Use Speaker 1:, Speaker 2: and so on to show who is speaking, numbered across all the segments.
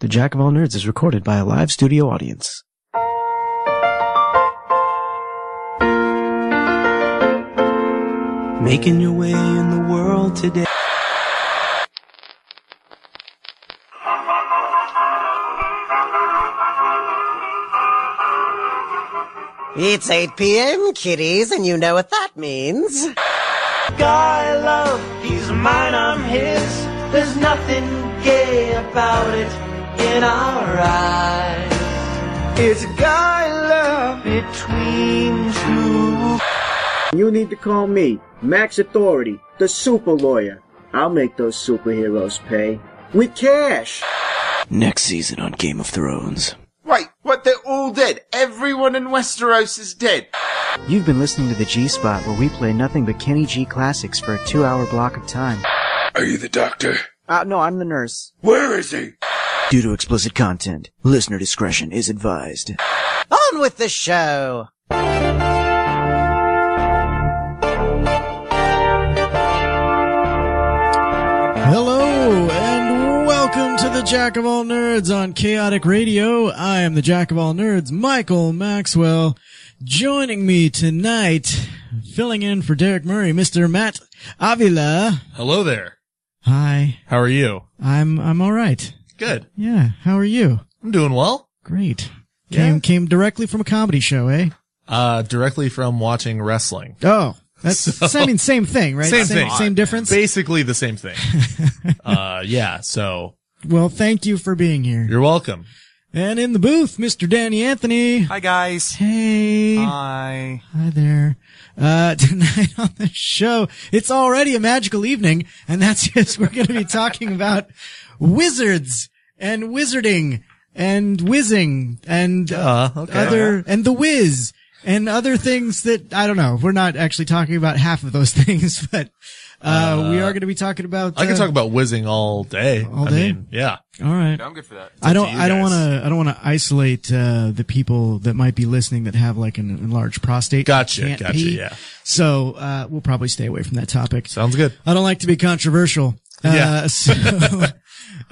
Speaker 1: The Jack of All Nerds is recorded by a live studio audience. Making your way in the world today.
Speaker 2: It's 8 p.m., kiddies, and you know what that means.
Speaker 3: guy I love. He's mine, I'm his. There's nothing gay about it in our eyes. It's a guy I love between two.
Speaker 4: You need to call me, Max Authority, the super lawyer. I'll make those superheroes pay. With cash!
Speaker 1: Next season on Game of Thrones.
Speaker 5: Wait, what? They're all dead. Everyone in Westeros is dead.
Speaker 1: You've been listening to the G Spot where we play nothing but Kenny G classics for a two hour block of time.
Speaker 6: Are you the doctor?
Speaker 1: Uh, no, I'm the nurse.
Speaker 6: Where is he?
Speaker 1: Due to explicit content, listener discretion is advised.
Speaker 2: On with the show!
Speaker 7: Hello and welcome to the Jack of All Nerds on Chaotic Radio. I am the Jack of All Nerds, Michael Maxwell. Joining me tonight, filling in for Derek Murray, Mr. Matt Avila.
Speaker 8: Hello there.
Speaker 7: Hi,
Speaker 8: How are you?
Speaker 7: I'm I'm all right.
Speaker 8: Good.
Speaker 7: Yeah, how are you?
Speaker 8: I'm doing well.
Speaker 7: Great.
Speaker 8: Yeah.
Speaker 7: Came came directly from a comedy show, eh?
Speaker 8: Uh, directly from watching wrestling.
Speaker 7: Oh, that's I mean same thing, right?
Speaker 8: Same thing.
Speaker 7: Same difference.
Speaker 8: Basically the same thing. uh, yeah. So
Speaker 7: well, thank you for being here.
Speaker 8: you're welcome.
Speaker 7: and in the booth, Mr. Danny Anthony.
Speaker 9: Hi guys.
Speaker 7: Hey.
Speaker 9: Hi.
Speaker 7: Hi there. Uh, tonight on the show, it's already a magical evening, and that's just, we're going to be talking about wizards and wizarding and whizzing and uh,
Speaker 8: Uh, okay.
Speaker 7: other, and the whiz and other things that, I don't know, we're not actually talking about half of those things, but, uh, we are going to be talking about,
Speaker 8: I can
Speaker 7: uh,
Speaker 8: talk about whizzing all day.
Speaker 7: All
Speaker 8: I
Speaker 7: day?
Speaker 8: mean, yeah.
Speaker 7: all right.
Speaker 9: I'm good for that.
Speaker 7: I don't.
Speaker 8: you
Speaker 7: I don't
Speaker 8: guys.
Speaker 7: want to. I don't want to isolate uh, the people that might be listening that have like an enlarged prostate. and
Speaker 8: Gotcha,
Speaker 7: can't
Speaker 8: gotcha,
Speaker 7: pee.
Speaker 8: yeah.
Speaker 7: So uh, we'll probably stay away from that topic.
Speaker 8: Sounds good.
Speaker 7: I don't like to be controversial.
Speaker 8: Yeah.
Speaker 7: Uh, so, uh,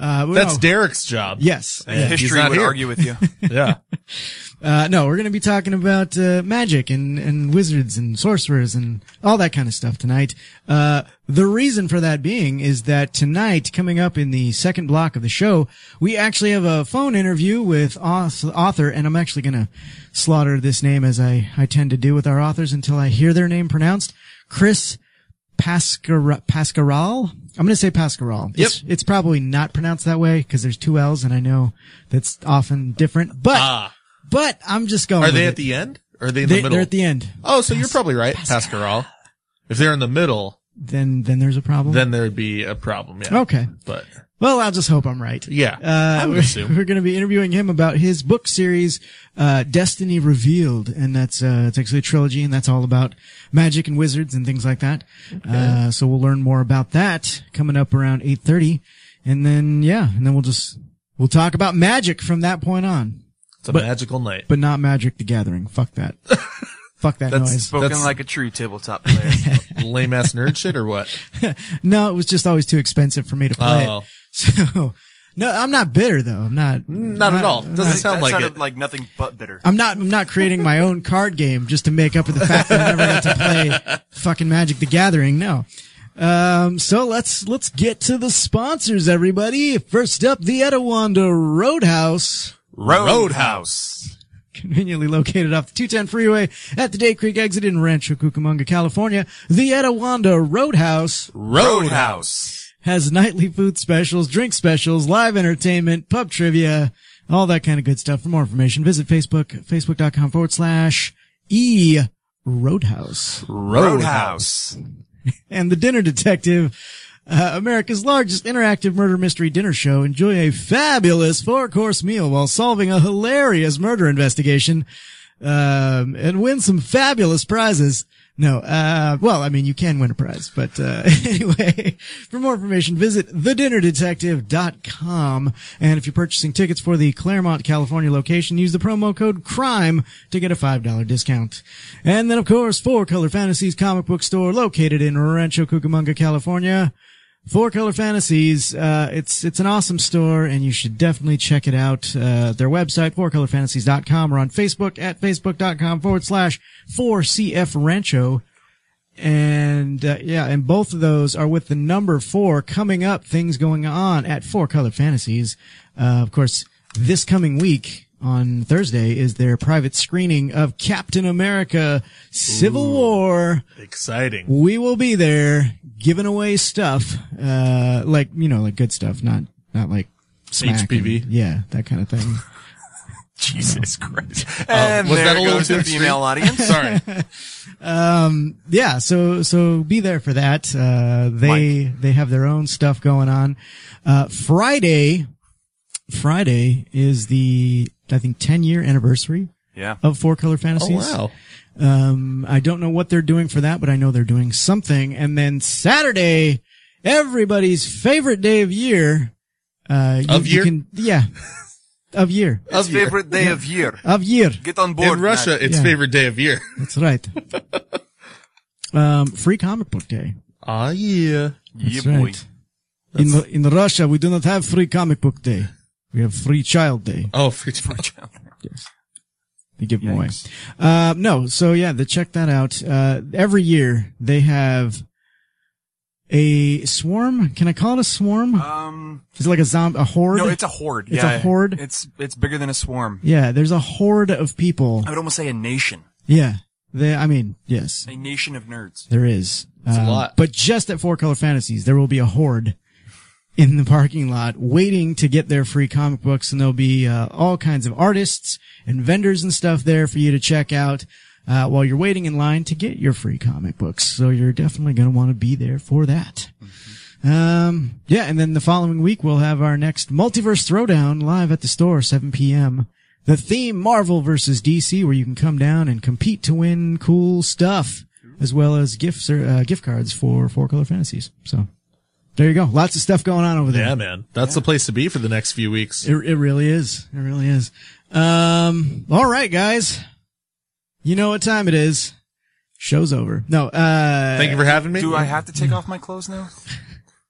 Speaker 7: well,
Speaker 8: That's
Speaker 7: no.
Speaker 8: Derek's job.
Speaker 7: Yes.
Speaker 8: Yeah, he's
Speaker 9: History
Speaker 8: not
Speaker 9: would
Speaker 8: here.
Speaker 9: argue with you.
Speaker 8: Yeah.
Speaker 7: Uh, no, we're going to be talking about uh, magic and, and wizards and sorcerers and all that kind of stuff tonight. Uh, the reason for that being is that tonight, coming up in the second block of the show, we actually have a phone interview with auth- author, and I'm actually going to slaughter this name as I, I tend to do with our authors until I hear their name pronounced, Chris Pascara- Pascaral. I'm going to say Pascaral. It's, it's probably not pronounced that way because there's two L's, and I know that's often different. But
Speaker 8: Ah.
Speaker 7: but I'm just going.
Speaker 8: Are
Speaker 7: with
Speaker 8: they
Speaker 7: it.
Speaker 8: at the end? Or are they in
Speaker 7: They,
Speaker 8: the middle?
Speaker 7: are at the end.
Speaker 8: Oh, so you're probably right, Pascal. If they're in the middle,
Speaker 7: Then then there's a problem.
Speaker 8: then there'd be a problem. Yeah.
Speaker 7: okay.
Speaker 8: But
Speaker 7: Well, I'll just hope I'm right.
Speaker 8: yeah,
Speaker 7: Uh,
Speaker 8: I would
Speaker 7: we're
Speaker 8: assume.
Speaker 7: going to be interviewing him about his book series, uh, Destiny Revealed, and that's uh, it's actually a trilogy, and that's all about magic and wizards and things like that. Uh, so we'll learn more about that coming up around eight thirty, and then yeah, and then we'll just we'll talk about magic from that point on,
Speaker 8: It's a magical night.
Speaker 7: but not Magic the Gathering. Fuck that. Fuck that
Speaker 8: That's-
Speaker 7: noise.
Speaker 9: Spoken
Speaker 8: That's-
Speaker 9: like a true tabletop player.
Speaker 8: Lame ass nerd shit or what?
Speaker 7: No, it was just always too expensive for me to play.
Speaker 8: Oh.
Speaker 7: It. So, no, I'm not bitter though. I'm not.
Speaker 8: Not at all. Doesn't sound
Speaker 9: that
Speaker 8: like
Speaker 9: sounded
Speaker 8: it.
Speaker 9: like nothing but bitter.
Speaker 7: I'm not. I'm not creating my own card game just to make up for the fact that I never got to play fucking Magic: The Gathering. No. Um, so let's let's get to the sponsors, everybody. First up, the Etowanda Roadhouse.
Speaker 8: Roadhouse.
Speaker 7: conveniently located off the 210 freeway at the Day Creek exit in Rancho Cucamonga, California. The Etowanda Roadhouse
Speaker 9: Roadhouse.
Speaker 7: has nightly food specials, drink specials, live entertainment, pub trivia, all that kind of good stuff. For more information, visit Facebook, facebook.com forward slash E Roadhouse.
Speaker 9: Roadhouse.
Speaker 7: And the Dinner Detective, uh, America's largest interactive murder mystery dinner show. Enjoy a fabulous four course meal while solving a hilarious murder investigation. Um, and win some fabulous prizes. No, uh, well, I mean, you can win a prize, but, uh, anyway, for more information, visit thedinnerdetective.com. And if you're purchasing tickets for the Claremont, California location, use the promo code CRIME to get a $5 discount. And then, of course, Four Color Fantasies comic book store located in Rancho Cucamonga, California. Four Color Fantasies. Uh, it's it's an awesome store, and you should definitely check it out. Uh, their website, fourcolorfantasies.com, or on Facebook at facebook.com forward slash 4CF Rancho. And uh, yeah, and both of those are with the number four coming up. Things going on at Four Color Fantasies. Uh, of course, this coming week on Thursday is their private screening of Captain America: Civil War.
Speaker 8: Exciting.
Speaker 7: We will be there giving away stuff, uh, like you know, like good stuff, not not like smack
Speaker 8: HPV.
Speaker 7: and- yeah, that kind of thing. Uh,
Speaker 9: Jesus Christ. And
Speaker 8: Oh, was
Speaker 9: there
Speaker 8: that a little
Speaker 9: goes the
Speaker 8: too
Speaker 9: female audience.
Speaker 8: Sorry.
Speaker 7: Um, yeah, so so be there for that. Uh, they they have their own stuff going on. Uh, Friday, Friday is the I think ten year anniversary
Speaker 9: Yeah.
Speaker 7: of Four Color Fantasies. Um, I don't know what they're doing for that, but I know they're doing something. And then Saturday, everybody's favorite day of year. Uh, you,
Speaker 8: Of
Speaker 7: you
Speaker 8: year?
Speaker 7: can- yeah, of year,
Speaker 9: It's favorite day of year.
Speaker 7: of year.
Speaker 9: Get on board.
Speaker 8: In Russia,
Speaker 9: Matt.
Speaker 8: it's
Speaker 7: Yeah.
Speaker 8: favorite day of year.
Speaker 7: That's right. um, free comic book day.
Speaker 8: Ah, yeah.
Speaker 9: Yeah,
Speaker 7: That's
Speaker 9: boy.
Speaker 7: right. In in Russia, we do not have free comic book day. We have free child day.
Speaker 8: Oh, free
Speaker 7: They give them away. Uh, no, so yeah, the, check that out. Uh, every year they have a swarm. Can I call it a swarm?
Speaker 9: Um,
Speaker 7: Is it like a zombie, a horde?
Speaker 9: no, it's a horde.
Speaker 7: It's a
Speaker 9: yeah.
Speaker 7: horde?
Speaker 9: It's it's bigger than a swarm.
Speaker 7: yeah, there's a horde of people.
Speaker 9: I would almost say a nation.
Speaker 7: Yeah, they, I mean, yes,
Speaker 9: A nation of nerds.
Speaker 7: there is.
Speaker 8: a
Speaker 7: Um,
Speaker 8: lot.
Speaker 7: But just at Four Color Fantasies, there will be a horde in the parking lot waiting to get their free comic books, and there'll be uh, all kinds of artists and vendors and stuff there for you to check out uh, while you're waiting in line to get your free comic books. So you're definitely going to want to be there for that.
Speaker 8: Mm-hmm.
Speaker 7: Um, yeah, and then the following week we'll have our next Multiverse Throwdown live at the store, 7 p.m. The theme Marvel versus DC, where you can come down and compete to win cool stuff, as well as gifts or uh, gift cards for Four Color Fantasies. So there you go, lots of stuff going on over there.
Speaker 8: Yeah, man. That's the place to be for the next few weeks.
Speaker 7: It, it really is. It really is. Um, all right, guys. You know what time it is. Show's over. No, uh,
Speaker 8: Thank you for having me.
Speaker 9: Do I have to take off my clothes now? Is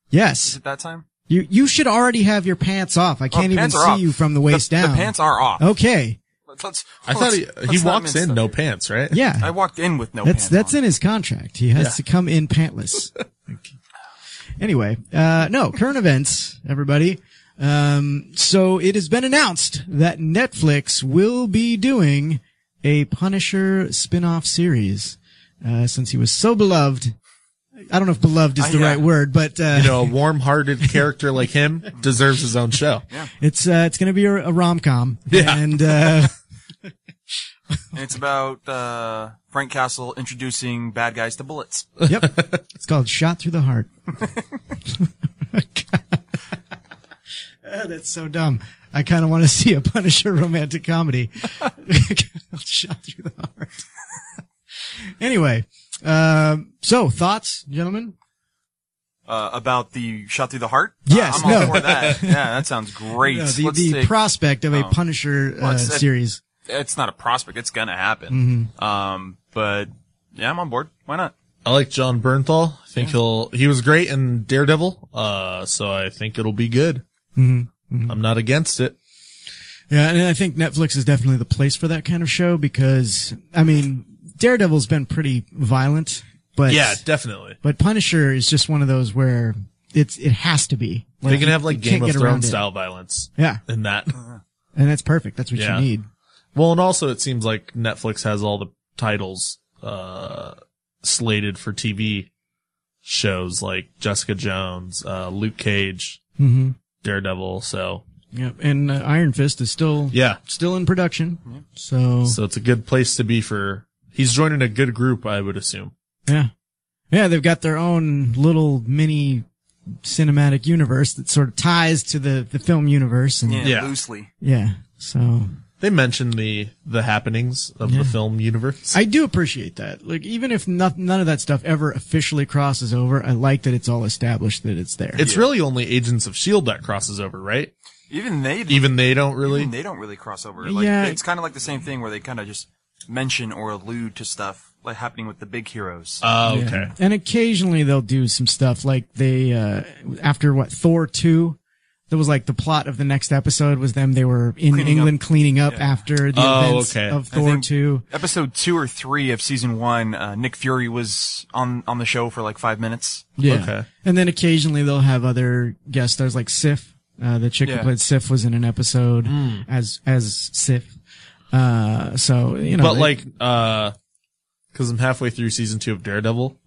Speaker 7: yes.
Speaker 9: it that time?
Speaker 7: You, you should already have your pants off. I
Speaker 9: Oh,
Speaker 7: can't even
Speaker 9: pants are
Speaker 7: see
Speaker 9: off.
Speaker 7: you from the
Speaker 9: The-
Speaker 7: waist down.
Speaker 9: The pants are off.
Speaker 7: Okay.
Speaker 9: Let's- let's-
Speaker 8: I thought he,
Speaker 9: let's-
Speaker 8: he
Speaker 9: let's not
Speaker 8: walks
Speaker 9: mince
Speaker 8: in
Speaker 9: them.
Speaker 8: no pants, right?
Speaker 7: Yeah.
Speaker 9: I walked in with no pants.
Speaker 7: that's, that's
Speaker 9: on.
Speaker 7: in his contract. He has
Speaker 8: Yeah.
Speaker 7: to come in pantless. anyway, uh, no, current events, everybody. Um, so it has been announced that Netflix will be doing a Punisher spin-off series, uh, since he was so beloved. I don't know if beloved is
Speaker 9: I-
Speaker 7: the
Speaker 9: yeah.
Speaker 7: right word, but, uh,
Speaker 8: You know, a warm-hearted character like him deserves his own show.
Speaker 7: it's, uh, it's going to be a, a rom-com.
Speaker 8: Yeah.
Speaker 7: And, uh,
Speaker 9: And it's about uh, Frank Castle introducing bad guys to bullets.
Speaker 7: Yep. It's called Shot Through the Heart. Ah, that's so dumb. I kind of want to see a Punisher romantic comedy. Shot Through the Heart. anyway, um, so thoughts, gentlemen?
Speaker 9: Uh, about the shot through the heart? Uh,
Speaker 7: Yes,
Speaker 9: I'm all
Speaker 7: no.
Speaker 9: for that. Yeah, that sounds great.
Speaker 7: Uh, the
Speaker 9: Let's
Speaker 7: the
Speaker 9: take- Oh.
Speaker 7: prospect of a Punisher uh,
Speaker 9: Let's-
Speaker 7: series.
Speaker 9: it's not a prospect. It's gonna happen.
Speaker 7: Mm-hmm.
Speaker 9: Um, but yeah, I'm on board. Why not?
Speaker 8: I like John Bernthal. I think he'll, he was great in Daredevil. Uh, so I think it'll be good.
Speaker 7: Mm-hmm.
Speaker 8: I'm not against it.
Speaker 7: Yeah, and I think Netflix is definitely the place for that kind of show because, I mean, Daredevil's been pretty violent, but
Speaker 8: Yeah, definitely.
Speaker 7: But Punisher is just one of those where it's it has to be.
Speaker 8: They can have like
Speaker 7: you can't
Speaker 8: Game of
Speaker 7: get around
Speaker 8: Thrones
Speaker 7: it.
Speaker 8: style violence
Speaker 7: Yeah,
Speaker 8: in that.
Speaker 9: Uh-huh.
Speaker 7: and that's perfect. That's what
Speaker 8: Yeah.
Speaker 7: you need.
Speaker 8: Well, and also it seems like Netflix has all the titles uh slated for TV shows like Jessica Jones, uh Luke Cage,
Speaker 7: Mhm.
Speaker 8: Daredevil, so
Speaker 7: Yep, and uh, Iron Fist is still
Speaker 8: yeah.
Speaker 7: still in production. So,
Speaker 8: So it's a good place to be for he's joining a good group, I would assume.
Speaker 7: yeah, yeah, they've got their own little mini cinematic universe that sort of ties to the the film universe, and yeah,
Speaker 9: Yeah,
Speaker 8: Yeah.
Speaker 9: loosely.
Speaker 7: so
Speaker 8: They mentioned the the happenings of the film universe.
Speaker 7: I do appreciate that. Like, even if not, none of that stuff ever officially crosses over, I like that it's all established that it's there.
Speaker 8: it's really only Agents of Shield E that crosses over, right?
Speaker 9: Even they, even
Speaker 8: Even they don't really
Speaker 9: they don't really cross over. Like,
Speaker 7: Yeah.
Speaker 9: it's kind of like the same thing where they kind of just mention or allude to stuff like happening with the big heroes.
Speaker 8: Oh,
Speaker 7: Yeah.
Speaker 8: okay.
Speaker 7: And occasionally they'll do some stuff like they uh after what Thor 2 that was like the plot of the next episode was them they were in
Speaker 9: Cleaning
Speaker 7: England cleaning up
Speaker 9: Yeah.
Speaker 7: after the
Speaker 8: Oh,
Speaker 7: events
Speaker 8: okay.
Speaker 7: of
Speaker 9: I
Speaker 7: Thor
Speaker 9: think
Speaker 7: 2.
Speaker 9: Episode two or three of season one, uh, Nick Fury was on on the show for like five minutes.
Speaker 7: Yeah.
Speaker 8: Okay.
Speaker 7: And then occasionally they'll have other guest stars like Sif. Uh, the chick who
Speaker 9: Yeah.
Speaker 7: played Sif was in an episode as as Sif. Uh, so you know,
Speaker 8: but
Speaker 7: they-
Speaker 8: like, uh, because I'm halfway through season two of Daredevil.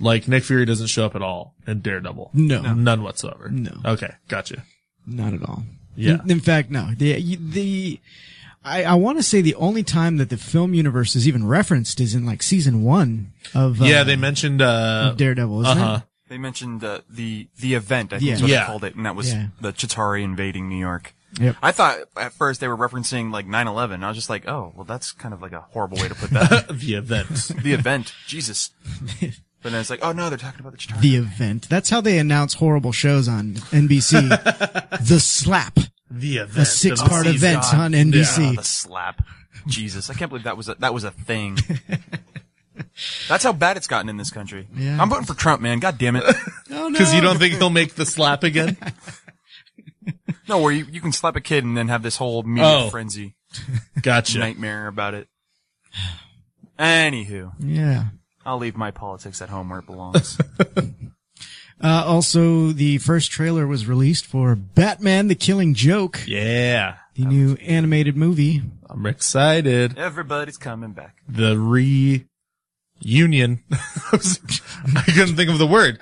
Speaker 8: Like Nick Fury doesn't show up at all in Daredevil.
Speaker 7: Mm-hmm. No. No.
Speaker 8: none whatsoever.
Speaker 7: No.
Speaker 8: Okay, gotcha.
Speaker 7: Not at all.
Speaker 8: Yeah.
Speaker 7: In, in fact, no. The the I, I want to say the only time that the film universe is even referenced is in like season one of uh,
Speaker 8: yeah, they mentioned uh,
Speaker 7: Daredevil. Isn't
Speaker 8: uh-huh.
Speaker 9: They mentioned uh, the the event. I think
Speaker 7: Yeah.
Speaker 9: is what
Speaker 8: Yeah.
Speaker 9: they called it, and that was
Speaker 7: Yeah.
Speaker 9: the Chitari invading New York.
Speaker 7: Yep.
Speaker 9: I thought at first they were referencing like 9/11. I was just like, oh, well, that's kind of like a horrible way to put that.
Speaker 8: the event.
Speaker 9: the event, Jesus. But then it's like, oh no, they're talking about the Chitari.
Speaker 7: it? The event. That's how they announce horrible shows on NBC. the slap,
Speaker 8: the event.
Speaker 7: a six part
Speaker 8: of the
Speaker 7: event
Speaker 8: season.
Speaker 7: on
Speaker 9: Ah,
Speaker 7: NBC.
Speaker 9: the slap. Jesus, I can't believe that was a, that was a thing. That's how bad it's gotten in this country.
Speaker 7: Yeah.
Speaker 9: I'm voting for Trump, man. God damn it.
Speaker 7: Oh, no.
Speaker 8: Because you don't think he'll make the slap again?
Speaker 9: No, where you, you can slap a kid and then have this whole media
Speaker 8: Oh.
Speaker 9: frenzy
Speaker 8: Gotcha.
Speaker 9: nightmare about it. Anywho,
Speaker 7: Yeah.
Speaker 9: I'll leave my politics at home where it belongs.
Speaker 7: Uh, also, the first trailer was released for Batman: The Killing Joke,
Speaker 8: Yeah,
Speaker 7: the new animated movie.
Speaker 8: I'm excited.
Speaker 9: Everybody's coming back.
Speaker 8: the reunion. I couldn't think of the word.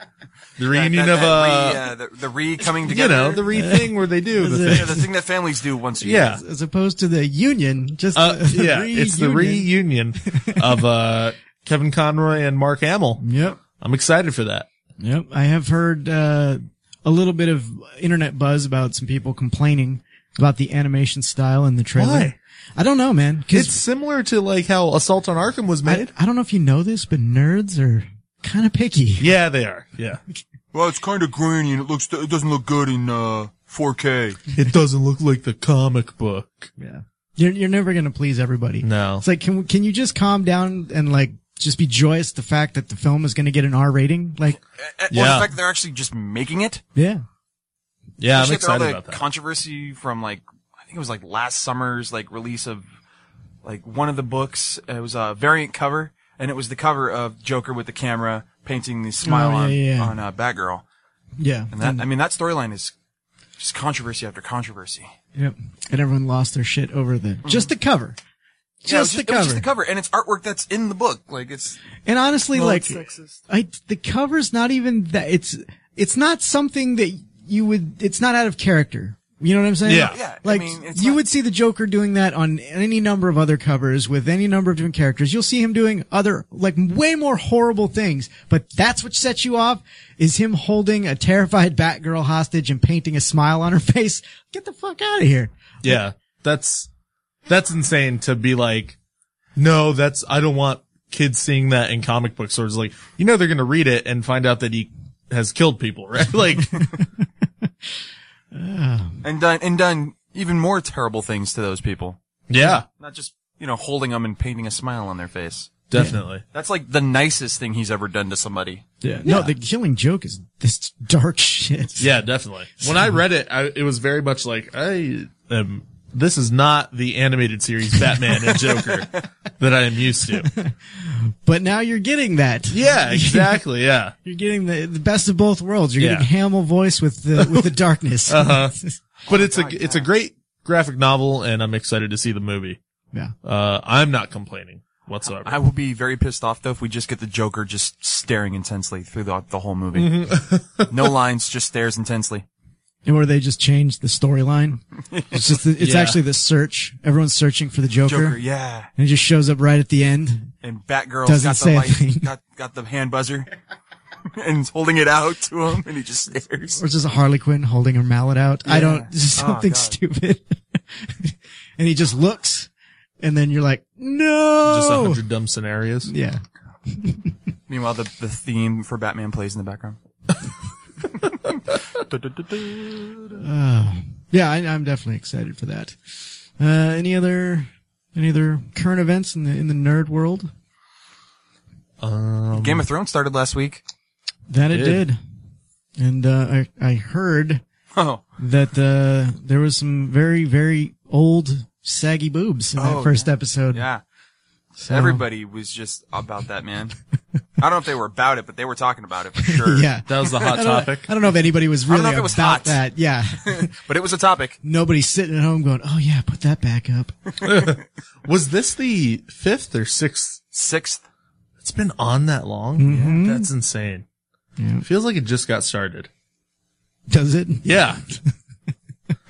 Speaker 8: The reunion
Speaker 9: That- that re,
Speaker 8: of uh,
Speaker 9: uh, the, the re coming
Speaker 8: you
Speaker 9: together.
Speaker 8: know, the re thing where they do the
Speaker 7: Is
Speaker 9: yeah,
Speaker 8: thing.
Speaker 7: it-
Speaker 9: the thing that families do once a year.
Speaker 8: Yeah,
Speaker 7: As opposed to the union, just
Speaker 8: uh,
Speaker 7: the
Speaker 8: yeah. It's the
Speaker 7: reunion.
Speaker 8: reunion of uh, Kevin Conroy and Mark Hamill.
Speaker 7: Yep.
Speaker 8: I'm excited for that.
Speaker 7: Yep, I have heard uh, a little bit of internet buzz about some people complaining about the animation style in the trailer.
Speaker 8: Why?
Speaker 7: I don't know, man.
Speaker 8: It's
Speaker 7: Because
Speaker 8: similar to like how Assault on Arkham was
Speaker 7: I,
Speaker 8: made.
Speaker 7: I don't know if you know this, but nerds are kind of picky.
Speaker 8: yeah, they are. Yeah,
Speaker 9: Well, it's kind of grainy and it looks it doesn't look good in uh 4K.
Speaker 8: it doesn't look like the comic book.
Speaker 9: Uh,
Speaker 8: Yeah,
Speaker 7: You're, you're never gonna please everybody.
Speaker 8: No.
Speaker 7: It's like, can we- can you just calm down and like just be joyous the fact that the film is gonna get an R rating? Like,
Speaker 9: Well,
Speaker 8: Yeah.
Speaker 9: the fact that they're actually just making it.
Speaker 7: yeah,
Speaker 8: yeah. I'm
Speaker 9: Especially after
Speaker 8: excited
Speaker 9: all
Speaker 8: about
Speaker 9: the
Speaker 8: that.
Speaker 9: Controversy from like I think it was like last summer's like release of like one of the books. It was a variant cover, and it was the cover of Joker with the camera painting the smile
Speaker 7: Oh, yeah,
Speaker 9: on
Speaker 7: yeah, yeah.
Speaker 9: on uh, Batgirl.
Speaker 7: yeah.
Speaker 9: And that I mean that storyline is just controversy after controversy.
Speaker 7: yep. And everyone lost their shit over the just the cover.
Speaker 9: Yeah, it was
Speaker 7: Just the
Speaker 9: it was
Speaker 7: cover.
Speaker 9: just the cover, and it's artwork that's in the book. Like it's
Speaker 7: And honestly,
Speaker 9: Well,
Speaker 7: like,
Speaker 9: it's sexist.
Speaker 7: I, the cover's not even that, it's, it's not something that you would, it's not out of character. You know what I'm saying?
Speaker 8: Yeah. Yeah,
Speaker 9: I
Speaker 7: Like,
Speaker 9: mean, it's
Speaker 7: you
Speaker 9: not-
Speaker 7: would see the Joker doing that on any number of other covers with any number of different characters. You'll see him doing other, like, way more horrible things, but that's what sets you off is him holding a terrified Batgirl hostage and painting a smile on her face. Get the fuck out of here.
Speaker 8: Yeah, that's that's insane to be like, no, that's I don't want kids seeing that in comic book stores. Like, you know, they're gonna read it and find out that he has killed people, right? Like,
Speaker 9: and done and done even more terrible things to those people.
Speaker 8: yeah,
Speaker 9: Not just you know holding them and painting a smile on their face.
Speaker 8: definitely.
Speaker 9: That's like the nicest thing he's ever done to somebody.
Speaker 7: Yeah. No, the killing joke is this dark shit.
Speaker 8: Yeah, definitely. When I read it, I, it was very much like, I am. This is not the animated series Batman and Joker that I am used to.
Speaker 7: But now you're getting that.
Speaker 8: Yeah, exactly. Yeah.
Speaker 7: You're getting the, the best of both worlds. You're
Speaker 8: Yeah.
Speaker 7: getting Hamill voice with the with the darkness. Oh
Speaker 8: Uh-huh. But it's a it's a great graphic novel, and I'm excited to see the movie.
Speaker 7: Yeah.
Speaker 8: Uh, I'm not complaining whatsoever.
Speaker 9: I will be very pissed off though if we just get the Joker just staring intensely through the, the whole movie.
Speaker 8: Mm-hmm.
Speaker 9: no lines, just stares intensely.
Speaker 7: And where they just changed the storyline. It's just the, it's
Speaker 8: Yeah.
Speaker 7: actually the search. Everyone's searching for the Joker,
Speaker 9: Joker, yeah.
Speaker 7: and it just shows up right at the end.
Speaker 9: And Batgirl
Speaker 7: Doesn't
Speaker 9: got
Speaker 7: say a
Speaker 9: the light,
Speaker 7: thing.
Speaker 9: got, got the hand buzzer and is holding it out to him and he just stares.
Speaker 7: Or it's just a Harley Quinn holding her mallet out. I don't. This is
Speaker 9: Oh,
Speaker 7: something
Speaker 9: God.
Speaker 7: stupid. and he just looks, and then you're like, no.
Speaker 8: Just a hundred dumb scenarios.
Speaker 7: Oh! yeah.
Speaker 9: Meanwhile, the, the theme for Batman plays in the background.
Speaker 7: Um, Yeah, I, I'm definitely excited for that. Uh, any other any other current events in the in the nerd world?
Speaker 8: Um,
Speaker 9: Game of Thrones started last week.
Speaker 7: That it
Speaker 8: Did.
Speaker 7: did. And uh, I I heard
Speaker 9: Oh,
Speaker 7: that uh, there was some very very old saggy boobs in that
Speaker 9: Oh,
Speaker 7: first episode.
Speaker 9: yeah.
Speaker 7: So-
Speaker 9: Everybody was just about that, man. I don't know if they were about it, but they were talking about it for sure.
Speaker 7: Yeah.
Speaker 8: that was the hot
Speaker 7: I don't,
Speaker 8: topic.
Speaker 7: I don't know if anybody was
Speaker 9: don't
Speaker 7: really
Speaker 9: know if it was
Speaker 7: about
Speaker 9: hot.
Speaker 7: that. Yeah.
Speaker 9: But it was a topic.
Speaker 7: Nobody's sitting at home going, "Oh yeah, put that back up."
Speaker 8: Was this the fifth or sixth?
Speaker 9: Sixth.
Speaker 8: It's been on that long.
Speaker 7: Mm-hmm.
Speaker 8: That's insane. Feels like it just got started.
Speaker 7: Does it?
Speaker 8: Yeah.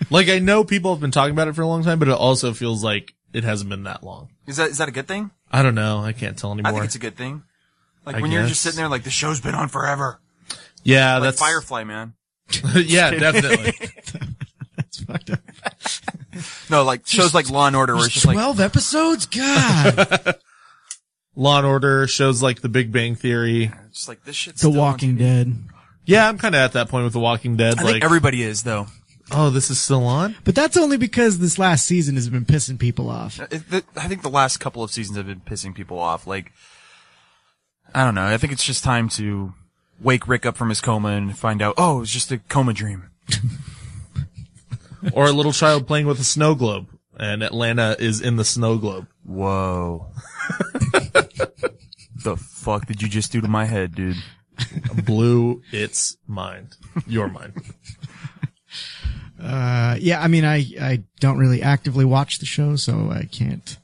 Speaker 8: like I know people have been talking about it for a long time, but it also feels like it hasn't been that long.
Speaker 9: Is that is that a good thing?
Speaker 8: I don't know. I can't tell
Speaker 9: I
Speaker 8: anymore.
Speaker 9: think it's a good thing. Like
Speaker 8: I
Speaker 9: when you're just
Speaker 8: guess.
Speaker 9: sitting there like the show's been on forever.
Speaker 8: yeah,
Speaker 9: Like
Speaker 8: that's
Speaker 9: Firefly, man.
Speaker 8: yeah, definitely.
Speaker 7: It's fucked up.
Speaker 9: No, like shows like Law and Order where it's just like
Speaker 7: Twelve episodes. God.
Speaker 8: Law and Order shows like The Big Bang Theory.
Speaker 9: just like this shit's
Speaker 7: the
Speaker 9: still on
Speaker 7: Walking
Speaker 9: TV.
Speaker 7: Dead.
Speaker 8: Yeah, I'm kind of at that point with The Walking Dead.
Speaker 9: I
Speaker 8: like,
Speaker 9: think everybody is though.
Speaker 8: oh, this is still on.
Speaker 7: But that's only because this last season has been pissing people off.
Speaker 9: Uh, It- the- I think the last couple of seasons have been pissing people off. Like, I don't know. I think it's just time to wake Rick up from his coma and find out. Oh, it was just a coma dream.
Speaker 8: Or a little child playing with a snow globe, and Atlanta is in the snow globe.
Speaker 9: Whoa. the fuck did you just do to my head, dude?
Speaker 8: Blew its mind. Your mind.
Speaker 7: Uh, yeah, I mean, I, I don't really actively watch the show, so I can't,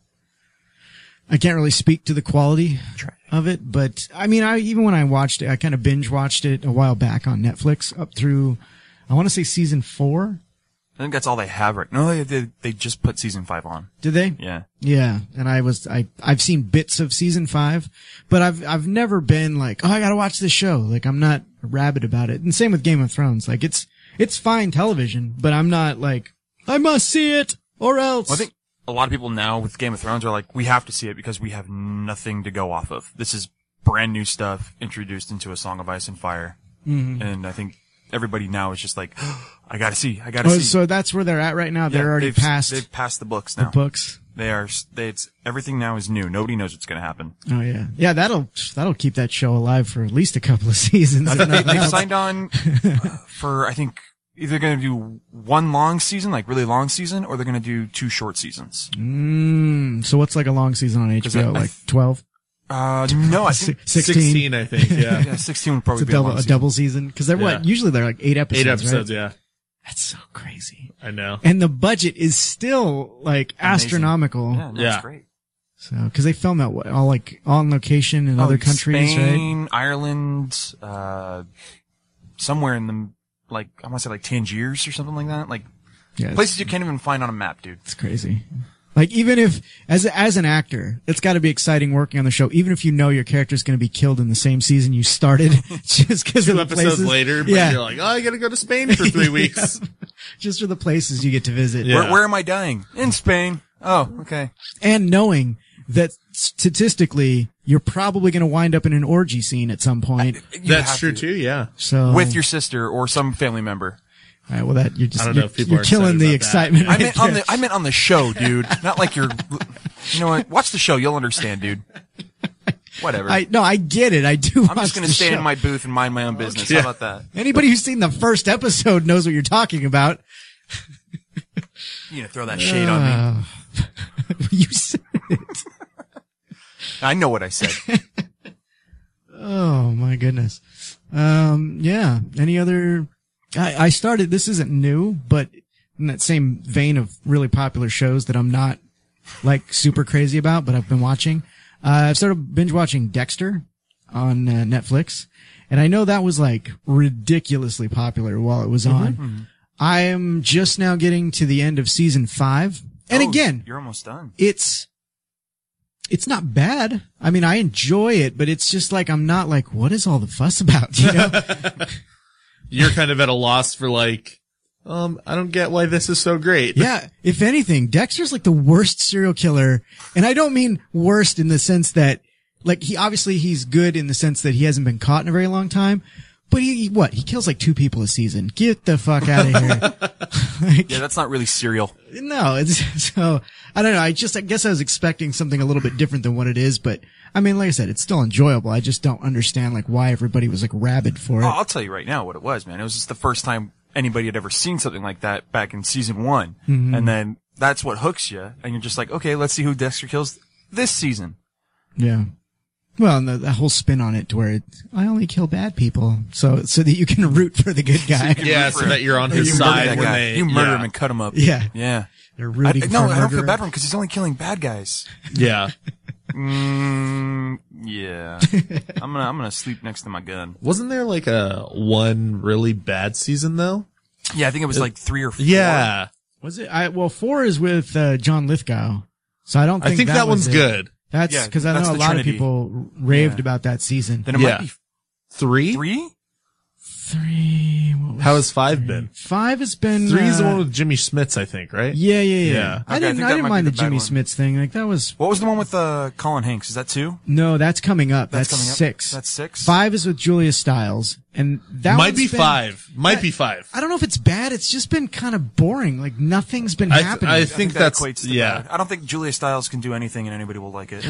Speaker 7: I can't really speak to the quality of it. But I mean, I, even when I watched it, I kind of binge watched it a while back on Netflix up through, I want to say season four.
Speaker 9: I think that's all they have right now. They, they, they just put season five on.
Speaker 7: Did they?
Speaker 9: Yeah.
Speaker 7: Yeah, and I was I I've seen bits of season five, but I've I've never been like oh I gotta watch this show like I'm not rabid about it. And same with Game of Thrones, like it's it's fine television, but I'm not like I must see it or else.
Speaker 9: Well, I think a lot of people now with Game of Thrones are like, we have to see it because we have nothing to go off of. This is brand new stuff introduced into A Song of Ice and Fire.
Speaker 7: Mm-hmm.
Speaker 9: And I think everybody now is just like, I gotta see, I gotta
Speaker 7: Oh,
Speaker 9: see.
Speaker 7: so that's where they're at right now.
Speaker 9: Yeah,
Speaker 7: they're already
Speaker 9: they've-
Speaker 7: past
Speaker 9: They've passed the books now.
Speaker 7: books.
Speaker 9: They are, s- they, it's, everything now is new. Nobody knows what's gonna happen.
Speaker 7: Oh yeah, yeah. That'll that'll keep that show alive for at least a couple of seasons. if
Speaker 9: they,
Speaker 7: nothing
Speaker 9: they've
Speaker 7: else.
Speaker 9: signed on uh, for, I think, either gonna do one long season, like really long season, or they're gonna do two short seasons.
Speaker 7: Mm, so what's like a long season on
Speaker 9: I-
Speaker 7: HBO?
Speaker 9: I
Speaker 7: like 12,
Speaker 9: Uh, no, I
Speaker 7: si-
Speaker 9: think,
Speaker 7: 16?
Speaker 8: 16, I think. Yeah.
Speaker 9: yeah, 16 would probably
Speaker 7: It's a
Speaker 9: be a
Speaker 7: double,
Speaker 9: long
Speaker 7: a
Speaker 9: season.
Speaker 7: double season because they're what
Speaker 8: Yeah.
Speaker 7: usually they're like eight episodes.
Speaker 8: Eight episodes.
Speaker 7: Right?
Speaker 8: Yeah.
Speaker 7: That's so crazy.
Speaker 8: I know.
Speaker 7: and the budget is still like astronomical.
Speaker 9: Yeah, no,
Speaker 8: Yeah.
Speaker 9: it's great.
Speaker 7: So, cause they film that all like on location in other
Speaker 9: Oh,
Speaker 7: countries, right?
Speaker 9: Spain, Ireland, uh, somewhere in the like I want to say like Tangiers or something like that. Like
Speaker 7: Yeah. It's,
Speaker 9: places you can't even find on a map, dude.
Speaker 7: it's crazy. Like even if as as an actor, it's got to be exciting working on the show. Even if you know your character's going to be killed in the same season you started, just because of
Speaker 8: Two
Speaker 7: the
Speaker 8: episodes
Speaker 7: places.
Speaker 8: later, but
Speaker 7: yeah,
Speaker 8: you're like, oh, I gotta go to Spain for three weeks.
Speaker 7: just for the places you get to visit,
Speaker 8: Yeah.
Speaker 9: Where, where am I dying? In Spain. Oh, okay.
Speaker 7: and knowing that statistically you're probably going to wind up in an orgy scene at some point.
Speaker 9: You
Speaker 8: That's
Speaker 9: have
Speaker 8: true
Speaker 9: to.
Speaker 8: too. Yeah.
Speaker 7: So
Speaker 9: With your sister or some family member.
Speaker 7: All right, well, that you're just
Speaker 8: I don't know
Speaker 7: you're,
Speaker 8: if people
Speaker 7: you're
Speaker 8: are
Speaker 7: killing
Speaker 8: excited
Speaker 7: the
Speaker 8: about that.
Speaker 9: I
Speaker 7: excitement. right
Speaker 9: meant on
Speaker 7: there.
Speaker 9: the I meant on the show, dude. Not like you're. You know what? Watch the show. You'll understand, dude. Whatever. I,
Speaker 7: I no, I get it. I do.
Speaker 9: am just gonna stand in my booth and mind my own business. How about that?
Speaker 7: Anybody who's seen the first episode knows what you're talking about.
Speaker 9: You know, throw that shade on me.
Speaker 7: Uh. you said,
Speaker 9: I know what I said.
Speaker 7: oh my goodness. Um, yeah. Any other? I, I started. This isn't new, but in that same vein of really popular shows that I'm not like super crazy about, but I've been watching. Uh, I've started binge watching Dexter on uh, Netflix, and I know that was like ridiculously popular while it was on. I am just now getting to the end of season five, and
Speaker 9: Oh,
Speaker 7: again,
Speaker 9: you're almost done.
Speaker 7: it's it's not bad. I mean, I enjoy it, but it's just like I'm not like, what is all the fuss about? You know?
Speaker 8: You're kind of at a loss for like, um, I don't get why this is so great.
Speaker 7: yeah. If anything, Dexter's like the worst serial killer, and I don't mean worst in the sense that, like, he obviously he's good in the sense that he hasn't been caught in a very long time, But he, he- what? He kills like two people a season. Get the fuck out of here. Like,
Speaker 9: Yeah, that's not really serial.
Speaker 7: no, it's so I don't know. I just I guess I was expecting something a little bit different than what it is, but I mean, like I said, it's still enjoyable. I just don't understand like why everybody was like rabid for it.
Speaker 9: Oh, I'll tell you right now what it was, man. It was just the first time anybody had ever seen something like that back in season one.
Speaker 7: Mm-hmm.
Speaker 9: And then that's what hooks you. And you're just like, okay, let's see who Dexter kills this season.
Speaker 7: Yeah. Well, and the, the whole spin on it to where it, I only kill bad people, so so that you can root for the good guy.
Speaker 8: Yeah, so that you're on his
Speaker 9: You murder,
Speaker 8: side
Speaker 9: that
Speaker 8: when
Speaker 9: guy.
Speaker 8: they
Speaker 9: you murder him
Speaker 8: yeah.
Speaker 9: and cut him up.
Speaker 7: Yeah.
Speaker 9: Yeah.
Speaker 7: They're
Speaker 9: I,
Speaker 7: rooting
Speaker 9: no,
Speaker 7: for
Speaker 9: I don't feel
Speaker 7: murderer.
Speaker 9: bad for him because he's only killing bad guys.
Speaker 8: Yeah.
Speaker 9: Mm, yeah. I'm gonna, I'm gonna sleep next to my gun.
Speaker 8: Wasn't there like a one really bad season though?
Speaker 9: Yeah, I think it was like three or four.
Speaker 8: Yeah.
Speaker 7: Was it? I well, four is with uh, John Lithgow, so I don't think
Speaker 8: I think that,
Speaker 7: was
Speaker 8: one's
Speaker 7: it.
Speaker 8: good.
Speaker 7: That's
Speaker 9: Yeah,
Speaker 7: because I
Speaker 9: that's
Speaker 7: know a
Speaker 9: the
Speaker 7: lot
Speaker 9: Trinity.
Speaker 7: of people raved about that season.
Speaker 9: Then it
Speaker 8: Yeah.
Speaker 9: might be
Speaker 8: Three?
Speaker 9: three?
Speaker 7: Three. What was
Speaker 8: How has five been?
Speaker 7: Five has been
Speaker 8: Three is the
Speaker 7: uh,
Speaker 8: one with Jimmy Smits, I think, right?
Speaker 7: Yeah, yeah, yeah.
Speaker 8: Yeah.
Speaker 9: Okay,
Speaker 7: I
Speaker 9: I think
Speaker 7: didn't.
Speaker 9: that
Speaker 7: I, didn't
Speaker 9: might be
Speaker 7: mind the
Speaker 9: the bad
Speaker 7: Jimmy
Speaker 9: one.
Speaker 7: Smits thing. Like that was
Speaker 9: What was the one with uh, Colin Hanks? Is that two?
Speaker 7: no. That's coming up. That's,
Speaker 9: That's coming up.
Speaker 7: six.
Speaker 9: That's six?
Speaker 7: Five is with Julia Stiles, and that
Speaker 8: Might
Speaker 7: one's
Speaker 8: be
Speaker 7: been-
Speaker 8: five. Might be five.
Speaker 7: I don't know if it's bad. It's just been kind of boring. Like nothing's been
Speaker 8: I,
Speaker 7: happening.
Speaker 8: I think
Speaker 9: that
Speaker 8: that's,
Speaker 9: equates to
Speaker 8: yeah,
Speaker 9: bad. I don't think Julia Stiles can do anything and anybody will like it.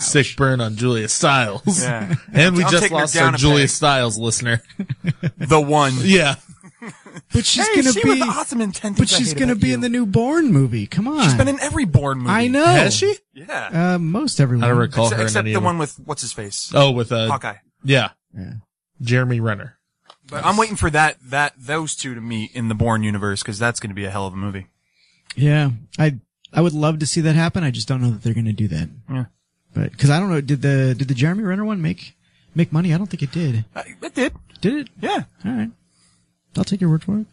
Speaker 8: sick burn on Julia Stiles.
Speaker 9: Yeah.
Speaker 8: And we
Speaker 9: I'm
Speaker 8: just
Speaker 9: taking her
Speaker 8: lost
Speaker 9: down
Speaker 8: our
Speaker 9: a
Speaker 8: Julia
Speaker 9: peg.
Speaker 8: Stiles listener.
Speaker 9: the one.
Speaker 8: Yeah.
Speaker 7: but she's
Speaker 9: Hey,
Speaker 7: gonna
Speaker 9: she was
Speaker 7: be.
Speaker 9: awesome in 10
Speaker 7: But
Speaker 9: Things I
Speaker 7: she's
Speaker 9: Hate
Speaker 7: gonna
Speaker 9: About
Speaker 7: be
Speaker 9: You.
Speaker 7: in the new Bourne movie. Come on.
Speaker 9: She's been in every Bourne movie.
Speaker 7: I know.
Speaker 8: Has she?
Speaker 9: Yeah.
Speaker 7: Uh, most everyone.
Speaker 8: I don't recall
Speaker 9: Except,
Speaker 8: her
Speaker 9: except
Speaker 8: in any
Speaker 9: the
Speaker 8: of
Speaker 9: one with what's his face,
Speaker 8: Oh, with uh,
Speaker 9: Hawkeye.
Speaker 8: Yeah.
Speaker 7: Yeah.
Speaker 8: Jeremy Renner.
Speaker 9: But I'm waiting for that that those two to meet in the Bourne universe because that's going to be a hell of a movie.
Speaker 7: Yeah, I I would love to see that happen. I just don't know that they're going to do that.
Speaker 9: Yeah.
Speaker 7: But because I don't know, did the did the Jeremy Renner one make make money? I don't think it did.
Speaker 9: Uh, it did.
Speaker 7: Did it?
Speaker 9: Yeah.
Speaker 7: All right, I'll take your word for it.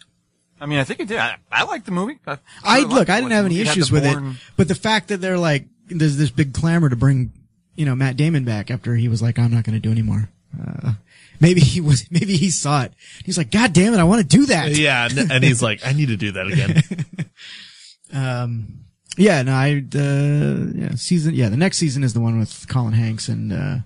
Speaker 9: I mean, I think it did. I, I liked the movie. I,
Speaker 7: I
Speaker 9: really
Speaker 7: look,
Speaker 9: liked
Speaker 7: I
Speaker 9: it.
Speaker 7: didn't have any
Speaker 9: It had
Speaker 7: issues
Speaker 9: the
Speaker 7: with it,
Speaker 9: Bourne-
Speaker 7: but the fact that they're like there's this big clamor to bring you know Matt Damon back after he was like I'm not going to do anymore. Uh, maybe he was. Maybe he saw it. He's like, God damn it, I want to do that.
Speaker 8: Yeah. And, and he's like, I need to do that again.
Speaker 7: Um, yeah, no, I, uh, yeah, season, yeah, the next season is the one with Colin Hanks and, uh,
Speaker 8: That's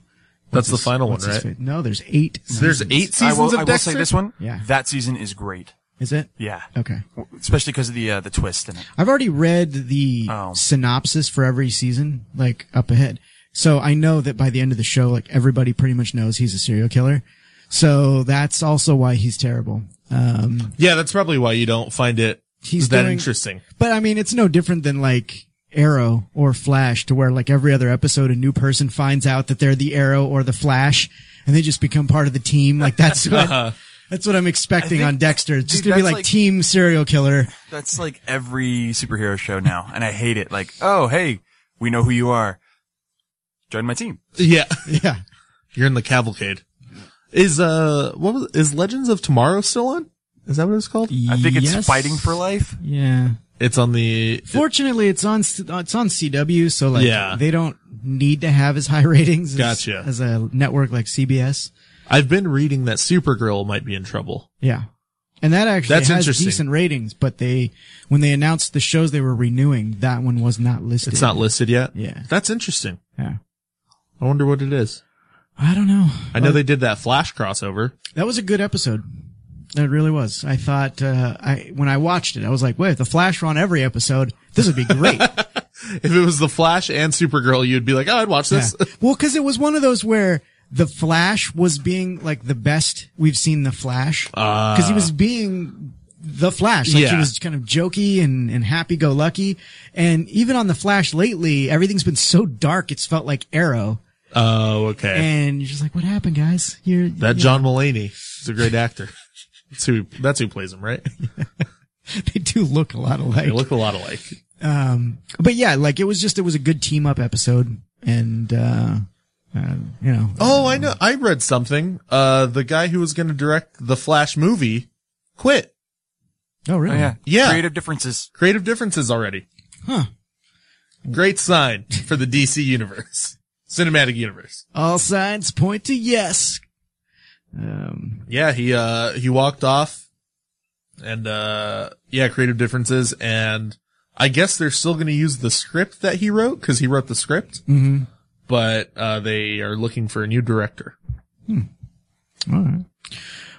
Speaker 7: what's
Speaker 8: the
Speaker 7: his-
Speaker 8: final one,
Speaker 7: what's his
Speaker 8: right?
Speaker 7: fa- No, there's eight.
Speaker 8: There's
Speaker 7: seasons.
Speaker 8: eight
Speaker 9: I
Speaker 8: seasons
Speaker 9: will,
Speaker 8: of
Speaker 9: I will
Speaker 8: Dexter.
Speaker 9: say this one.
Speaker 7: Yeah.
Speaker 9: That season is great.
Speaker 7: Is it?
Speaker 9: Yeah.
Speaker 7: Okay.
Speaker 9: Especially because of the uh, the twist in it.
Speaker 7: I've already read the
Speaker 9: Oh.
Speaker 7: synopsis for every season, like up ahead. So I know that by the end of the show, like everybody pretty much knows he's a serial killer. So that's also why he's terrible. Um,
Speaker 8: Yeah, that's probably why you don't find it
Speaker 7: He's
Speaker 8: that
Speaker 7: doing-
Speaker 8: interesting.
Speaker 7: But I mean, it's no different than like Arrow or Flash to where like every other episode, a new person finds out that they're the Arrow or the Flash and they just become part of the team. Like that's what,
Speaker 8: Uh-huh.
Speaker 7: that's what I'm expecting
Speaker 9: I think-
Speaker 7: on Dexter. It's just
Speaker 9: dude,
Speaker 7: going to be
Speaker 9: that's
Speaker 7: like,
Speaker 9: like-
Speaker 7: team serial killer.
Speaker 9: That's like every superhero show now, and I hate it. Like, oh hey, we know who you are. Join my team.
Speaker 8: Yeah.
Speaker 7: Yeah.
Speaker 8: You're in the cavalcade. Is, uh, what was, is Legends of Tomorrow still on? Is that what it's called?
Speaker 9: I think it's
Speaker 7: Yes.
Speaker 9: fighting for life.
Speaker 7: Yeah.
Speaker 8: It's on the,
Speaker 7: Fortunately, it's on, it's on CW. So like
Speaker 8: Yeah.
Speaker 7: they don't need to have as high ratings as,
Speaker 8: Gotcha.
Speaker 7: as a network like CBS.
Speaker 8: I've been reading that Supergirl might be in trouble.
Speaker 7: Yeah. And that actually
Speaker 8: That's
Speaker 7: has
Speaker 8: interesting.
Speaker 7: decent ratings, but they, when they announced the shows they were renewing, that one was not listed.
Speaker 8: It's not listed yet.
Speaker 7: Yeah.
Speaker 8: That's interesting.
Speaker 7: Yeah.
Speaker 8: I wonder what it is.
Speaker 7: I don't know.
Speaker 8: I know they did that Flash crossover.
Speaker 7: That was a good episode. It really was. I thought uh, I when I watched it, I was like, "Wait, if the Flash were on every episode, this would be great." Yeah.
Speaker 8: If it was the Flash and Supergirl, you'd be like, oh, I'd watch this.
Speaker 7: Well, because it was one of those where the Flash was being like the best we've seen the Flash because he was being the Flash. Like
Speaker 8: Uh, Yeah.
Speaker 7: he was kind of jokey and and happy go lucky, and even on the Flash lately, everything's been so dark. It's felt like Arrow,
Speaker 8: Oh, okay.
Speaker 7: and you're just like, "What happened, guys?" You're
Speaker 8: that
Speaker 7: you know,
Speaker 8: John Mulaney is a great actor. That's who, that's who plays him, right?
Speaker 7: they do look a lot alike.
Speaker 8: They look a lot alike.
Speaker 7: um but yeah like it was just it was a good team up episode and uh, uh you know
Speaker 8: Oh, I know. I read something. Uh, the guy who was going to direct the Flash movie quit.
Speaker 7: oh really
Speaker 8: Yeah.
Speaker 9: Creative differences.
Speaker 8: Creative differences already.
Speaker 7: Huh.
Speaker 8: Great sign for the DC universe, cinematic universe.
Speaker 7: all signs point to yes um
Speaker 8: Yeah. He, uh, he walked off and, uh, yeah, creative differences. And I guess they're still going to use the script that he wrote because he wrote the script,
Speaker 7: mhm.
Speaker 8: but, uh, they are looking for a new director.
Speaker 7: Hmm. All right.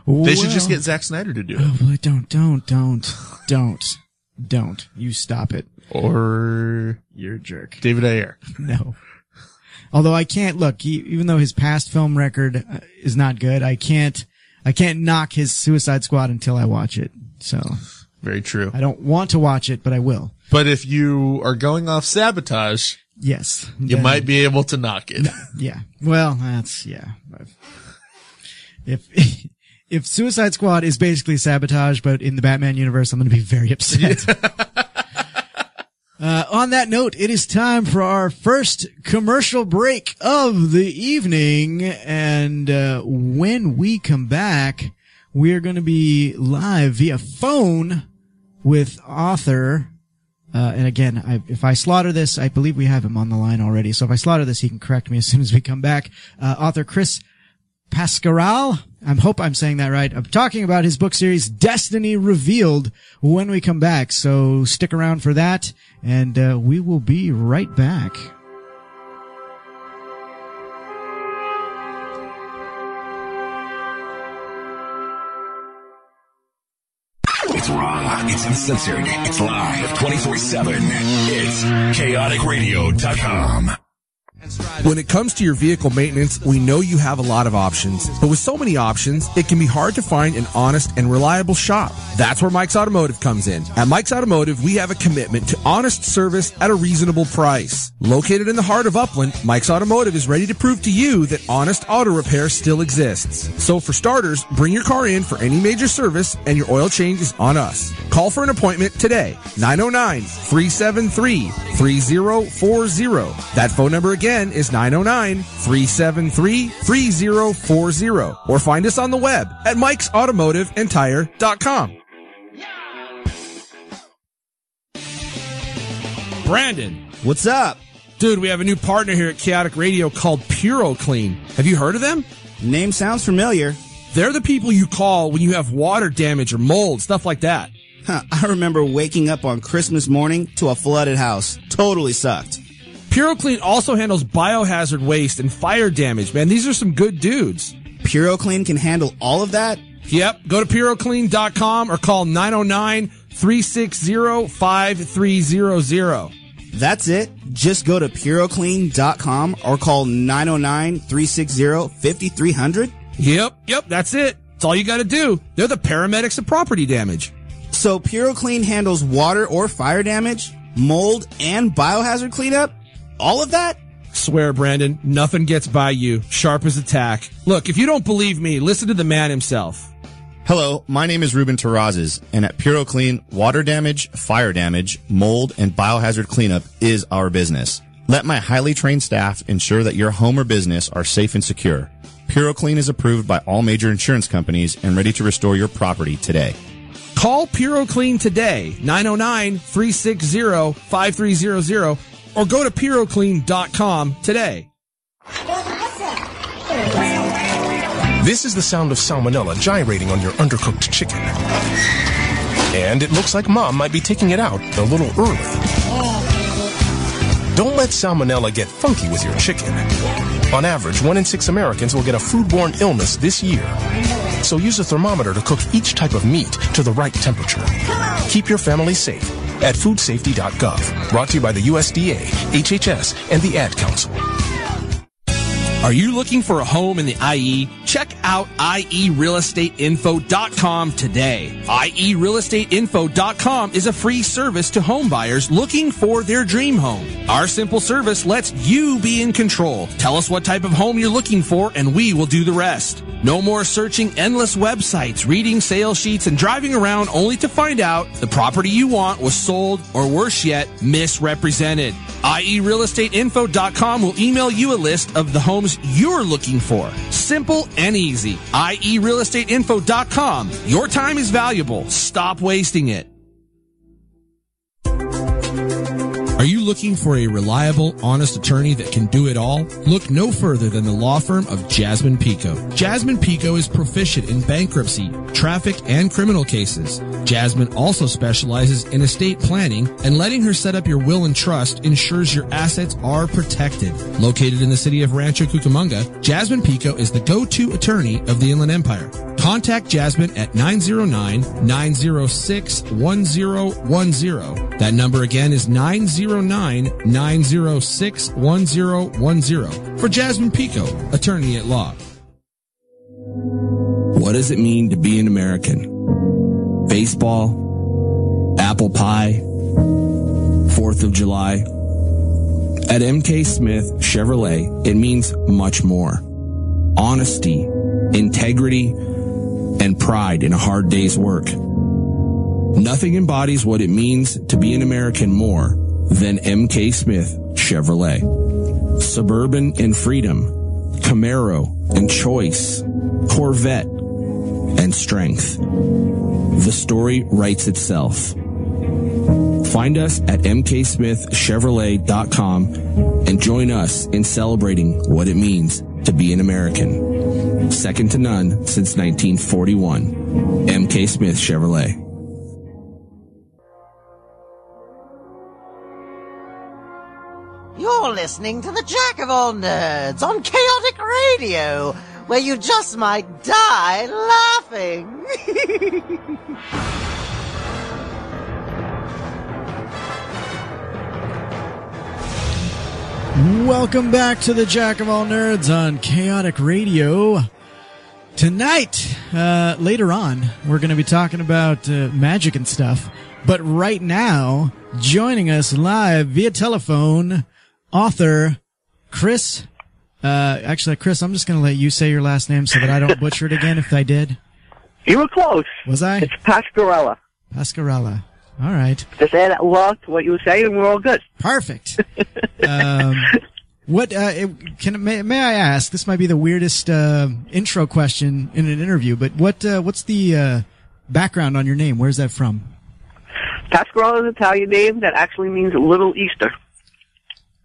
Speaker 7: oh,
Speaker 8: They should just get Zack Snyder to do it.
Speaker 7: Well, don't, don't, don't, don't, don't. You stop it.
Speaker 8: Or
Speaker 7: You're a jerk.
Speaker 8: David Ayer.
Speaker 7: No. Although I can't look, he, even though his past film record uh, is not good, I can't, I can't knock his Suicide Squad until I watch it. So
Speaker 8: Very true.
Speaker 7: I don't want to watch it, but I will.
Speaker 8: But if you are going off sabotage,
Speaker 7: Yes.
Speaker 8: you might be able to knock it.
Speaker 7: Yeah. Well, that's yeah. If if Suicide Squad is basically sabotage, but in the Batman universe, I'm going to be very upset. Uh, on that note, it is time for our first commercial break of the evening. And uh, when we come back, we are going to be live via phone with author uh, and again, I, if I slaughter this, I believe we have him on the line already. So if I slaughter this, he can correct me as soon as we come back. Uh, author Chris Pascaral. I hope I'm saying that right. I'm talking about his book series, Destiny Revealed, when we come back. So stick around for that, and uh, we will be right back.
Speaker 10: It's raw. It's uncensored. It's live 24 7. It's chaoticradio.com.
Speaker 11: When it comes to your vehicle maintenance, we know you have a lot of options, but with so many options, it can be hard to find an honest and reliable shop. That's where Mike's Automotive comes in. At Mike's Automotive, we have a commitment to honest service at a reasonable price. Located in the heart of Upland, Mike's Automotive is ready to prove to you that honest auto repair still exists. So for starters, bring your car in for any major service and your oil change is on us. Call for an appointment today, 909 373 3040. That phone number again is 909 373 3040. Or find us on the web at Mike's Automotive and Tire.com. Brandon, what's up? Dude, we have a new partner here at Chaotic Radio called PuroClean. Have you heard of them?
Speaker 12: Name sounds familiar.
Speaker 11: They're the people you call when you have water damage or mold, stuff like that.
Speaker 12: Huh, I remember waking up on Christmas morning to a flooded house. Totally sucked.
Speaker 11: PuroClean also handles biohazard waste and fire damage, man. These are some good dudes.
Speaker 12: PuroClean can handle all of that?
Speaker 11: Yep. Go to puroclean.com or call 909 360 5300.
Speaker 12: That's it. Just go to puroclean.com or call 909 360 5300.
Speaker 11: Yep, yep, that's it. That's all you got to do. They're the paramedics of property damage.
Speaker 12: So PuroClean handles water or fire damage, mold, and biohazard cleanup? All of that?
Speaker 11: Swear, Brandon, nothing gets by you. Sharp as a tack. Look, if you don't believe me, listen to the man himself.
Speaker 13: Hello, my name is Ruben Terrazas, and at PuroClean, water damage, fire damage, mold, and biohazard cleanup is our business. Let my highly trained staff ensure that your home or business are safe and secure. PuroClean is approved by all major insurance companies and ready to restore your property today.
Speaker 11: Call PuroClean today, 909-360-5300, or go to puroclean.com today.
Speaker 14: This is the sound of salmonella gyrating on your undercooked chicken. And it looks like mom might be taking it out a little early. Don't let salmonella get funky with your chicken. On average, one in six Americans will get a foodborne illness this year. So use a thermometer to cook each type of meat to the right temperature. Keep your family safe at foodsafety.gov. Brought to you by the USDA, HHS, and the Ad Council.
Speaker 11: Are you looking for a home in the IE? Check out E IErealestateinfo.com today. E IErealestateinfo.com is a free service to home buyers looking for their dream home. Our simple service lets you be in control. Tell us what type of home you're looking for and we will do the rest. No more searching endless websites, reading sales sheets, and driving around only to find out the property you want was sold or worse yet, misrepresented. E IErealestateinfo.com will email you a list of the homes you're looking for. Simple and easy. E IErealestateinfo.com. Your time is valuable. Stop wasting it. Are you looking for a reliable, honest attorney that can do it all? Look no further than the law firm of Jasmine Pico. Jasmine Pico is proficient in bankruptcy, traffic, and criminal cases. Jasmine also specializes in estate planning, and letting her set up your will and trust ensures your assets are protected. Located in the city of Rancho Cucamonga, Jasmine Pico is the go-to attorney of the Inland Empire. Contact Jasmine at 909-906-1010. That number again is 909-906-1010 for Jasmine Pico, attorney at law. What does it mean to be an American? Baseball, apple pie, 4th of July. At MK Smith Chevrolet, it means much more. Honesty, integrity, and pride in a hard day's work. Nothing embodies what it means to be an American more than MK Smith Chevrolet. Suburban and Freedom, Camaro and Choice, Corvette and Strength. The story writes itself. Find us at mksmithchevrolet.com and join us in celebrating what it means to be an American. Second to none since 1941. MK Smith Chevrolet.
Speaker 2: You're listening to the Jack of All Nerds on Chaotic Radio, where you just might die laughing.
Speaker 7: Welcome back to the Jack of All Nerds on Chaotic Radio. Tonight, uh, later on, we're going to be talking about uh, magic and stuff. But right now, joining us live via telephone, author Chris. Uh, actually, Chris, I'm just going to let you say your last name so that I don't butcher it again if I did.
Speaker 15: You were close.
Speaker 7: Was I?
Speaker 15: It's Pascarella.
Speaker 7: Pascarella. All right.
Speaker 15: Just add that law to what you were saying, and we're all good.
Speaker 7: Perfect. um, what uh, it, can may, may I ask? This might be the weirdest uh, intro question in an interview, but what uh, what's the uh, background on your name? Where's that from?
Speaker 15: Pascarella is an Italian name that actually means Little Easter.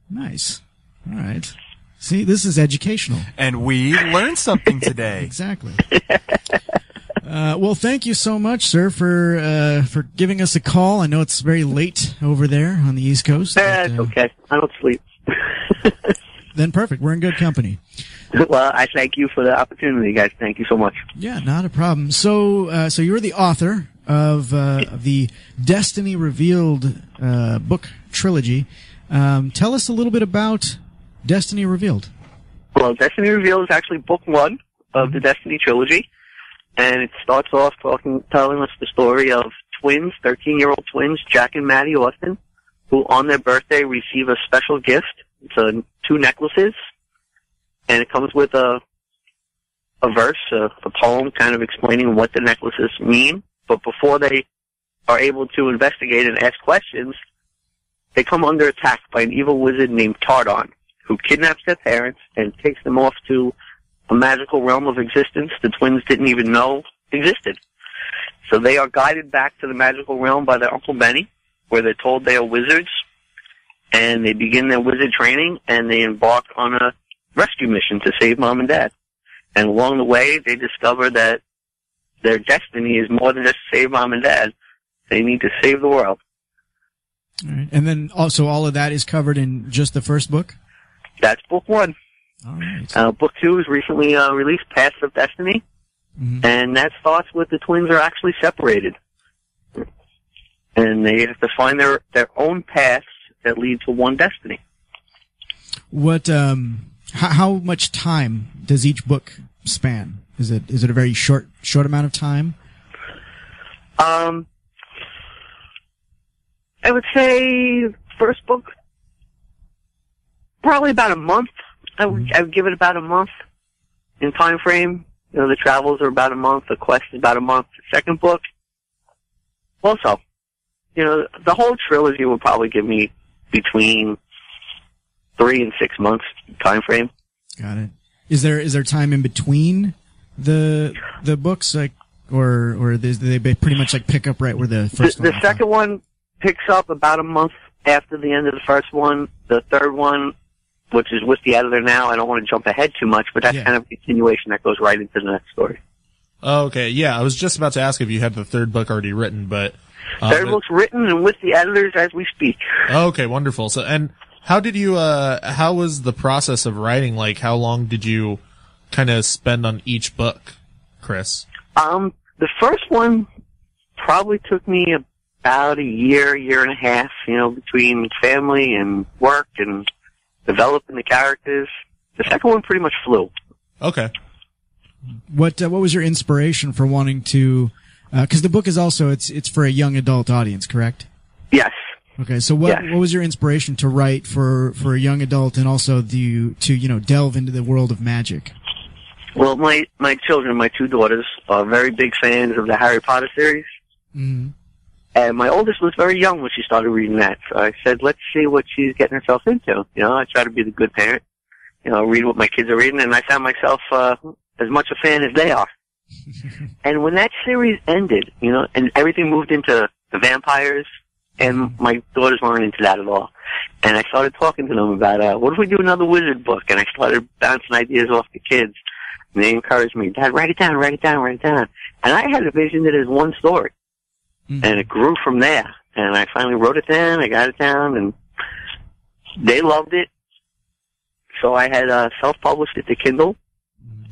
Speaker 7: Nice. All right. See, this is educational.
Speaker 9: And we learned something today.
Speaker 7: exactly. Uh, well, thank you so much, sir, for uh, for giving us a call. I know it's very late over there on the East Coast. uh,
Speaker 15: That's okay. Eh, I don't sleep.
Speaker 7: Then perfect. We're in good company.
Speaker 15: well, I thank you for the opportunity, guys. Thank you so much.
Speaker 7: Yeah, not a problem. So, uh, so you're the author of, uh, of the Destiny Revealed uh, book trilogy. Um, tell us a little bit about Destiny Revealed.
Speaker 15: Well, Destiny Revealed is actually book one of the Destiny trilogy, and it starts off talking, telling us the story of twins, 13-year-old twins, Jack and Maddie Austin, who on their birthday receive a special gift. It's uh, two necklaces, and it comes with a a verse, a, a poem, kind of explaining what the necklaces mean. But before they are able to investigate and ask questions, they come under attack by an evil wizard named Tardon, who kidnaps their parents and takes them off to a magical realm of existence the twins didn't even know existed. So they are guided back to the magical realm by their Uncle Benny, where they're told they are wizards, and they begin their wizard training, and they embark on a rescue mission to save mom and dad. And along the way, they discover that their destiny is more than just save mom and dad. They need to save the world.
Speaker 7: All right. And then also all of that is covered in just the first book.
Speaker 15: That's book one.
Speaker 7: All right.
Speaker 15: Uh, book two was recently uh, released, Paths of Destiny,
Speaker 7: Mm-hmm.
Speaker 15: and that starts with the twins are actually separated, and they have to find their their own paths that lead to one destiny.
Speaker 7: What? Um, how, how much time does each book span? Is it is it a very short short amount of time?
Speaker 15: Um, I would say first book, probably about a month. I would, I would give it about a month in time frame. You know, the travels are about a month, the quest is about a month. The second book, also, you know, the whole trilogy will probably give me between three and six months time frame.
Speaker 7: Got it. Is there is there time in between the the books like or or they, they pretty much like pick up right where the
Speaker 15: The,
Speaker 7: first one?
Speaker 15: the second one picks up about a month after the end of the first one. The third one, which is with the editor now, I don't want to jump ahead too much, but that's
Speaker 8: Yeah.
Speaker 15: kind of a continuation that goes right into the next story.
Speaker 8: Oh, okay. Yeah, I was just about to ask if you had the third book already written, but uh,
Speaker 15: third
Speaker 8: but-
Speaker 15: book's written and with the editors as we speak.
Speaker 8: Okay, wonderful. So, and how did you? uh How was the process of writing? Like, how long did you kind of spend on each book, Chris?
Speaker 15: Um, the first one probably took me about a year, year and a half, you know, between family and work and developing the characters. The second one pretty much flew.
Speaker 8: Okay.
Speaker 7: What uh, what was your inspiration for wanting to? Because the book is also it's it's for a young adult audience, correct?
Speaker 15: Yes.
Speaker 7: Okay, so what what was your inspiration to write for for a young adult and also the to you know delve into the world of magic?
Speaker 15: Well, my, my children, my two daughters, are very big fans of the Harry Potter series.
Speaker 7: Mm.
Speaker 15: And my oldest was very young when she started reading that. So I said, let's see what she's getting herself into. You know, I try to be the good parent. You know, read what my kids are reading, and I found myself uh, as much a fan as they are. and when that series ended, you know, and everything moved into the vampires, and my daughters weren't into that at all. And I started talking to them about, uh, what if we do another wizard book? And I started bouncing ideas off the kids. And they encouraged me, Dad, write it down, write it down, write it down. And I had a vision that is one story and it grew from there. And I finally wrote it down. I got it down, and they loved it. So I had uh, self-published it to Kindle,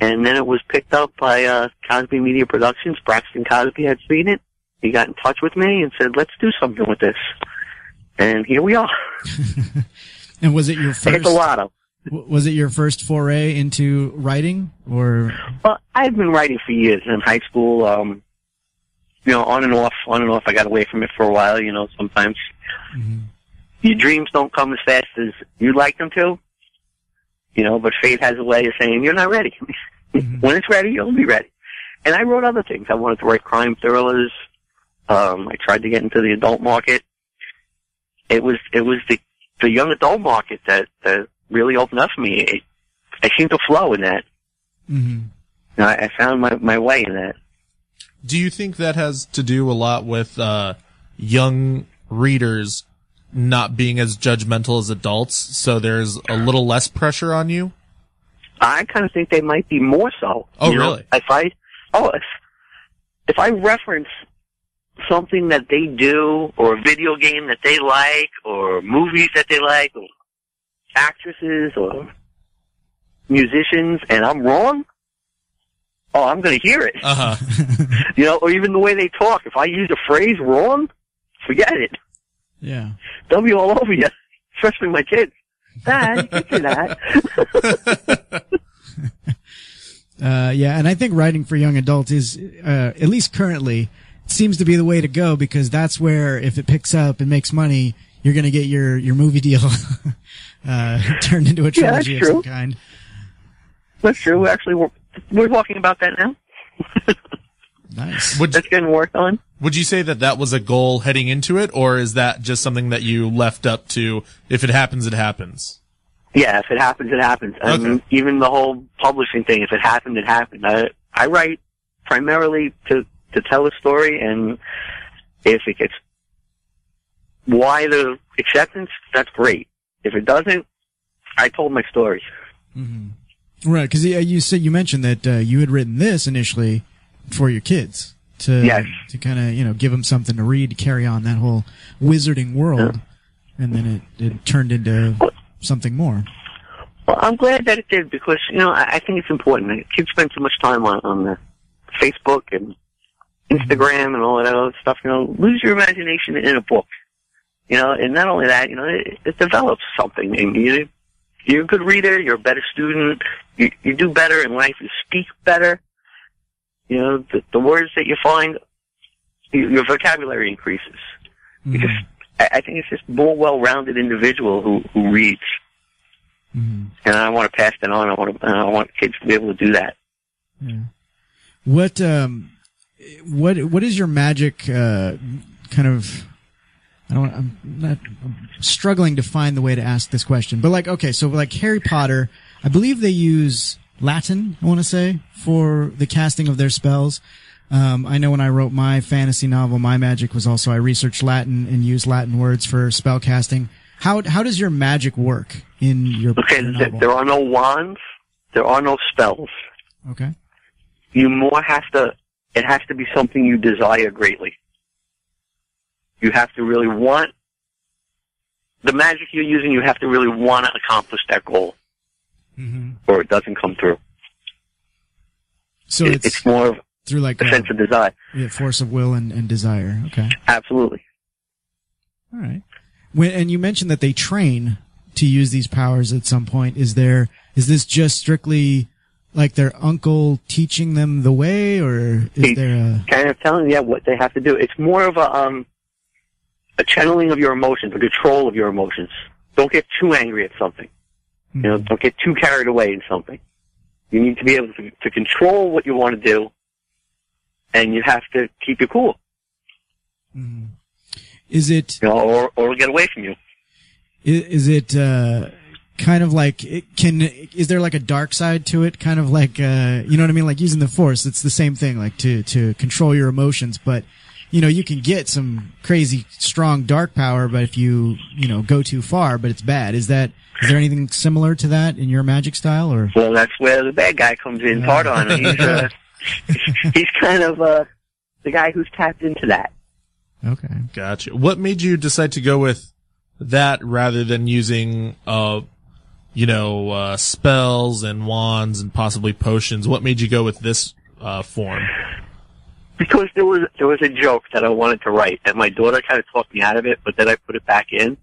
Speaker 15: and then it was picked up by uh, Cosby Media Productions. Braxton Cosby had seen it. He got in touch with me and said, "Let's do something with this." And here we are.
Speaker 7: And was it your first?
Speaker 15: It's a lot of.
Speaker 7: w- Was it your first foray into writing, or
Speaker 15: Well, I've been writing for years in high school. Um, you know, on and off, on and off. I got away from it for a while. You know, sometimes your dreams don't come as fast as you'd like them to. You know, but fate has a way of saying you're not ready. when it's ready, you'll be ready. And I wrote other things. I wanted to write crime thrillers. Um, I tried to get into the adult market. It was it was the the young adult market that that really opened up for me. It, I seemed to flow in that. And I, I found my, my way in that.
Speaker 8: Do you think that has to do a lot with uh, young readers not being as judgmental as adults, so there's a little less pressure on you?
Speaker 15: I kind of think they might be more so.
Speaker 8: Oh,
Speaker 15: You know,
Speaker 8: really?
Speaker 15: If I, oh, if, if I reference something that they do, or a video game that they like, or movies that they like, or actresses, or musicians, and I'm wrong, oh, I'm going to hear it.
Speaker 7: Uh-huh.
Speaker 8: Uh huh.
Speaker 15: You know, or even the way they talk. If I use a phrase wrong, forget it.
Speaker 7: yeah?
Speaker 15: They'll be all over you, especially my kids. Dad, you can say that.
Speaker 7: Uh, yeah, and I think writing for young adults is, uh, at least currently, seems to be the way to go because that's where if it picks up and makes money, you're gonna get your your movie deal uh, turned into a
Speaker 15: Yeah, that's
Speaker 7: trilogy of
Speaker 15: true.
Speaker 7: some kind.
Speaker 15: That's true. Actually, we're, we're talking about that now.
Speaker 7: Nice.
Speaker 8: Would,
Speaker 15: That's getting worked on.
Speaker 8: Would you say that that was a goal heading into it, or is that just something that you left up to? If it happens, it happens.
Speaker 15: Yeah, if it happens, it happens. I mean, even the whole publishing thing, if it happened, it happened. I, I write primarily to, to tell a story, and if it gets wide of acceptance, that's great. If it doesn't, I told my story.
Speaker 7: Mm-hmm. Right, because you said you mentioned that uh, you had written this initially for your kids to
Speaker 15: Yes.
Speaker 7: to kind of you know give them something to read to carry on that whole wizarding world, and then it, it turned into something more.
Speaker 15: Well, I'm glad that it did because, you know, I, I think it's important. Kids spend too much time on, on the Facebook and Instagram and all that other stuff. You know, lose your imagination in a book. You know, and not only that, you know, it, it develops something. And you, you're a good reader. You're a better student. You, you do better in life. You speak better. You know, the, the words that you find, your, your vocabulary increases. I, I think it's just more well-rounded individual who, who reads.
Speaker 7: Mm-hmm.
Speaker 15: And I want to pass that on. I want to, and I want kids to be able to do that.
Speaker 7: What um, what what is your magic uh, kind of? I don't. I'm not I'm struggling to find the way to ask this question, but like, okay, so like Harry Potter, I believe they use Latin. I want to say for the casting of their spells. Um, I know when I wrote my fantasy novel, my magic was also I researched Latin and used Latin words for spell casting. How how does your magic work in your
Speaker 15: Okay,
Speaker 7: your
Speaker 15: th-
Speaker 7: novel?
Speaker 15: there are no wands. There are no spells.
Speaker 7: Okay.
Speaker 15: You more has to. It has to be something you desire greatly. You have to really want the magic you're using. You have to really want to accomplish that goal,
Speaker 7: Mm-hmm.
Speaker 15: or it doesn't come through.
Speaker 7: So
Speaker 15: It-
Speaker 7: it's,
Speaker 15: it's more of
Speaker 7: through like uh,
Speaker 15: a sense of desire.
Speaker 7: yeah, force of will and, and desire. Okay.
Speaker 15: Absolutely.
Speaker 7: All right. When, and you mentioned that they train to use these powers at some point. Is there is this just strictly like their uncle teaching them the way, or is there a
Speaker 15: kind of telling yeah what they have to do. It's more of a um a channeling of your emotions, a control of your emotions. Don't get too angry at something. You know,
Speaker 7: Hmm.
Speaker 15: don't get too carried away in something. You need to be able to, to control what you want to do, and you have to keep your cool,
Speaker 7: Hmm. is it
Speaker 15: you know, or or it'll get away from you.
Speaker 7: is, is it uh, kind of like it can is there like a dark side to it? Kind of like uh, you know what I mean? Like using the force, it's the same thing. Like to to control your emotions, but you know you can get some crazy strong dark power, but if you you know go too far, but it's bad. Is that is there anything similar to that in your magic style or?
Speaker 15: Well, that's where the bad guy comes in. Pardon, he's uh, he's kind of uh the guy who's tapped into that.
Speaker 7: Okay.
Speaker 8: Gotcha. What made you decide to go with that rather than using, uh, you know, uh, spells and wands and possibly potions? What made you go with this, uh, form?
Speaker 15: because there was there was a joke that I wanted to write, and my daughter kind of talked me out of it, but then I put it back in.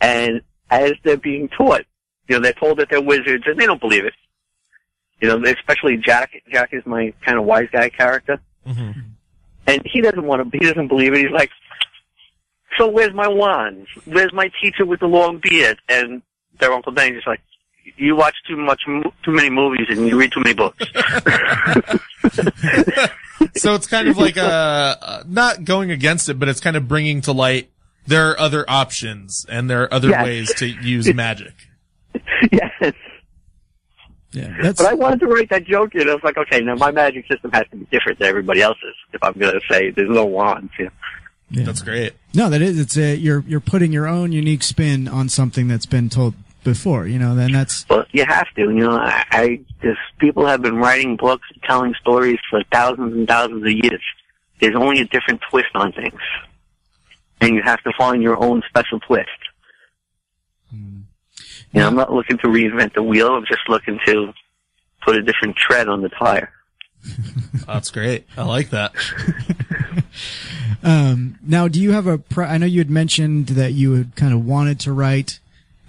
Speaker 15: And as they're being taught, you know, they're told that they're wizards, and they don't believe it. You know, especially Jack. Jack is my kind of wise guy character, Mm-hmm. and he doesn't want to. He doesn't believe it. He's like, "So where's my wand? Where's my teacher with the long beard?" And their uncle Dan's just like, "You watch too much, mo- too many movies, and you read too many books."
Speaker 8: So it's kind of like, uh, uh, not going against it, but it's kind of bringing to light there are other options and there are other
Speaker 15: Yes.
Speaker 8: ways to use magic.
Speaker 15: yes.
Speaker 7: Yeah,
Speaker 15: but I wanted to write that joke in. I was like, okay, now my magic system has to be different than everybody else's if I'm going to say there's no wands. You know?
Speaker 8: That's great.
Speaker 7: No, that is. It's a, you're you're putting your own unique spin on something that's been told before. You know, then that's
Speaker 15: But you have to. You know, I, I just people have been writing books, and telling stories for thousands and thousands of years. There's only a different twist on things, and you have to find your own special twist. You know, I'm not looking to reinvent the wheel. I'm just looking to put a different tread on the tire.
Speaker 8: That's great. I like that.
Speaker 7: Um, now, do you have a? Pr- I know you had mentioned that you had kind of wanted to write,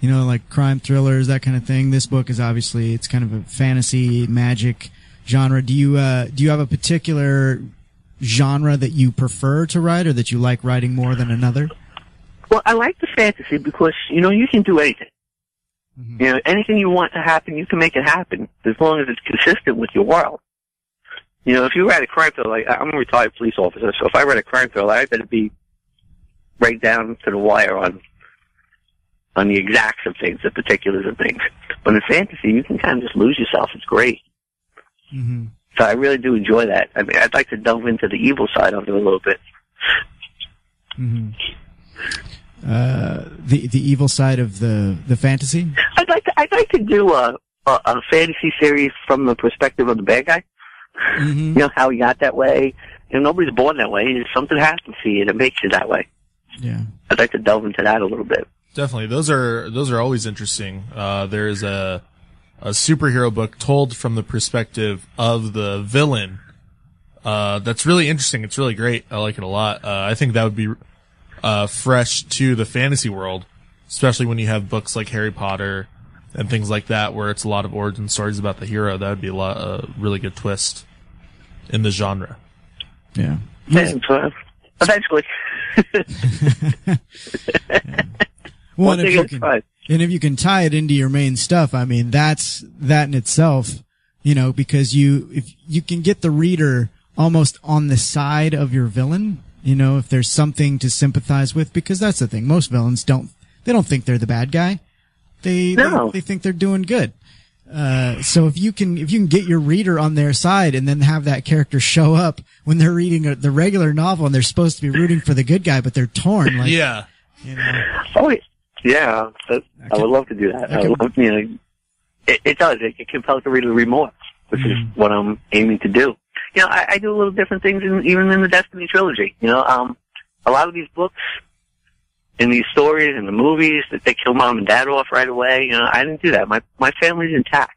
Speaker 7: you know, like crime thrillers, that kind of thing. This book is obviously it's kind of a fantasy magic genre. Do you uh, do you have a particular genre that you prefer to write, or that you like writing more than another?
Speaker 15: Well, I like the fantasy because you know you can do anything. You know, anything you want to happen, you can make it happen as long as it's consistent with your world. You know, if you write a crime thriller, like, I'm a retired police officer, so if I write a crime thriller, I better be right down to the wire on on the exacts of things, the particulars of things. But in fantasy, you can kind of just lose yourself. It's great. So I really do enjoy that. I mean, I'd like to delve into the evil side of it a little bit.
Speaker 7: Uh, the the evil side of the the fantasy.
Speaker 15: I'd like to, I'd like to do a, a a fantasy series from the perspective of the bad guy.
Speaker 7: Mm-hmm.
Speaker 15: You know how he got that way. You know nobody's born that way. It's Something happens to you and it makes you that way.
Speaker 7: Yeah.
Speaker 15: I'd like to delve into that a little bit.
Speaker 8: Definitely, those are those are always interesting. Uh, there is a a superhero book told from the perspective of the villain. Uh, that's really interesting. It's really great. I like it a lot. Uh, I think that would be uh, fresh to the fantasy world, especially when you have books like Harry Potter and things like that, where it's a lot of origin stories about the hero. That would be a lot a really good twist in the genre.
Speaker 7: Yeah.
Speaker 15: And so, eventually.
Speaker 7: Well,
Speaker 15: One
Speaker 7: and if
Speaker 15: thing
Speaker 7: you
Speaker 15: at a
Speaker 7: can,
Speaker 15: time.
Speaker 7: and if you can tie it into your main stuff, I mean, that's that in itself, you know, because you if you can get the reader almost on the side of your villain, you know, if there's something to sympathize with, because that's the thing. Most villains don't they don't think they're the bad guy. They they-
Speaker 15: No.
Speaker 7: they, think they're doing good. Uh, so if you can if you can get your reader on their side and then have that character show up when they're reading a, the regular novel and they're supposed to be rooting for the good guy but they're torn like
Speaker 8: yeah.
Speaker 15: Oh, yeah. That, I would love to do that. I, would love, you know, it, it does. It, it compels the reader to remorse, which
Speaker 7: Mm-hmm.
Speaker 15: is what I'm aiming to do. You know, I, I do a little different things in, even in the Destiny trilogy. You know, um, a lot of these books in these stories and the movies that they kill mom and dad off right away. You know, I didn't do that. My my family's intact.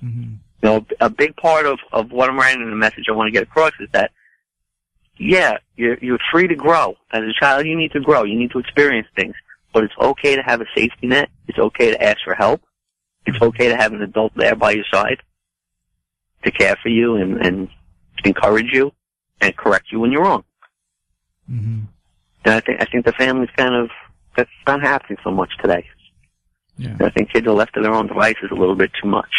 Speaker 15: You know, a big part of of what I'm writing and the message I want to get across is that, yeah, you're you're free to grow as a child. You need to grow. You need to experience things, but it's okay to have a safety net. It's okay to ask for help. It's okay to have an adult there by your side to care for you and and encourage you and correct you when you're wrong. And I think I think the family's kind of that's not happening so much today. And I think kids are left to their own devices a little bit too much.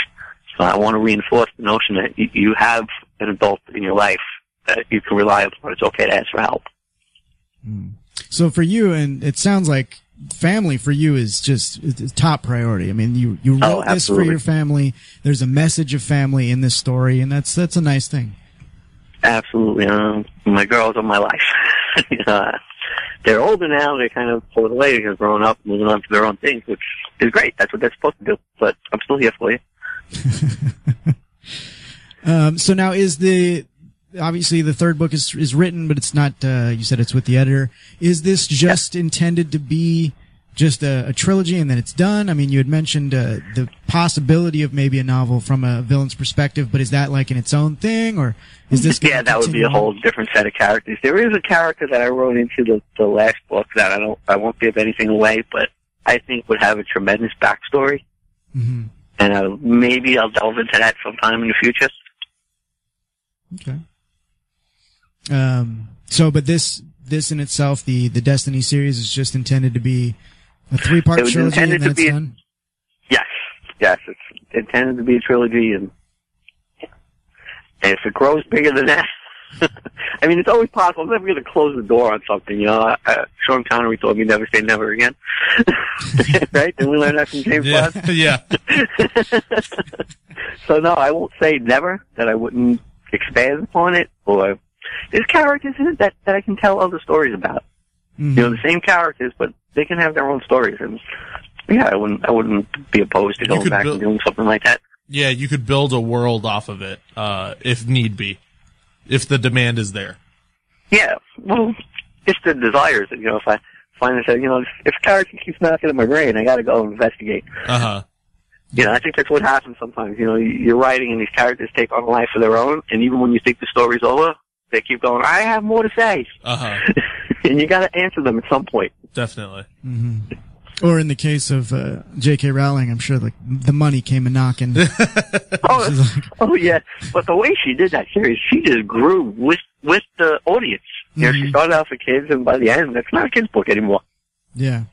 Speaker 15: So I want to reinforce the notion that you, you have an adult in your life that you can rely upon. It's okay to ask for help.
Speaker 7: So for you, and it sounds like family for you is just is top priority. I mean, you you
Speaker 15: Oh,
Speaker 7: wrote this for
Speaker 15: absolutely.
Speaker 7: your family. There's a message of family in this story, and that's that's a nice thing.
Speaker 15: Absolutely. Um, my girls are my life. uh, they're older now. They're kind of pulled away because growing up, moving on to their own things, which is great. That's what they're supposed to do. But I'm still here for you.
Speaker 7: Um, so now is the obviously the third book is is written, but it's not. Uh, you said it's with the editor. Is this just intended to be just a, a trilogy and then it's done? I mean, you had mentioned uh, the possibility of maybe a novel from a villain's perspective, but is that like in its own thing, or is this? gonna
Speaker 15: yeah, that would be a
Speaker 7: continue?
Speaker 15: whole different set of characters. There is a character that I wrote into the, the last book that I don't, I won't give anything away, but I think would have a tremendous backstory.
Speaker 7: Mhm.
Speaker 15: And uh, maybe I'll delve into that sometime in the future.
Speaker 7: Okay. Um. So, but this this in itself, the the Destiny series is just intended to be a three part
Speaker 15: It was
Speaker 7: trilogy, and
Speaker 15: intended
Speaker 7: then
Speaker 15: to
Speaker 7: it's
Speaker 15: be-
Speaker 7: done.
Speaker 15: Yes, yes, it's intended to be a trilogy, and, and if it grows bigger than that, I mean, it's always possible. I'm never going to close the door on something, you know. Uh, Sean Connery told me never say never again, right? Did we learn that from James
Speaker 8: Yeah,
Speaker 15: Bond?
Speaker 8: yeah.
Speaker 15: so no, I won't say never that I wouldn't expand upon it, or there's characters in it that that I can tell other stories about. You
Speaker 12: Mm-hmm.
Speaker 15: know, the same characters, but they can have their own stories, and yeah, I wouldn't I wouldn't be opposed to
Speaker 8: You
Speaker 15: going
Speaker 8: could
Speaker 15: back
Speaker 8: build-
Speaker 15: and doing something like that.
Speaker 8: Yeah, you could build a world off of it, uh, if need be. If the demand is there.
Speaker 15: Yeah, well, it's the desires. that, You know, if I find that you know, if- if a character keeps knocking at my brain, I got to go investigate.
Speaker 8: Uh huh.
Speaker 15: You know, I think that's what happens sometimes. You know, you- you're writing and these characters take on a life of their own, and even when you think the story's over, they keep going. I have more to say,
Speaker 8: Uh huh.
Speaker 15: and you got to answer them at some point.
Speaker 8: Definitely.
Speaker 7: Mm-hmm. Or in the case of uh, J.K. Rowling, I'm sure like the money came a knocking.
Speaker 15: Oh, oh yeah. But the way she did that series, she just grew with with the audience. You know,
Speaker 8: Mm-hmm.
Speaker 15: she started out for kids, and by the end, it's not a kids book anymore.
Speaker 7: yeah,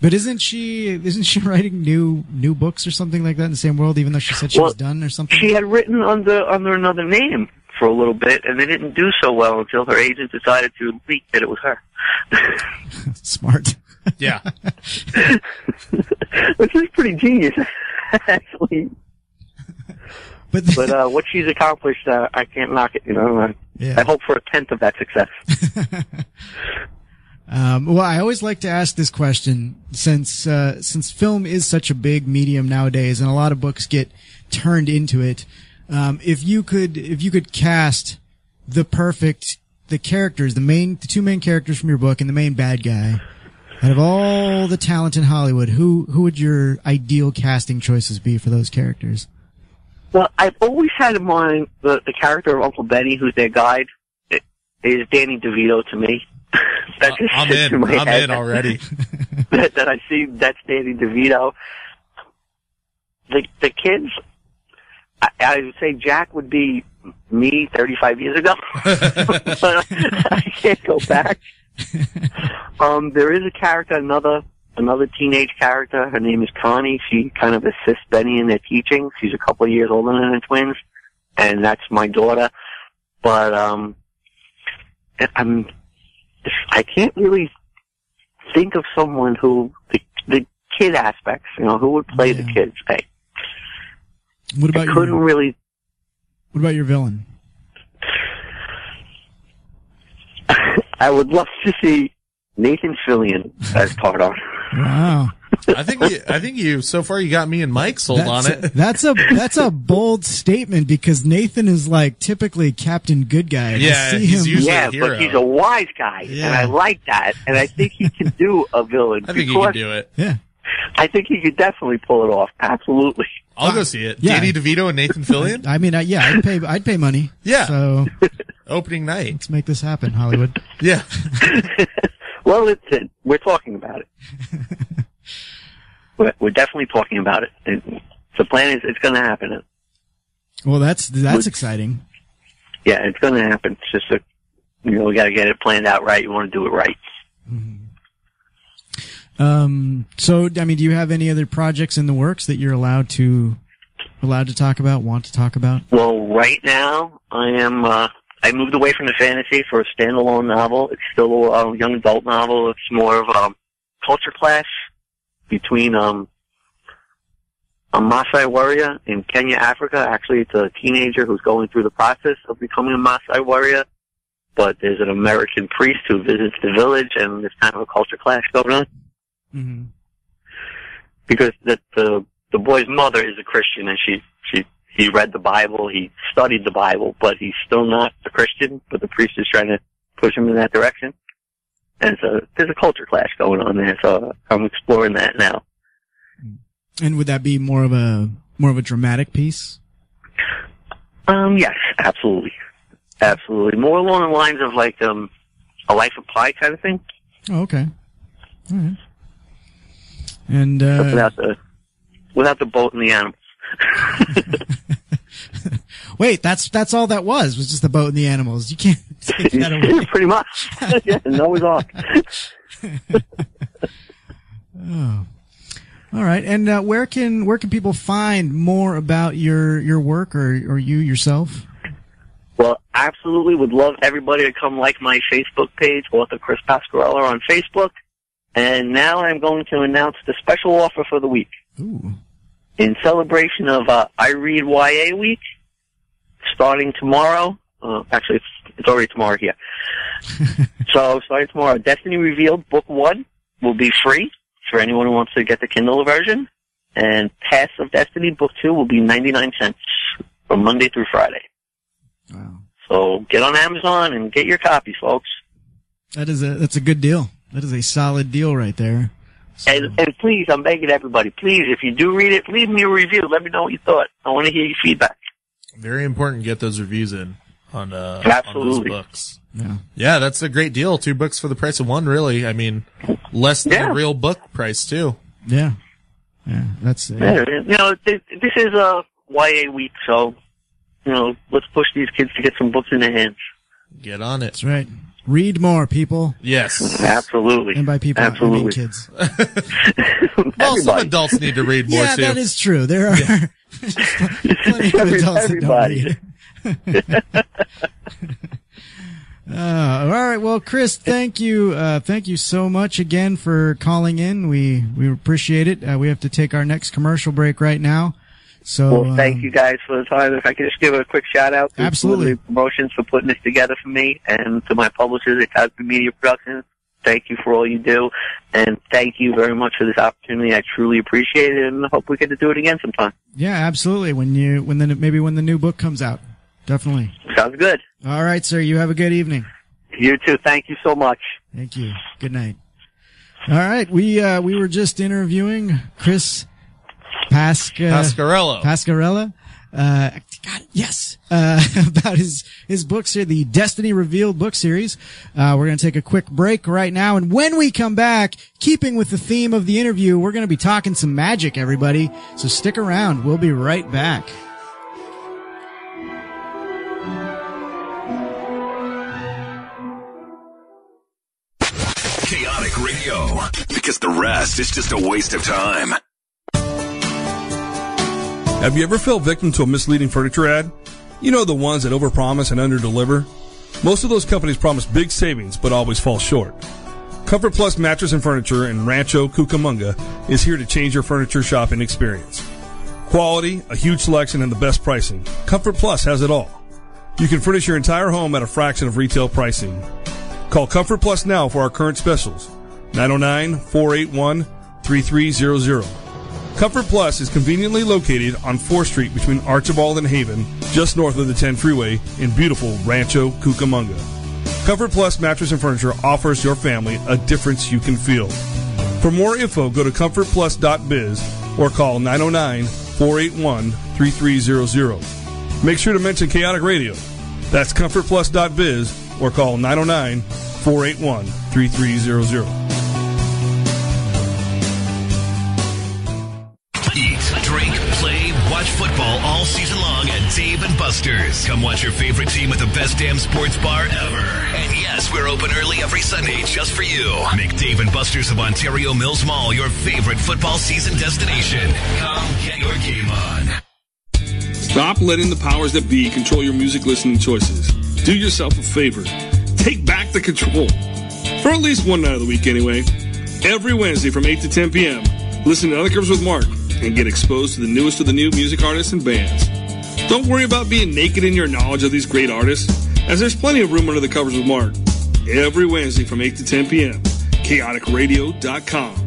Speaker 7: but isn't she isn't she writing new new books or something like that in the same world? Even though she said she was done or something.
Speaker 15: She had written under under another name for a little bit, and they didn't do so well until her agent decided to leak that it was her.
Speaker 7: Smart.
Speaker 8: Yeah.
Speaker 15: Which is pretty genius, actually.
Speaker 7: But,
Speaker 15: uh, what she's accomplished, uh, I can't knock it. You know, I,
Speaker 7: Yeah.
Speaker 15: I hope for a tenth of that success.
Speaker 7: Um, well, I always like to ask this question since uh, since film is such a big medium nowadays, and a lot of books get turned into it. Um, if you could, if you could cast the perfect, the characters, the main, the two main characters from your book, and the main bad guy, out of all the talent in Hollywood, who who would your ideal casting choices be for those characters?
Speaker 15: Well, I've always had in mind the, the character of Uncle Benny, who's their guide, i- is Danny DeVito to me. that just
Speaker 8: I'm
Speaker 15: sits
Speaker 8: in.
Speaker 15: my
Speaker 8: I'm
Speaker 15: head.
Speaker 8: in already.
Speaker 15: that, that I see, that's Danny DeVito. The the kids, I, I would say Jack would be me 35 years ago, but I can't go back. Um, there is a character, another another teenage character. Her name is Connie. She kind of assists Benny in their teaching. She's a couple of years older than the twins, and that's my daughter. But um, I'm I can't really think of someone who the the kid aspects. You know, who would play the kids? Hey,
Speaker 7: What about
Speaker 15: I couldn't
Speaker 7: your,
Speaker 15: really.
Speaker 7: What about your villain?
Speaker 15: I would love to see Nathan Fillion as Pardon.
Speaker 7: Wow.
Speaker 8: I think you, I think you. So far, you got me and Mike sold on
Speaker 7: that's,
Speaker 8: it.
Speaker 7: that's a that's a bold statement because Nathan is like typically Captain Good Guy. I see him-
Speaker 15: yeah, but he's a wise guy, and I like that, and I think he can do a villain. I
Speaker 8: think he can do it.
Speaker 7: Yeah,
Speaker 15: I think he could definitely pull it off. Absolutely.
Speaker 8: I'll go see it.
Speaker 7: Yeah.
Speaker 8: Danny DeVito and Nathan Fillion
Speaker 7: I mean, I, yeah, I'd pay I'd pay money.
Speaker 8: Yeah.
Speaker 7: So
Speaker 8: opening night.
Speaker 7: let's make this happen, Hollywood.
Speaker 8: Yeah.
Speaker 15: well, it's it. We're talking about it. we're, we're definitely talking about it. And the plan is it's going to happen.
Speaker 7: Well, that's that's exciting.
Speaker 15: Yeah, it's going to happen. It's just a, you know, we got to get it planned out right. You want to do it right.
Speaker 7: Um. So, I mean, do you have any other projects in the works that you're allowed to allowed to talk about? Want to talk about?
Speaker 15: Well, right now I am. Uh, I moved away from the fantasy for a standalone novel. It's still a uh, young adult novel. It's more of a culture clash between um, a Maasai warrior in Kenya, Africa. Actually, it's a teenager who's going through the process of becoming a Maasai warrior. But there's an American priest who visits the village, and there's kind of a culture clash going on
Speaker 7: Mm-hmm.
Speaker 15: because the the, the boy's mother is a Christian, and she she he read the Bible, he studied the Bible, but he's still not a Christian. But the priest is trying to push him in that direction, and so there's a culture clash going on there. So I'm exploring that now.
Speaker 7: And would that be more of a more of a dramatic piece?
Speaker 15: Um, yes, absolutely, absolutely. More along the lines of like um a life of Pi kind of thing,
Speaker 7: Oh, okay. All right. And
Speaker 15: but
Speaker 7: uh,
Speaker 15: without the without the boat and the animals.
Speaker 7: wait, that's that's all that was was just the boat and the animals. You can't take that away.
Speaker 15: Pretty much. yeah, Noah's Ark.
Speaker 7: Oh. All right. And uh, where can where can people find more about your your work or or you yourself?
Speaker 15: Well, absolutely would love everybody to come like my Facebook page, author Chris Pasquarella on Facebook. And now I'm going to announce the special offer for the week. In celebration of uh, I Read YA Week, starting tomorrow, uh, actually, it's, it's already tomorrow here. so starting tomorrow, Destiny Revealed Book 1 will be free for anyone who wants to get the Kindle version. And Pass of Destiny Book 2 will be 99 cents from Monday through Friday. So get on Amazon and get your copy, folks.
Speaker 7: That is a that's a good deal. That is a solid deal right there.
Speaker 15: And, and please, I'm begging everybody, please, if you do read it, leave me a review. Let me know what you thought. I want to hear your feedback.
Speaker 8: Very important. to Get those reviews in on uh on those
Speaker 15: Absolutely.
Speaker 8: books.
Speaker 7: Yeah.
Speaker 8: Yeah, that's a great deal. Two books for the price of one. Really, I mean, less than a real book price too.
Speaker 7: Yeah. Yeah. That's it.
Speaker 15: Yeah, You know, this, this is a YA week, so, you know, let's push these kids to get some books in their hands.
Speaker 8: Get on it.
Speaker 7: That's right. Read more, people.
Speaker 8: Yes.
Speaker 15: Absolutely.
Speaker 7: And by people, I mean
Speaker 15: Absolutely.
Speaker 7: kids.
Speaker 8: Well, some adults need to read more
Speaker 7: yeah,
Speaker 8: too.
Speaker 7: that is true. There are plenty of
Speaker 8: Every-
Speaker 7: adults that don't
Speaker 8: everybody.
Speaker 7: read. Uh, all right. Well, Chris, thank you. Uh, thank you so much again for calling in. We, we appreciate it. Uh, we have to take our next commercial break right now. So, uh, um,
Speaker 15: Well, thank you guys for the time. If I could just give a quick shout out to
Speaker 7: Absolutely.
Speaker 15: Liberty Promotions for putting this together for me and to my publishers at Cosby Media Productions. Thank you for all you do, and thank you very much for this opportunity. I truly appreciate it, and I hope we get to do it again sometime.
Speaker 7: yeah, absolutely. When you, when the, maybe when the new book comes out. Definitely.
Speaker 15: Sounds good.
Speaker 7: All right, sir. You have a good evening.
Speaker 15: You too. Thank you so much.
Speaker 7: Thank you. Good night. All right, we uh, we were just interviewing Chris Pasca
Speaker 8: Pasquarello.
Speaker 7: Pascarella. Uh, God, yes, uh, about his his book series, the Destiny Revealed book series. Uh, we're gonna take a quick break right now, and when we come back, keeping with the theme of the interview, we're gonna be talking some magic, everybody. So stick around. We'll be right back.
Speaker 10: Chaotic Radio. Because the rest is just a waste of time.
Speaker 11: Have you ever fell victim to a misleading furniture ad? You know the ones that overpromise and underdeliver? Most of those companies promise big savings but always fall short. Comfort Plus Mattress and Furniture in Rancho Cucamonga is here to change your furniture shopping experience.
Speaker 16: Quality, a huge selection, and the best pricing. Comfort Plus has it all. You can furnish your entire home at a fraction of retail pricing. Call Comfort Plus now for our current specials 909 481 3300. Comfort Plus is conveniently located on 4th Street between Archibald and Haven, just north of the 10 freeway in beautiful Rancho Cucamonga. Comfort Plus Mattress and Furniture offers your family a difference you can feel. For more info, go to comfortplus.biz or call 909 481 3300. Make sure to mention Chaotic Radio. That's comfortplus.biz or call 909 481 3300.
Speaker 17: Eat, drink, play, watch football all season long at Dave and Buster's. Come watch your favorite team at the best damn sports bar ever. And yes, we're open early every Sunday just for you. Make Dave and Buster's of Ontario Mills Mall your favorite football season destination. Come get your game on.
Speaker 16: Stop letting the powers that be control your music listening choices. Do yourself a favor. Take back the control. For at least one night of the week, anyway. Every Wednesday from 8 to 10 p.m., listen to Undercovers with Mark and get exposed to the newest of the new music artists and bands. Don't worry about being naked in your knowledge of these great artists, as there's plenty of room under the covers with Mark. Every Wednesday from 8 to 10 p.m., chaoticradio.com.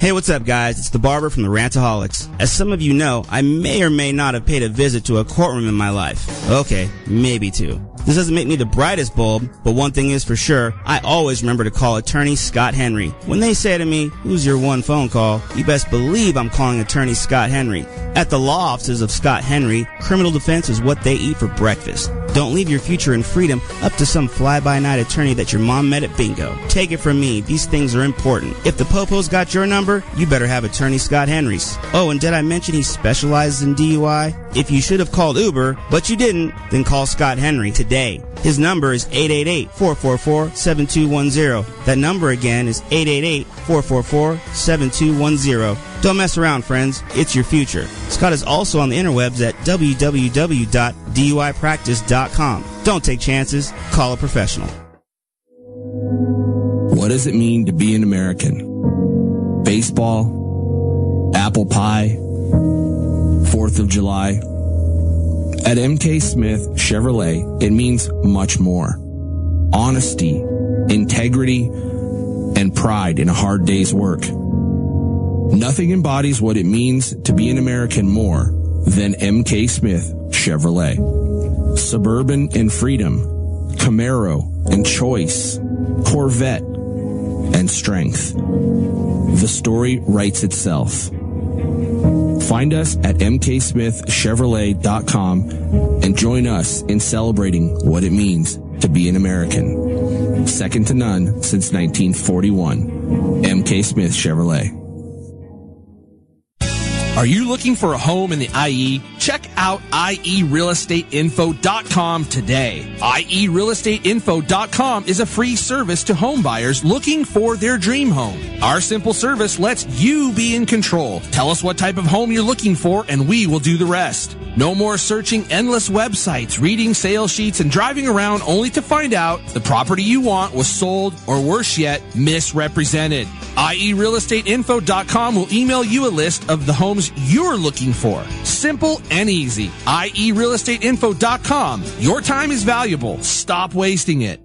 Speaker 12: Hey, what's up, guys? It's the barber from the Rantaholics. As some of you know, I may or may not have paid a visit to a courtroom in my life. Okay, maybe two. This doesn't make me the brightest bulb, but one thing is for sure, I always remember to call attorney Scott Henry. When they say to me, who's your one phone call, you best believe I'm calling attorney Scott Henry. At the law offices of Scott Henry, criminal defense is what they eat for breakfast. Don't leave your future and freedom up to some fly-by-night attorney that your mom met at bingo. Take it from me, these things are important. If the popo's got your number, you better have attorney Scott Henry's. Oh, and did I mention he specializes in DUI? If you should have called Uber, but you didn't, then call Scott Henry today. His number is 888-444-7210. That number again is 888-444-7210. Don't mess around, friends. It's your future. Scott is also on the interwebs at www.duipractice.com. Don't take chances. Call a professional.
Speaker 11: What does it mean to be an American? Baseball, apple pie, 4th of July. At MK Smith Chevrolet, it means much more. Honesty, integrity, and pride in a hard day's work. Nothing embodies what it means to be an American more than MK Smith Chevrolet. Suburban and Freedom, Camaro and Choice, Corvette and Strength. The story writes itself. Find us at mksmithchevrolet.com and join us in celebrating what it means to be an American. Second to none since 1941. MK Smith Chevrolet. Are you looking for a home in the IE? Check out E IERealestateInfo.com today. E IERealestateInfo.com is a free service to home buyers looking for their dream home. Our simple service lets you be in control. Tell us what type of home you're looking for and we will do the rest. No more searching endless websites, reading sales sheets, and driving around only to find out the property you want was sold or worse yet, misrepresented. E IERealestateInfo.com will email you a list of the homes you're looking for. Simple and easy. E IERealestateInfo.com. Your time is valuable. Stop wasting it.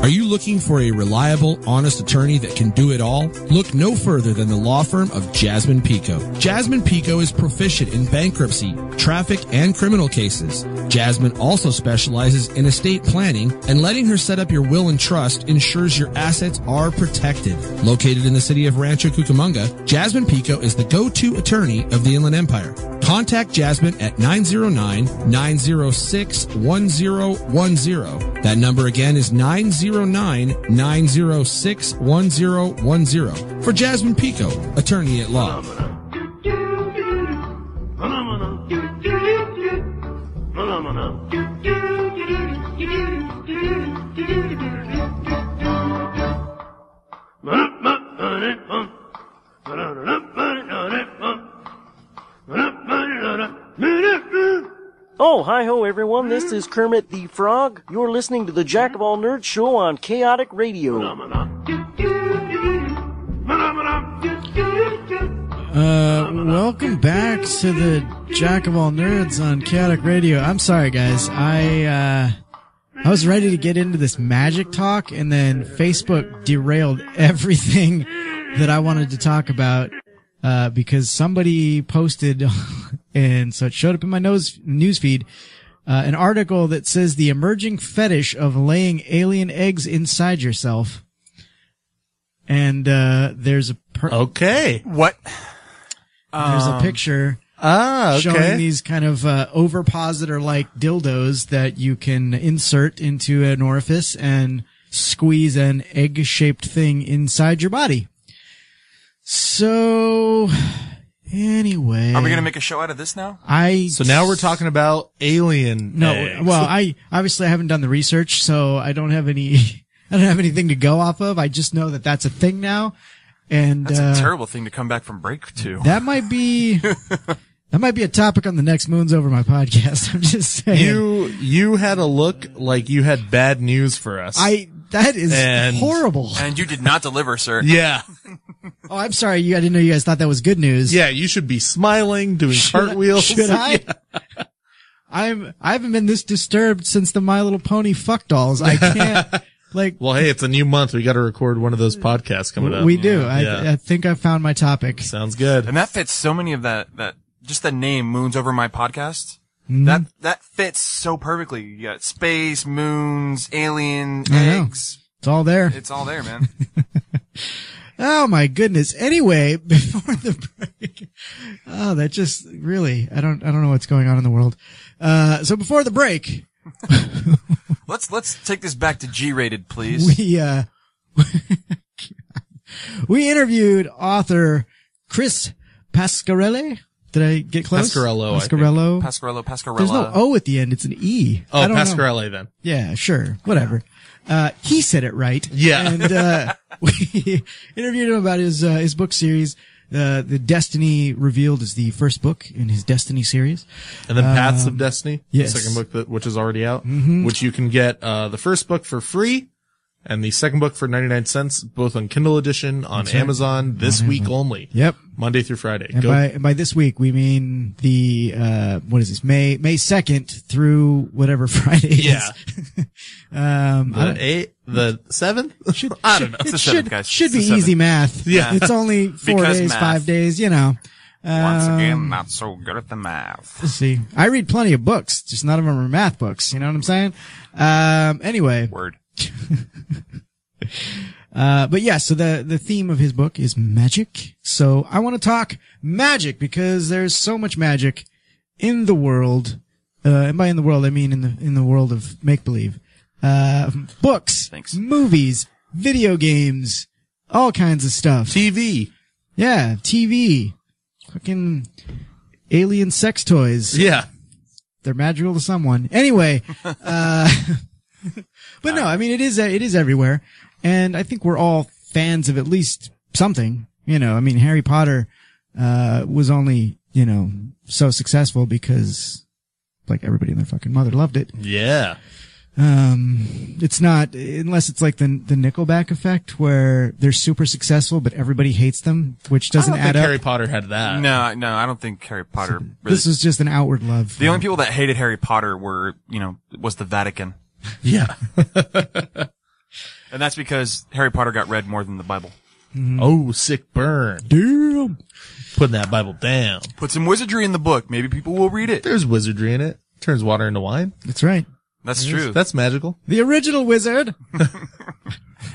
Speaker 11: Are you looking for a reliable, honest attorney that can do it all? Look no further than the law firm of Jasmine Pico. Jasmine Pico is proficient in bankruptcy, traffic, and criminal cases. Jasmine also specializes in estate planning, and letting her set up your will and trust ensures your assets are protected. Located in the city of Rancho Cucamonga, Jasmine Pico is the go-to attorney of the Inland Empire. Contact Jasmine at 909-906-1010. That number again is 909-906-1010 for Jasmine Pico, attorney at law.
Speaker 18: Oh, hi ho, everyone. This is Kermit the Frog. You're listening to the Jack of All Nerds show on Chaotic Radio.
Speaker 7: Uh, welcome back to the Jack of All Nerds on Chaotic Radio. I'm sorry, guys. I, uh, I was ready to get into this magic talk and then Facebook derailed everything that I wanted to talk about, uh, because somebody posted and so it showed up in my nose, newsfeed, uh, an article that says the emerging fetish of laying alien eggs inside yourself. And, uh, there's a per-
Speaker 8: Okay.
Speaker 9: What?
Speaker 7: there's a
Speaker 8: Um,
Speaker 7: picture
Speaker 8: ah, okay.
Speaker 7: showing these kind of uh, overpositor like dildos that you can insert into an orifice and squeeze an egg shaped thing inside your body. So, anyway,
Speaker 9: Are we gonna make a show out of this now?
Speaker 7: I
Speaker 8: So now we're talking about alien.
Speaker 7: no.
Speaker 8: eggs.
Speaker 7: Well, I obviously I haven't done the research, so I don't have any. I don't have anything to go off of. I just know that that's a thing now, and
Speaker 9: That's
Speaker 7: uh,
Speaker 9: a terrible thing to come back from break to.
Speaker 7: That might be that might be a topic on the next Moons Over My podcast. I'm just saying.
Speaker 8: you you had a look like you had bad news for us.
Speaker 7: I that is
Speaker 8: And-
Speaker 7: horrible.
Speaker 9: and you did not deliver, sir.
Speaker 8: Yeah.
Speaker 7: Oh, I'm sorry. You, I didn't know you guys thought that was good news.
Speaker 8: Yeah, you should be smiling, doing
Speaker 7: Should I-
Speaker 8: cartwheels.
Speaker 7: should I? I'm I haven't been this disturbed since the My Little Pony fuck dolls. I can't. like
Speaker 8: Well, hey, it's a new month. We got to record one of those podcasts coming up.
Speaker 7: we do. I,
Speaker 8: Yeah.
Speaker 7: I think I found my topic.
Speaker 8: Sounds good.
Speaker 9: And that fits so many of that, that, just the name Moons Over My Podcast.
Speaker 7: Mhm.
Speaker 9: That, that fits so perfectly. You got space, moons, alien,
Speaker 7: I know.
Speaker 9: eggs.
Speaker 7: It's all there.
Speaker 9: It's all there, man.
Speaker 7: Oh my goodness. Anyway, before the break, oh, that just really, I don't, I don't know what's going on in the world. Uh, so before the break,
Speaker 9: let's, let's take this back to G rated, please.
Speaker 7: we, uh, we interviewed author Chris Pascarelli. Did I get close?
Speaker 8: Pascarello, I think.
Speaker 7: Pascarello.
Speaker 9: Pascarello, Pascarella.
Speaker 7: There's no O at the end. It's an E.
Speaker 8: Oh,
Speaker 7: I don't know.
Speaker 8: Pascarelli then.
Speaker 7: Yeah, sure. Whatever. Uh, he said it right.
Speaker 8: Yeah.
Speaker 7: And, uh, we interviewed him about his, uh, his book series. Uh, the Destiny Revealed is the first book in his Destiny series.
Speaker 8: And then Paths
Speaker 7: Um,
Speaker 8: of Destiny,
Speaker 7: Yes.
Speaker 8: the second book that which is already out,
Speaker 7: Mhm.
Speaker 8: which you can get uh, the first book for free and the second book for 99 cents, both on Kindle edition on
Speaker 7: That's right.
Speaker 8: Amazon this week only.
Speaker 7: Yep.
Speaker 8: Monday through Friday.
Speaker 7: And
Speaker 8: Go
Speaker 7: by, and by this week, we mean the, uh, what is this? May, May 2nd through whatever Friday is.
Speaker 8: Yeah.
Speaker 7: um, I
Speaker 8: the
Speaker 7: don't-
Speaker 8: eight, the seventh? I don't know.
Speaker 7: it should, should be easy math.
Speaker 8: Yeah.
Speaker 7: It's only four
Speaker 9: Because
Speaker 7: days,
Speaker 9: math.
Speaker 7: five days, you know.
Speaker 9: Once
Speaker 7: Um,
Speaker 9: again, not so good at the math.
Speaker 7: Let's see. I read plenty of books, just none of them are math books. You know what I'm saying? Um, anyway.
Speaker 9: Word.
Speaker 7: uh, but yeah, so the, the theme of his book is magic. So I want to talk magic because there's so much magic in the world. Uh, and by in the world, I mean in the, in the world of make believe. Uh, books, movies, video games, all kinds of stuff.
Speaker 8: TV.
Speaker 7: Yeah, TV. Fucking alien sex toys.
Speaker 8: Yeah.
Speaker 7: They're magical to someone. Anyway, uh, but no, I mean, it is, it is everywhere. And I think we're all fans of at least something, you know, I mean, Harry Potter, uh, was only, you know, so successful because like everybody and their fucking mother loved it.
Speaker 8: Yeah.
Speaker 7: Um, it's not unless it's like the the Nickelback effect where they're super successful but everybody hates them, which doesn't
Speaker 9: I don't
Speaker 7: add
Speaker 9: think
Speaker 7: up.
Speaker 9: Harry
Speaker 8: Potter had that.
Speaker 9: No, no, I don't think Harry Potter. Really,
Speaker 7: This was just an outward love.
Speaker 9: the only people that hated Harry Potter were, you know, was the Vatican.
Speaker 8: Yeah.
Speaker 9: And that's because Harry Potter got read more than the Bible.
Speaker 8: Oh, sick burn.
Speaker 7: Mm-hmm. Damn.
Speaker 8: Putting that Bible down.
Speaker 9: Put some wizardry in the book. Maybe people will read it.
Speaker 8: There's wizardry in it. Turns water into wine.
Speaker 7: That's right.
Speaker 9: That's
Speaker 8: Yes,
Speaker 9: true.
Speaker 8: That's magical.
Speaker 7: The original wizard.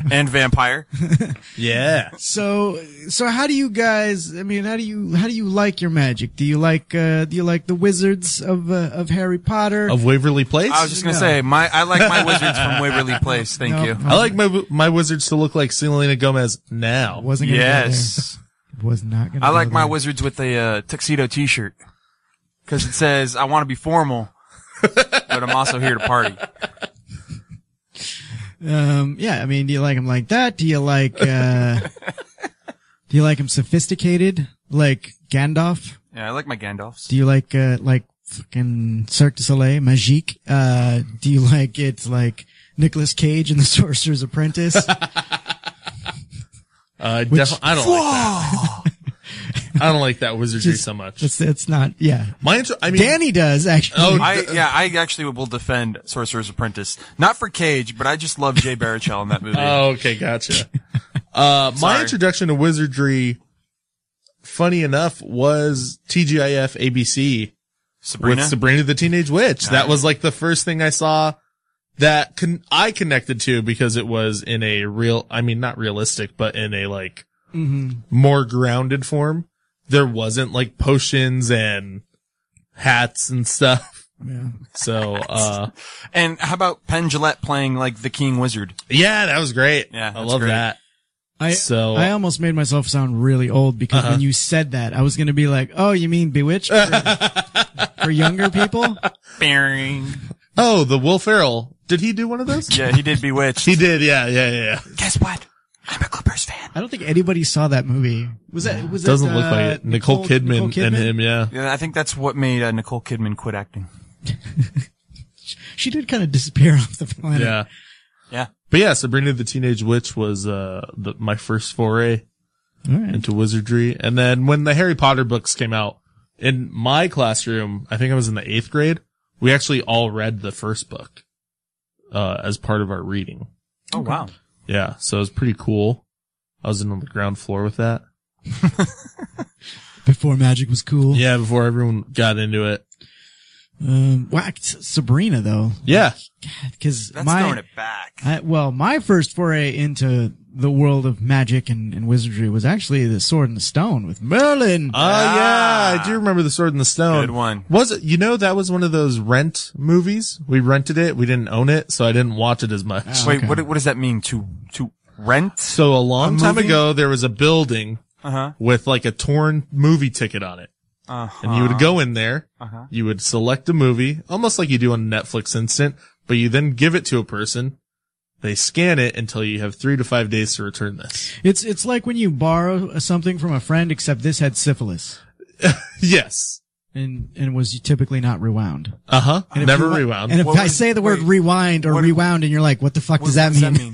Speaker 9: and vampire.
Speaker 8: Yeah.
Speaker 7: So so how do you guys? I mean, how do you how do you like your magic? Do you like uh do you like the wizards of uh, of Harry Potter
Speaker 8: Of Waverly Place?
Speaker 9: I was just gonna say my I like my wizards from Waverly Place. Thank you.
Speaker 8: I like my my wizards to look like Selena Gomez now.
Speaker 7: Wasn't gonna go
Speaker 9: Yes,
Speaker 7: was not gonna.
Speaker 9: I
Speaker 7: go
Speaker 9: like my
Speaker 7: there.
Speaker 9: wizards with a uh, tuxedo T-shirt because it says I want to be formal, but I'm also here to party.
Speaker 7: Um, yeah, I mean, do you like him like that? Do you like, uh, do you like him sophisticated, like Gandalf?
Speaker 9: Yeah, I like my Gandalfs.
Speaker 7: Do you like, uh, like fucking Cirque du Soleil, Magique? Uh, do you like it like Nicolas Cage in The Sorcerer's Apprentice?
Speaker 8: Uh,
Speaker 7: Which-
Speaker 8: def- I don't like that. I don't like that wizardry
Speaker 7: Just-
Speaker 8: so much.
Speaker 7: It's, it's not, yeah.
Speaker 8: My intro, I mean,
Speaker 7: Danny does actually.
Speaker 8: Oh,
Speaker 9: I, yeah, I actually will defend Sorcerer's Apprentice. Not for Cage, but I just love Jay Baruchel in that movie.
Speaker 8: Oh, okay, gotcha. Uh, my
Speaker 9: Sorry.
Speaker 8: introduction to wizardry, funny enough, was TGIF ABC
Speaker 9: Sabrina?
Speaker 8: with Sabrina the Teenage Witch. That was like the first thing I saw that con- I connected to because it was in a real, I mean, not realistic, but in a like
Speaker 7: Mhm.
Speaker 8: more grounded form. There wasn't like potions and hats and stuff.
Speaker 7: Yeah.
Speaker 8: So, uh,
Speaker 9: and how about Penn Gillette playing like the King Wizard?
Speaker 8: Yeah, that was great.
Speaker 9: Yeah,
Speaker 8: I love that.
Speaker 7: I,
Speaker 8: so
Speaker 7: I almost made myself sound really old because
Speaker 8: Uh-huh.
Speaker 7: when you said that, I was going to be like, oh, you mean Bewitched for, for younger people?
Speaker 9: Bing.
Speaker 8: Oh, the Will Ferrell. Did he do one of those?
Speaker 9: yeah, he did Bewitched.
Speaker 8: He did. Yeah, yeah, yeah. yeah.
Speaker 9: Guess what? I'm a Clippers fan.
Speaker 7: I don't think anybody saw that movie. Was that, was
Speaker 8: Doesn't
Speaker 7: that,
Speaker 8: look like
Speaker 7: uh,
Speaker 8: it. Nicole, Kidman,
Speaker 7: Nicole
Speaker 8: and him. Yeah.
Speaker 9: I think that's what made uh, Nicole Kidman quit acting.
Speaker 7: She did kind of disappear off the planet.
Speaker 8: Yeah.
Speaker 9: Yeah.
Speaker 8: But yeah, Sabrina the Teenage Witch was, uh, the, my first foray
Speaker 7: All right.
Speaker 8: into wizardry. And then when the Harry Potter books came out in my classroom, I think I was in the eighth grade, we actually all read the first book, uh, as part of our reading.
Speaker 9: Oh, wow.
Speaker 8: Yeah. So it was pretty cool. I was in on the ground floor with that.
Speaker 7: Before magic was cool.
Speaker 8: Yeah. Before everyone got into it.
Speaker 7: Um, wow, it's Sabrina though.
Speaker 8: Yeah.
Speaker 7: Because
Speaker 8: That's
Speaker 7: my,
Speaker 8: throwing it
Speaker 9: back.
Speaker 7: I, well, my first foray into the world of magic and, and wizardry was actually the Sword and the Stone with Merlin.
Speaker 8: Oh yeah, I do remember the Sword and the Stone.
Speaker 9: Ah. Good one.
Speaker 8: Was it? You know, that was one of those rent movies. We rented it. We didn't own it, so I didn't watch it as much.
Speaker 9: Wait, what, what does that mean to to rent?
Speaker 8: So a long
Speaker 9: A
Speaker 8: time
Speaker 9: movie?
Speaker 8: ago, there was a building
Speaker 9: Uh-huh.
Speaker 8: with like a torn movie ticket on it, and you would go in there.
Speaker 9: Ah. Uh-huh.
Speaker 8: You would select a movie, almost like you do on Netflix Instant, but you then give it to a person. They scan it until you have three to five days to return this.
Speaker 7: It's it's like when you borrow something from a friend, except this had syphilis
Speaker 8: Yes.
Speaker 7: and and was typically not rewound.
Speaker 8: Uh huh.
Speaker 7: if
Speaker 8: Never
Speaker 7: you wa-
Speaker 8: rewound.
Speaker 7: And if I say the word rewind or rewound, and you're like, "What the fuck does that mean?"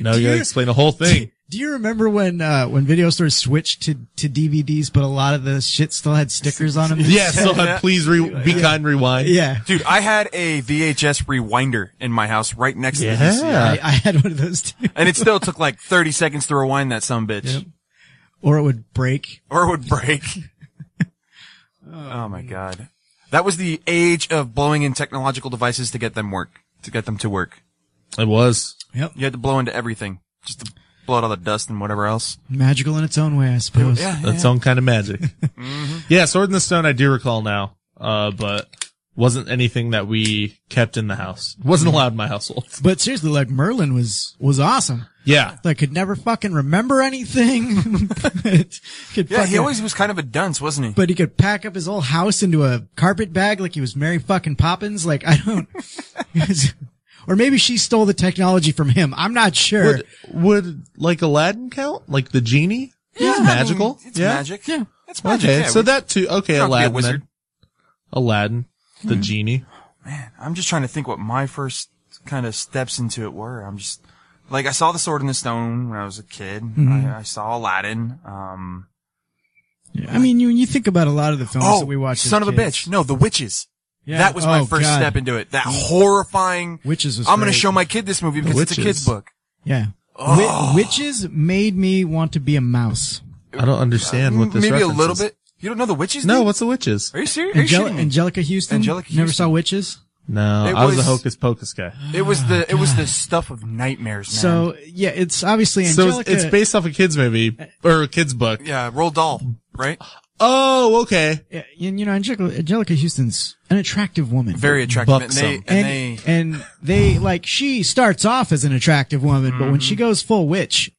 Speaker 8: no, you gotta explain the whole thing.
Speaker 7: Do you remember when uh, when video stores switched to, to DVDs, but a lot of the shit still had stickers on them?
Speaker 8: yeah. So uh, please re- be kind, rewind.
Speaker 7: Yeah.
Speaker 9: Dude, I had a VHS rewinder in my house right next to the
Speaker 7: I,
Speaker 9: VCR.
Speaker 7: I had one of those too.
Speaker 9: and it still took like 30 seconds to rewind that some bitch.
Speaker 7: Or it would break.
Speaker 9: Or it would break. oh my god. That was the age of blowing in technological devices to get them work, to get them to work.
Speaker 8: It was.
Speaker 7: Yep.
Speaker 9: You had to blow into everything, just to blow out all the dust and whatever else.
Speaker 7: Magical in its own way, I suppose.
Speaker 9: Yeah,
Speaker 8: Its own kind of magic. Yeah, Sword in the Stone, I do recall now, uh, but wasn't anything that we kept in the house. Wasn't
Speaker 9: Mm-hmm.
Speaker 8: allowed in my household.
Speaker 7: But seriously, like Merlin was was awesome.
Speaker 8: Yeah.
Speaker 7: I could never fucking remember anything. But could
Speaker 9: Yeah, he
Speaker 7: fucking-
Speaker 9: always was kind of a dunce, wasn't he?
Speaker 7: but he could pack up his whole house into a carpet bag like he was Mary fucking Poppins. Like I don't, or maybe she stole the technology from him. I'm not sure.
Speaker 8: Would, would like Aladdin count? Like the genie?
Speaker 7: Yeah,
Speaker 8: He's
Speaker 7: I mean,
Speaker 8: magical.
Speaker 9: it's
Speaker 8: yeah.
Speaker 9: magic. Yeah. It's magic.
Speaker 8: Okay,
Speaker 9: yeah.
Speaker 8: so
Speaker 9: We-
Speaker 8: that too. Okay,
Speaker 9: we don't have to be a
Speaker 8: Aladdin.
Speaker 9: wizard.
Speaker 8: then. Aladdin, the
Speaker 9: Hmm.
Speaker 8: genie.
Speaker 9: I'm just trying to think what my first kind of steps into it were. I'm just like I saw the Sword in the Stone when I was a kid.
Speaker 7: Mhm.
Speaker 9: I, I saw Aladdin. Um,
Speaker 7: I mean, you when you think about a lot of the films
Speaker 9: oh,
Speaker 7: that we watched. as
Speaker 9: son of a
Speaker 7: kids.
Speaker 9: bitch! No, The Witches.
Speaker 7: Yeah.
Speaker 9: That was my
Speaker 7: Oh,
Speaker 9: first
Speaker 7: God. Mm-hmm.
Speaker 9: step into it. That horrifying.
Speaker 7: Witches was
Speaker 9: I'm going
Speaker 7: great.
Speaker 9: to show my kid this movie
Speaker 7: The
Speaker 9: because it's a
Speaker 7: Witches.
Speaker 9: kid's book.
Speaker 7: Yeah.
Speaker 9: Oh.
Speaker 7: Wi- witches made me want to be a mouse.
Speaker 8: I don't understand what this
Speaker 9: Maybe a
Speaker 8: reference
Speaker 9: little
Speaker 8: is.
Speaker 9: bit. You don't know The Witches?
Speaker 8: No,
Speaker 9: dude?
Speaker 8: what's the witches?
Speaker 9: Are you serious? Are you
Speaker 7: Angel-
Speaker 9: shitting me?
Speaker 7: Angelica Houston.
Speaker 9: Angelica
Speaker 7: Never saw witches.
Speaker 8: No,
Speaker 9: It
Speaker 8: I was, a
Speaker 9: was-
Speaker 8: hocus pocus guy.
Speaker 9: It was the it was the stuff of nightmares, man.
Speaker 7: Oh, So yeah, it's obviously
Speaker 8: So
Speaker 7: Angelica.
Speaker 8: it's based off a kids movie or a kids book.
Speaker 9: yeah, Roll Doll, right?
Speaker 8: Oh, okay.
Speaker 7: Yeah, and, you know, Angelica, Angelica Houston's an attractive woman.
Speaker 9: Very attractive, and they- Buxom. and
Speaker 7: and, and they, like, she starts off as an attractive woman, but
Speaker 9: Mm-hmm.
Speaker 7: when she goes full witch,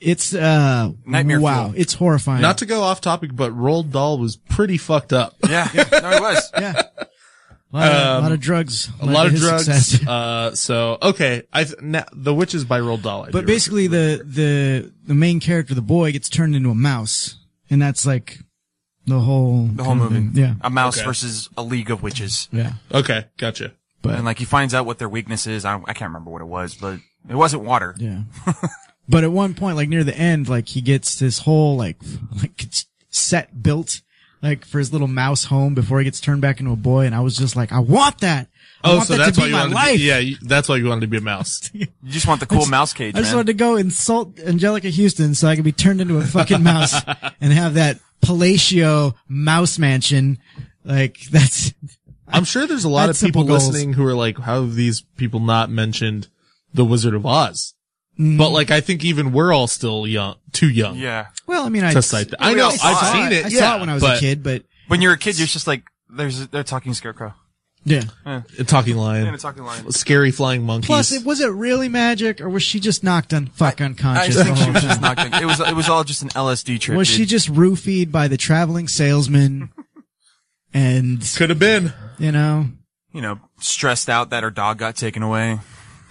Speaker 7: it's, uh,
Speaker 8: Nightmare
Speaker 7: wow,
Speaker 8: fuel.
Speaker 7: it's horrifying.
Speaker 8: Not to go off topic, but Roald Dahl was pretty fucked up.
Speaker 9: Yeah, no, it was.
Speaker 7: yeah. A lot of- lot of drugs
Speaker 8: Um, A
Speaker 7: led
Speaker 8: lot
Speaker 7: to
Speaker 8: of
Speaker 7: his
Speaker 8: drugs.
Speaker 7: success.
Speaker 8: Uh, so okay, I th- na the witches by Roald Dahl. I
Speaker 7: But
Speaker 8: do
Speaker 7: basically, the, the, the main character, the boy, gets turned into a mouse, and that's like the whole,
Speaker 9: The whole
Speaker 7: kind of
Speaker 9: movie.
Speaker 7: thing. Yeah.
Speaker 9: A mouse
Speaker 7: Okay.
Speaker 9: versus a league of witches.
Speaker 7: Yeah.
Speaker 8: Okay, gotcha.
Speaker 7: But-
Speaker 9: and like he finds out what their weakness is. I, don't, I can't remember what it was, but it wasn't water.
Speaker 7: Yeah. But at one point, like near the end, like he gets this whole like like set built like for his little mouse home before he gets turned back into a boy, and I was just like, I want that. I
Speaker 8: Oh,
Speaker 7: want
Speaker 8: so
Speaker 7: that
Speaker 8: that's
Speaker 7: to
Speaker 8: why
Speaker 7: be
Speaker 8: you
Speaker 7: my
Speaker 8: wanted
Speaker 7: life.
Speaker 8: to be, yeah, you- that's why you wanted to be a mouse. you
Speaker 9: just want the cool mouse
Speaker 8: E
Speaker 9: cage,
Speaker 7: I just wanted to go insult Angelica Houston so I could be turned into a fucking mouse and have that Palacio mouse mansion. Like that's.
Speaker 8: I'm sure there's a lot of
Speaker 7: That's simple
Speaker 8: people
Speaker 7: goals.
Speaker 8: listening who are like, how have these people not mentioned The Wizard of Oz?
Speaker 7: Mm.
Speaker 8: But like, I think even we're all still young, too young.
Speaker 9: Yeah.
Speaker 7: Well, I mean, I
Speaker 8: To cite that. I know, I've seen it,
Speaker 7: I
Speaker 8: yeah,
Speaker 7: saw it when I was a
Speaker 8: but-
Speaker 7: kid, but
Speaker 9: When you're a kid, you're just like, there's, they're talking scarecrow.
Speaker 7: yeah.
Speaker 8: A talking lion.
Speaker 9: And a talking lion.
Speaker 8: Scary flying monkeys.
Speaker 7: Plus, it was it really magic, or was she just knocked un fuck
Speaker 9: I
Speaker 7: unconscious? the
Speaker 9: think she
Speaker 7: whole
Speaker 9: was just
Speaker 7: time?
Speaker 9: knocked in. It was, it was all just an LSD trip.
Speaker 7: was
Speaker 9: dude.
Speaker 7: she just roofied by the traveling salesman? and
Speaker 8: could have been,
Speaker 7: you know,
Speaker 9: you know, stressed out that her dog got taken away?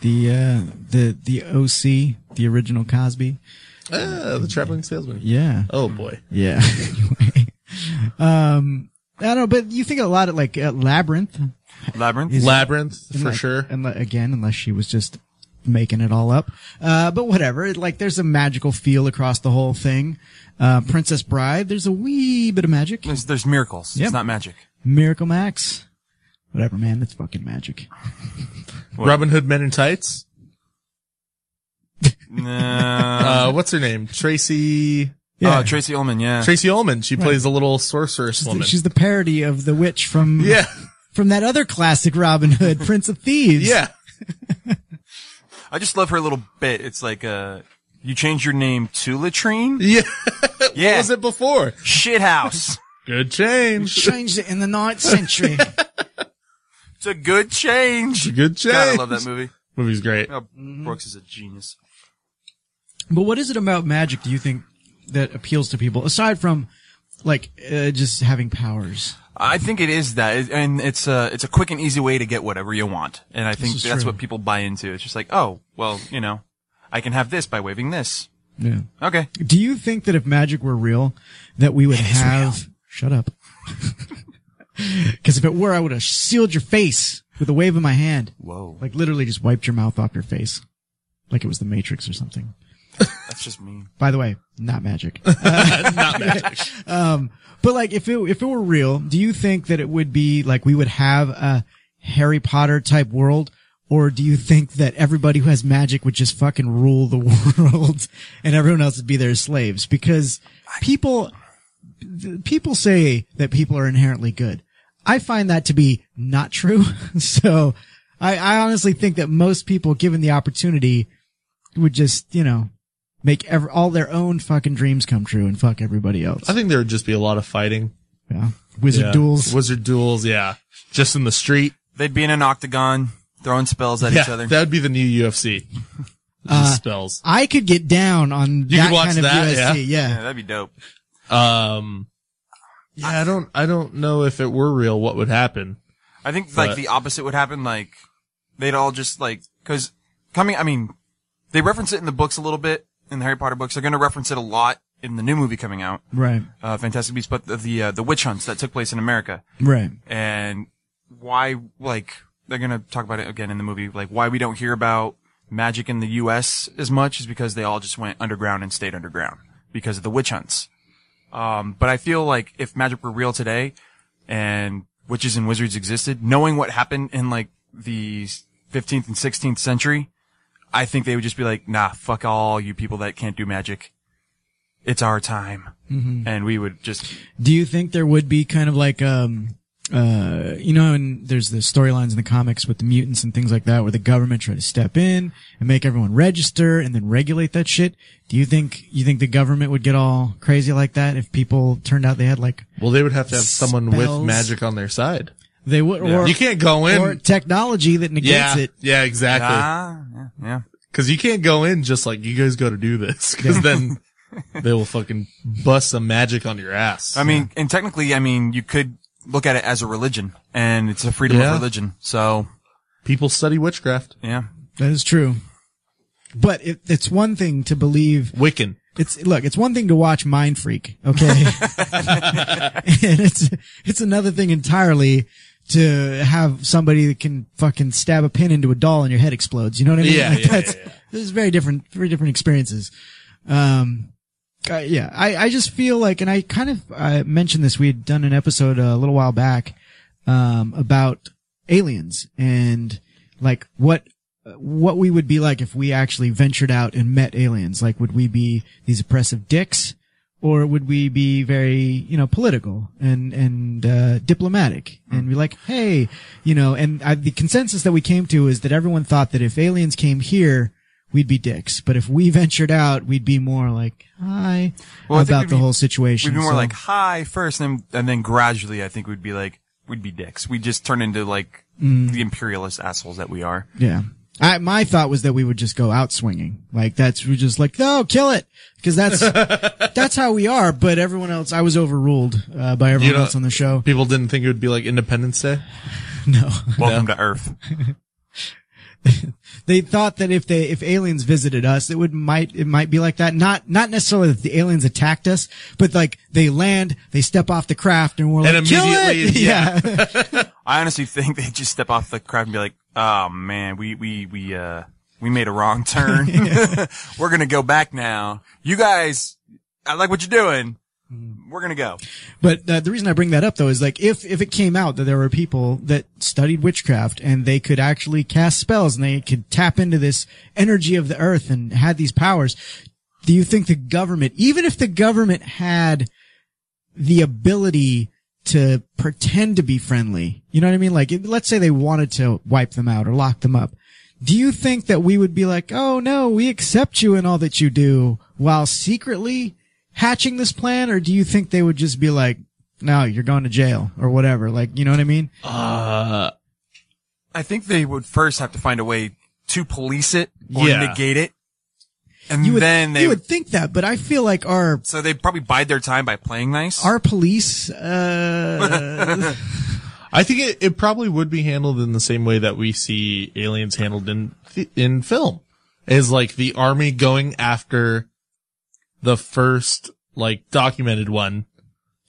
Speaker 7: the uh, the the OC, the original Cosby.
Speaker 8: Ah, the traveling salesman.
Speaker 7: Yeah.
Speaker 8: Oh boy.
Speaker 7: Yeah. anyway, um, I don't know, but you think a lot of like uh, labyrinth,
Speaker 9: Labyrinth?
Speaker 7: Is-
Speaker 8: Labyrinth, for
Speaker 7: unless-
Speaker 8: sure.
Speaker 7: unle- again, unless she was just making it all up. Uh, but whatever. It, like, there's a magical feel across the whole thing. Uh, Princess Bride. There's a wee bit of magic.
Speaker 9: There's, there's miracles.
Speaker 7: Yep.
Speaker 9: It's not magic.
Speaker 7: Miracle Max. Whatever, man. That's fucking magic.
Speaker 8: Robin Hood Men in Tights. uh, what's her name? Tracy.
Speaker 9: Yeah. Oh, Tracy Ullman, yeah.
Speaker 8: Tracy Ullman. She
Speaker 7: Right.
Speaker 8: plays a little sorceress woman.
Speaker 7: She's the parody of the witch from
Speaker 8: Yeah.
Speaker 7: from that other classic Robin Hood, Prince of Thieves.
Speaker 8: Yeah.
Speaker 9: I just love her little bit. It's like, uh, you changed your name to Latrine?
Speaker 8: Yeah.
Speaker 9: yeah.
Speaker 8: was it before?
Speaker 9: Shithouse.
Speaker 8: Good change.
Speaker 7: Changed it in the ninth century.
Speaker 9: It's a good change.
Speaker 8: Good change.
Speaker 9: God, I love that movie.
Speaker 8: Movie's great.
Speaker 9: Oh, Brooks is a genius.
Speaker 7: But what is it about magic do you think that appeals to people aside from like uh, just having powers?
Speaker 9: I think it is that, It- and it's a it's a quick and easy way to get whatever you want, and I think
Speaker 7: is
Speaker 9: that's
Speaker 7: true.
Speaker 9: what people buy into. It's just like, oh, well, you know, I can have this by waving this.
Speaker 7: Yeah.
Speaker 9: Okay,
Speaker 7: Do you think that if magic were real, that we would have shut up? Because if it were, I would have sealed your face with a wave of my hand.
Speaker 9: Whoa!
Speaker 7: Like literally, just wiped your mouth off your face, like it was the Matrix or something.
Speaker 9: that's just mean.
Speaker 7: By the way, not magic. Uh,
Speaker 9: Not magic.
Speaker 7: um, but like, if it if it were real, do you think that it would be like we would have a Harry Potter type world, or do you think that everybody who has magic would just fucking rule the world, and everyone else would be their slaves? Because people th- people say that people are inherently good. I find that to be not true. so I, I honestly think that most people, given the opportunity, would just you know make ev- all their own fucking dreams come true and fuck everybody else.
Speaker 8: I think there would just be a lot of fighting.
Speaker 7: Yeah. Wizard
Speaker 8: Yeah.
Speaker 7: duels.
Speaker 8: Wizard duels. Yeah. Just in the street.
Speaker 9: They'd be in an octagon throwing spells at
Speaker 8: yeah,
Speaker 9: each other.
Speaker 8: That would be the new UFC.
Speaker 7: Uh,
Speaker 8: Just spells.
Speaker 7: I could get down on
Speaker 8: You
Speaker 7: that
Speaker 8: could watch
Speaker 7: kind of
Speaker 8: that.
Speaker 7: USC. Yeah.
Speaker 9: that'd be dope.
Speaker 8: Um, yeah, I don't, I don't know if it were real, what would happen.
Speaker 9: I think
Speaker 8: But-
Speaker 9: like the opposite would happen. Like they'd all just like because coming. I mean, they reference it in the books a little bit in the Harry Potter books. They're going to reference it a lot in the new movie coming out,
Speaker 7: Right.
Speaker 9: uh, Fantastic Beasts. But the the, uh, the witch hunts that took place in America.
Speaker 7: Right.
Speaker 9: and why like they're gonna talk about it again in the movie like why we don't hear about magic in the us as much is because they all just went underground and stayed underground because of the witch hunts um, but i feel like if magic were real today and witches and wizards existed knowing what happened in like the 15th and 16th century i think they would just be like nah fuck all you people that can't do magic it's our time
Speaker 8: Mm-hmm.
Speaker 7: Mhm.
Speaker 9: and we would just
Speaker 7: Do you think there would be kind of like, um, uh, you know, and there's the storylines in the comics with the mutants and things like that where the government try to step in and make everyone register and then regulate that shit. Do you think, you think the government would get all crazy like that if people turned out they had like,
Speaker 8: Well, they would have to have someone with
Speaker 7: Spells.
Speaker 8: magic on their side.
Speaker 7: they would,
Speaker 8: Yeah.
Speaker 7: or,
Speaker 8: You can't go in-
Speaker 7: or technology that negates
Speaker 8: yeah.
Speaker 7: it.
Speaker 8: Yeah, exactly.
Speaker 9: Ah, yeah.
Speaker 8: Cause you can't go in just like, you guys gotta do this. Cause then they will fucking bust some magic on your ass.
Speaker 9: I mean, and technically, I mean, you could look at it as a religion, and it's a freedom
Speaker 8: Yeah.
Speaker 9: of religion. So
Speaker 8: people study witchcraft.
Speaker 9: Yeah.
Speaker 7: That is true. But it, it's one thing to believe
Speaker 8: Wiccan.
Speaker 7: It's look, it's one thing to watch Mind Freak, okay? and it's it's another thing entirely to have somebody that can fucking stab a pin into a doll and your head explodes. You know what I mean?
Speaker 8: Yeah, yeah,
Speaker 7: that's
Speaker 8: yeah,
Speaker 7: This is very different, very different experiences. Um, uh, yeah, I, I just feel like, and I kind of I mentioned this. We had done an episode a little while back um, about aliens and like what what we would be like if we actually ventured out and met aliens. Like, would we be these oppressive dicks, or would we be very you know political and and uh, diplomatic
Speaker 9: Hmm.
Speaker 7: and be like, hey, you know? And I, the consensus that we came to is that everyone thought that if aliens came here. We'd be dicks, but if we ventured out, we'd be more like hi
Speaker 9: Well, I think
Speaker 7: about
Speaker 9: we'd
Speaker 7: the
Speaker 9: be-
Speaker 7: whole situation.
Speaker 9: We'd be more
Speaker 7: so-
Speaker 9: like hi first, and then, and then gradually, I think we'd be like we'd be dicks. We'd just turn into like
Speaker 7: Mm.
Speaker 9: the imperialist assholes that we are.
Speaker 7: Yeah. I, my thought was that we would just go out swinging. Like that's, we just like, no, kill it. Cause that's, that's how we are. But everyone else, I was overruled, uh, by everyone
Speaker 8: You know,
Speaker 7: else on the show.
Speaker 8: People didn't think it would be like Independence Day.
Speaker 7: No.
Speaker 9: Welcome to Earth.
Speaker 7: They thought that if they, if aliens visited us, it would, might, it might be like that. Not, not necessarily that the aliens attacked us, but like they land, they step off the craft and we're
Speaker 9: And
Speaker 7: like, kill it.
Speaker 9: immediately-
Speaker 7: Yeah.
Speaker 9: I honestly think they just step off the craft and be like, "Oh man, we we we uh we made a wrong turn. We're gonna go back now. You guys, I like what you're doing.
Speaker 7: Mm.
Speaker 9: We're gonna go."
Speaker 7: But uh, the reason I bring that up though is like if if it came out that there were people that studied witchcraft and they could actually cast spells and they could tap into this energy of the earth and had these powers, do you think the government, even if the government had the ability to pretend to be friendly, you know what I mean? Like, if- let's say they wanted to wipe them out or lock them up. Do you think that we would be like, oh no, we accept you and all that you do while secretly hatching this plan? Or do you think they would just be like, no, you're going to jail or whatever? Like, you know what I mean?
Speaker 9: Uh, I think they would first have to find a way to police it or
Speaker 7: Yeah.
Speaker 9: negate it, and
Speaker 7: You would,
Speaker 9: then they
Speaker 7: you would think that, but I feel like our,
Speaker 9: so they probably bide their time by playing nice.
Speaker 7: our police, uh,
Speaker 8: I think it, it probably would be handled in the same way that we see aliens handled in th- in film, is like the army going after the first like documented one,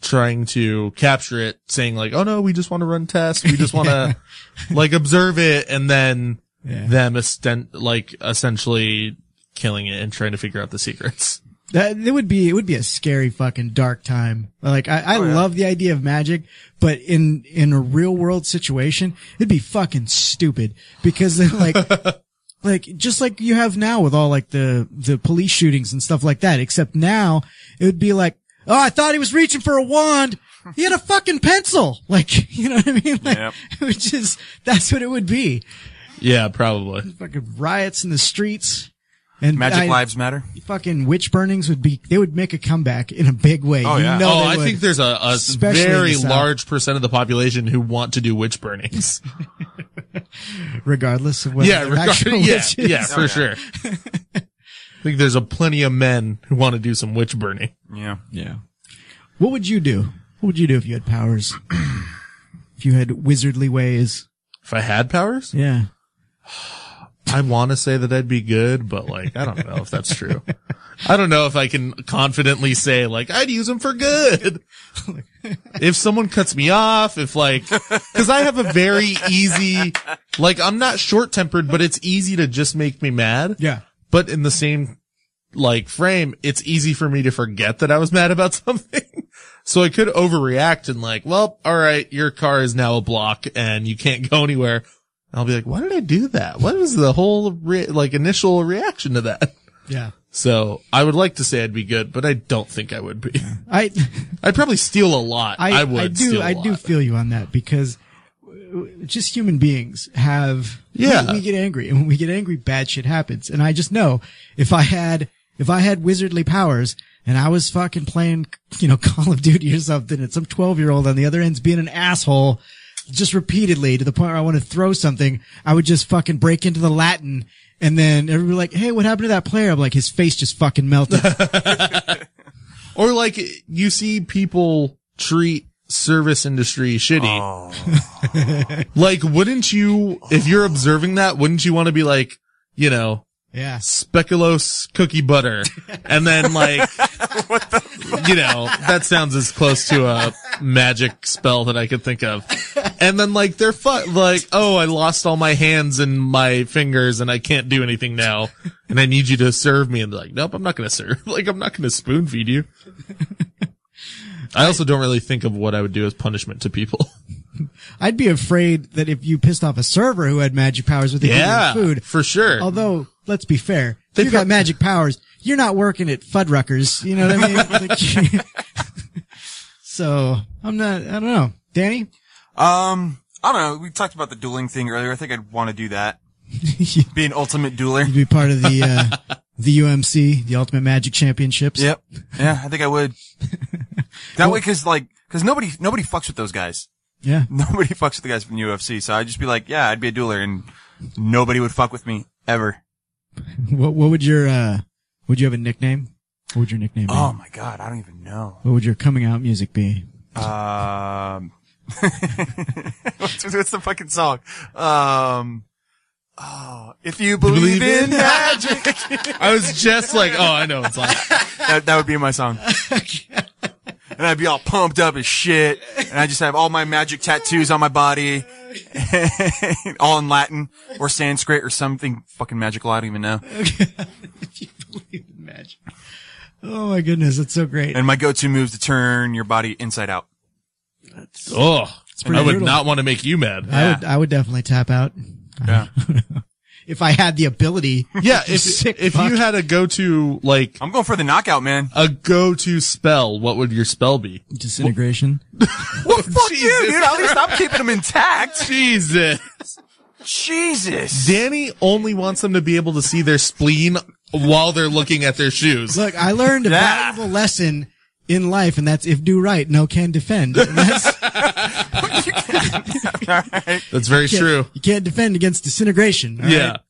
Speaker 8: trying to capture it, saying like, "Oh no, we just want to run tests, we just want to like observe it," and then
Speaker 7: Yeah.
Speaker 8: them esten- like essentially killing it and trying to figure out the secrets.
Speaker 7: That it would be it would be a scary fucking dark time. Like I,
Speaker 9: Oh,
Speaker 7: I love the idea of magic, but in in a real world situation, it'd be fucking stupid because they're like like just like you have now with all like the the police shootings and stuff like that. Except now it would be like, oh, I thought he was reaching for a wand. He had a fucking pencil. Like you know what I mean? Like, Which is that's what it would be.
Speaker 8: Yeah, probably.
Speaker 7: Fucking riots in the streets. And
Speaker 9: Magic
Speaker 7: I-
Speaker 9: lives matter.
Speaker 7: fucking witch burnings would be they would make a comeback in a big way.
Speaker 8: Oh,
Speaker 7: You
Speaker 8: yeah.
Speaker 7: know
Speaker 8: oh
Speaker 7: they
Speaker 8: I
Speaker 7: would.
Speaker 8: think there's a, a
Speaker 7: Especially in the
Speaker 8: very
Speaker 7: South.
Speaker 8: large percent of the population who want to do witch burnings.
Speaker 7: regardless of what
Speaker 8: yeah,
Speaker 7: their
Speaker 8: regard-
Speaker 7: actual
Speaker 8: yeah,
Speaker 7: witch is.
Speaker 8: Oh, yeah, for sure. I think there's a plenty of men who want to do some witch burning.
Speaker 9: Yeah.
Speaker 8: Yeah.
Speaker 7: What would you do? What would you do if you had powers? if you had wizardly ways.
Speaker 8: If I had powers?
Speaker 7: Yeah.
Speaker 8: I want to say that I'd be good, but like, I don't know if that's true. I don't know if I can confidently say like, I'd use them for good. if someone cuts me off, if like, cause I have a very easy, like, I'm not short tempered, but it's easy to just make me mad.
Speaker 7: Yeah.
Speaker 8: But in the same like frame, it's easy for me to forget that I was mad about something. So I could overreact and like, well, all right, your car is now a block and you can't go anywhere. And I'll be like, why did I do that? What was the whole re- like initial reaction to that?
Speaker 7: Yeah.
Speaker 8: So I would like to say I'd be good, but I don't think I would be.
Speaker 7: I
Speaker 8: I'd probably steal a lot. I, would
Speaker 7: I do.
Speaker 8: steal a
Speaker 7: I
Speaker 8: lot.
Speaker 7: do feel you on that because uh, just human beings have.
Speaker 8: Yeah.
Speaker 7: We, we get angry, and when we get angry, bad shit happens. And I just know if I had if I had wizardly powers and I was fucking playing, you know, Call of Duty or something, and some twelve year old on the other end's being an asshole. Just repeatedly to the point where I want to throw something, I would just fucking break into the Latin and then everybody like, Hey, what happened to that player? I'm like, his face just fucking melted.
Speaker 8: Or like you see people treat service industry shitty. like, wouldn't you, if you're observing that, wouldn't you want to be like, you know,
Speaker 7: yeah,
Speaker 8: speculoos cookie butter, and then like, you know, that sounds as close to a magic spell that I could think of. And then like they're fu- like, oh, I lost all my hands and my fingers, and I can't do anything now. and I need you to serve me. And they're like, nope, I'm not going to serve. Like, I'm not going to spoon feed you. I also don't really think of what I would do as punishment to people.
Speaker 7: I'd be afraid that if you pissed off a server who had magic powers with the
Speaker 8: Yeah,
Speaker 7: food,
Speaker 8: for sure.
Speaker 7: Although, let's be fair, if you got magic powers, you're not working at Fuddruckers. You know what I mean? Like, so I'm not. I don't know, Danny.
Speaker 9: Um, I don't know. We talked about the dueling thing earlier. I think I'd want to do that. Be an ultimate dueler.
Speaker 7: You'd be part of the uh, the UMC, the Ultimate Magic Championships.
Speaker 9: Yep. Yeah, I think I would. That way, cause like, cause nobody, nobody fucks with those guys.
Speaker 7: Yeah.
Speaker 9: Nobody fucks with the guys from the UFC. So I'd just be like, yeah, I'd be a dueler and nobody would fuck with me ever.
Speaker 7: What What would your uh, Would you have a nickname? What would your nickname be?
Speaker 9: Oh my God. I don't even know.
Speaker 7: What would your coming out music be?
Speaker 9: Um, what's, what's the fucking song? Um, oh, if you believe,
Speaker 8: Believe
Speaker 9: in,
Speaker 8: in
Speaker 9: magic.
Speaker 8: I was just like, oh, I know. It's like,
Speaker 9: that, that would be my song. And I'd be all pumped up as shit. And I just have all my magic tattoos on my body. all in Latin or Sanskrit or something fucking magical. I don't even know.
Speaker 7: Oh my goodness, that's so great.
Speaker 9: And my go-to moves to turn your body inside out.
Speaker 8: oh,
Speaker 7: pretty
Speaker 8: I would
Speaker 7: brutal.
Speaker 8: not want to make you mad.
Speaker 7: I would I would definitely tap out.
Speaker 9: Yeah.
Speaker 7: if I had the ability.
Speaker 8: Yeah, if if you had a go to like,
Speaker 9: I'm going for the knockout, man.
Speaker 8: A go to spell. What would your spell be?
Speaker 7: Disintegration.
Speaker 9: Well, fuck you, dude. At least I'm keeping them intact.
Speaker 8: Jesus.
Speaker 9: Jesus.
Speaker 8: Danny only wants them to be able to see their spleen while they're looking at their shoes.
Speaker 7: Look, I learned a
Speaker 8: Yeah.
Speaker 7: valuable lesson in life, and that's if do right, no can defend. And That's,
Speaker 8: That's very
Speaker 7: you can't-
Speaker 8: true.
Speaker 7: You can't defend against disintegration. all
Speaker 8: Yeah.
Speaker 7: right?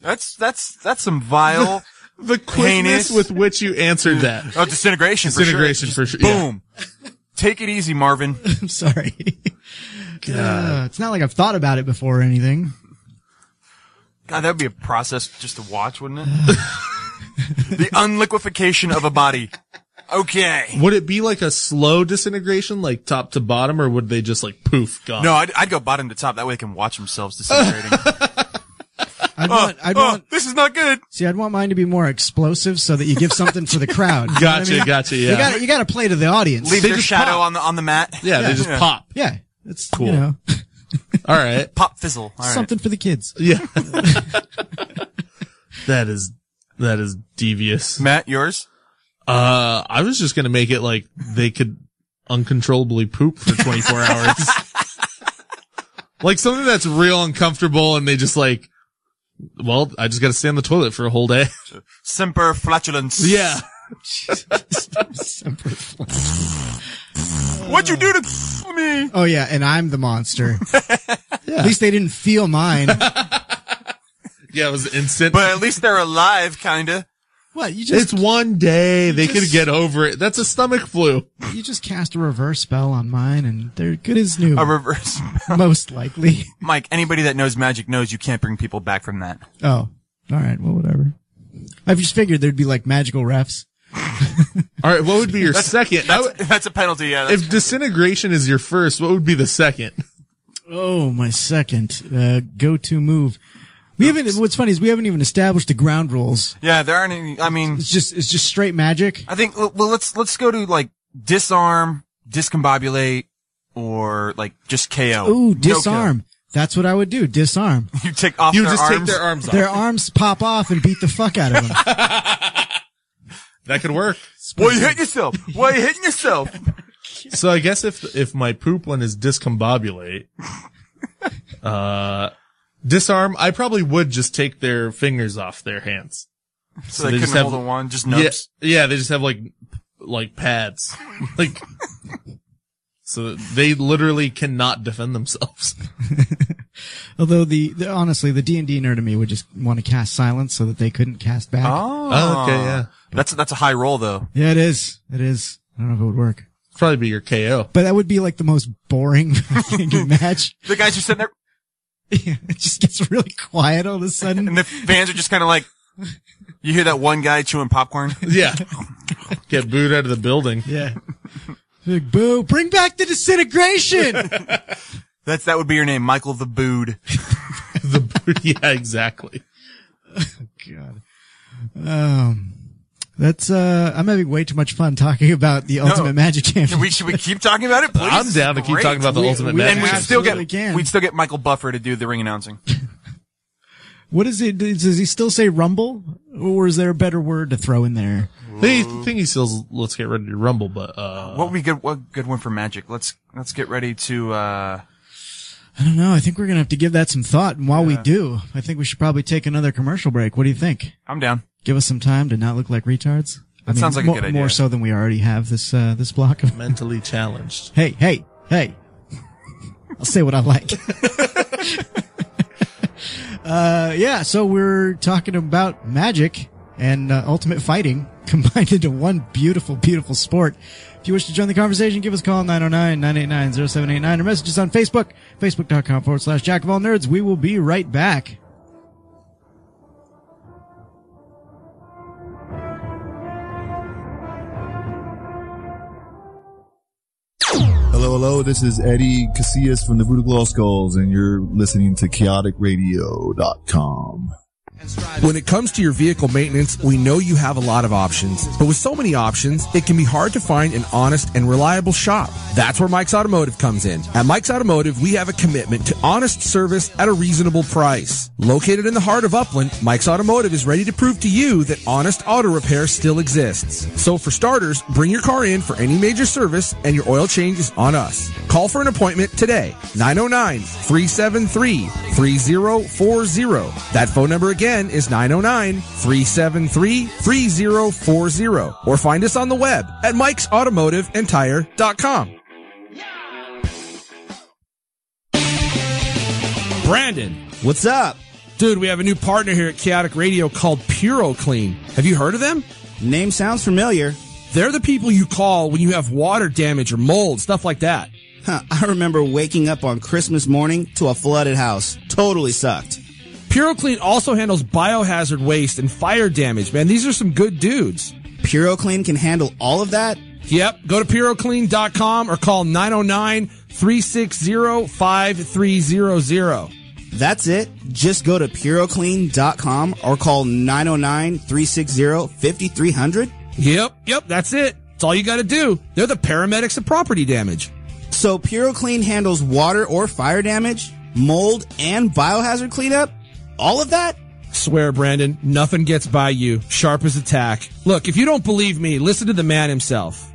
Speaker 9: That's, that's, that's some vile.
Speaker 8: the quickness with which you answered that.
Speaker 9: Oh, disintegration.
Speaker 8: Disintegration
Speaker 9: for
Speaker 8: for
Speaker 9: sure.
Speaker 8: sure, yeah.
Speaker 9: Boom. Take it easy, Marvin.
Speaker 7: I'm sorry. Uh, it's not like I've thought about it before or anything.
Speaker 9: God, that would be a process just to watch, wouldn't it? the unliquefaction of a body. Okay.
Speaker 8: Would it be like a slow disintegration, like top to bottom, or would they just like poof gone?
Speaker 9: No, I'd, I'd go bottom to top. That way they can watch themselves disintegrating.
Speaker 7: I'd want, I'd want,
Speaker 9: this is not good.
Speaker 7: See, I'd want mine to be more explosive so that you give something for the crowd. You know what I
Speaker 8: Gotcha,
Speaker 7: mean?
Speaker 8: gotcha,
Speaker 7: You
Speaker 8: yeah.
Speaker 7: got you got to play to the audience.
Speaker 9: Leave their shadow on the on the mat.
Speaker 8: Yeah, they just pop.
Speaker 7: Yeah, it's
Speaker 8: Cool.
Speaker 7: cool. You know,
Speaker 8: All right.
Speaker 9: Pop fizzle. All right.
Speaker 7: something for the kids.
Speaker 8: Yeah. That is that is devious.
Speaker 9: Matt, yours?
Speaker 8: Uh I was just gonna make it like they could uncontrollably poop for twenty four hours. like something that's real uncomfortable and they just like well, I just gotta stay on the toilet for a whole day.
Speaker 9: Semper flatulence.
Speaker 8: Yeah.
Speaker 9: What'd you do to me?
Speaker 7: Oh yeah, and I'm the monster. At least they didn't feel mine.
Speaker 8: yeah, it was instant.
Speaker 9: But at least they're alive, kinda.
Speaker 7: What you just
Speaker 8: it's one day. They could get over it. That's a stomach flu.
Speaker 7: you just cast a reverse spell on mine, and they're good as new.
Speaker 9: A reverse.
Speaker 7: most likely.
Speaker 9: Mike, anybody that knows magic knows you can't bring people back from that.
Speaker 7: Oh, all right. Well, whatever. I've just figured there'd be like magical refs.
Speaker 8: All right, what would be your second? I would-
Speaker 9: That's a penalty, yeah. that's-
Speaker 8: if disintegration is your first, what would be the second?
Speaker 7: Oh, my second uh, go-to move. We haven't. What's funny is we haven't even established the ground rules.
Speaker 9: yeah, there aren't any, I mean.
Speaker 7: It's just it's just straight magic.
Speaker 9: I think well let's let's go to like disarm, discombobulate, or like just KO.
Speaker 7: Ooh,
Speaker 9: No kill.
Speaker 7: disarm. That's what I would do. Disarm.
Speaker 9: You take off.
Speaker 8: You
Speaker 9: their
Speaker 8: just take
Speaker 9: arms.
Speaker 8: their arms off.
Speaker 7: Their arms pop off and beat the fuck out of them.
Speaker 8: That could work.
Speaker 9: Why you hit yourself? Why you hitting yourself?
Speaker 8: So I guess if if my poop one is discombobulate, uh, disarm, I probably would just take their fingers off their hands.
Speaker 9: So they couldn't hold a wand, just nubs?
Speaker 8: Yeah, yeah, they just have like like pads, like so they literally cannot defend themselves.
Speaker 7: Although the, the honestly the D and D nerd in me would just want to cast silence so that they couldn't cast back.
Speaker 8: Oh, okay, yeah.
Speaker 9: That's that's a high roll though.
Speaker 7: Yeah, it is. It is. I don't know if it would work.
Speaker 8: Probably be your KO.
Speaker 7: But that would be like the most boring fucking match.
Speaker 9: The guys are sitting there,
Speaker 7: It just gets really quiet all of a sudden.
Speaker 9: and the fans are just kind of like, you hear that one guy chewing popcorn?
Speaker 8: Yeah, get booed out of the building.
Speaker 7: Yeah. Big boo, bring back the disintegration.
Speaker 9: That's that would be your name, Michael the Booed.
Speaker 8: the Booed, yeah, exactly.
Speaker 7: God. Um, that's uh, I'm having way too much fun talking about the Ultimate Magic Championship.
Speaker 9: we should we keep talking about it, please.
Speaker 8: I'm down to keep
Speaker 9: Great.
Speaker 8: talking about the We- Ultimate we
Speaker 9: and we'd still
Speaker 7: absolutely
Speaker 9: get
Speaker 7: can.
Speaker 9: we'd still get Michael Buffer to do the ring announcing.
Speaker 7: What is it? Does he still say Rumble, or is there a better word to throw in there?
Speaker 8: They think he still let's get ready to rumble, but uh
Speaker 9: what would be good? What good one for Magic? Let's let's get ready to. uh
Speaker 7: I don't know. I think we're gonna have to give that some thought. And while we do, I think we should probably take another commercial break. What do you think?
Speaker 9: I'm down.
Speaker 7: Give us some time to not look like retards.
Speaker 9: That sounds like a
Speaker 7: more,
Speaker 9: good idea.
Speaker 7: More so than we already have this uh, this block of
Speaker 8: mentally challenged.
Speaker 7: Hey, hey, hey! I'll say what I like. uh, yeah. So we're talking about magic and uh, ultimate fighting combined into one beautiful, beautiful sport. If you wish to join the conversation, give us a call 909-989-0789 or message us on Facebook, facebook.com forward slash jack of all nerds. We will be right back.
Speaker 19: Hello, hello. This is Eddie Casillas from the Voodoo Glow Skulls, and you're listening to chaoticradio.com.
Speaker 11: When it comes to your vehicle maintenance, we know you have a lot of options, but with so many options, it can be hard to find an honest and reliable shop. That's where Mike's Automotive comes in. At Mike's Automotive, we have a commitment to honest service at a reasonable price. Located in the heart of Upland, Mike's Automotive is ready to prove to you that honest auto repair still exists. So for starters, bring your car in for any major service and your oil change is on us. Call for an appointment today, 909-373-3040. That phone number again is 909-373-3040 or find us on the web at Mike's Automotive and Tire.com. Brandon, what's up? Dude, we have a new partner here at Chaotic Radio called PuroClean. Have you heard of them? Name sounds familiar. They're the people you call when you have water damage or mold, stuff like that.
Speaker 12: Huh, I remember waking up on Christmas morning to a flooded house. Totally sucked.
Speaker 11: PuroClean also handles biohazard waste and fire damage, man. These are some good dudes.
Speaker 12: PuroClean can handle all of that?
Speaker 11: Yep. Go to puroclean.com or call 909 360 5300.
Speaker 12: That's it. Just go to puroclean.com or call 909-360-5300.
Speaker 11: Yep, yep, that's it. That's all you got to do. They're the paramedics of property damage.
Speaker 12: So PuroClean handles water or fire damage, mold and biohazard cleanup? All of that?
Speaker 11: Swear, Brandon, nothing gets by you. Sharp as a tack. Look, if you don't believe me, listen to the man himself.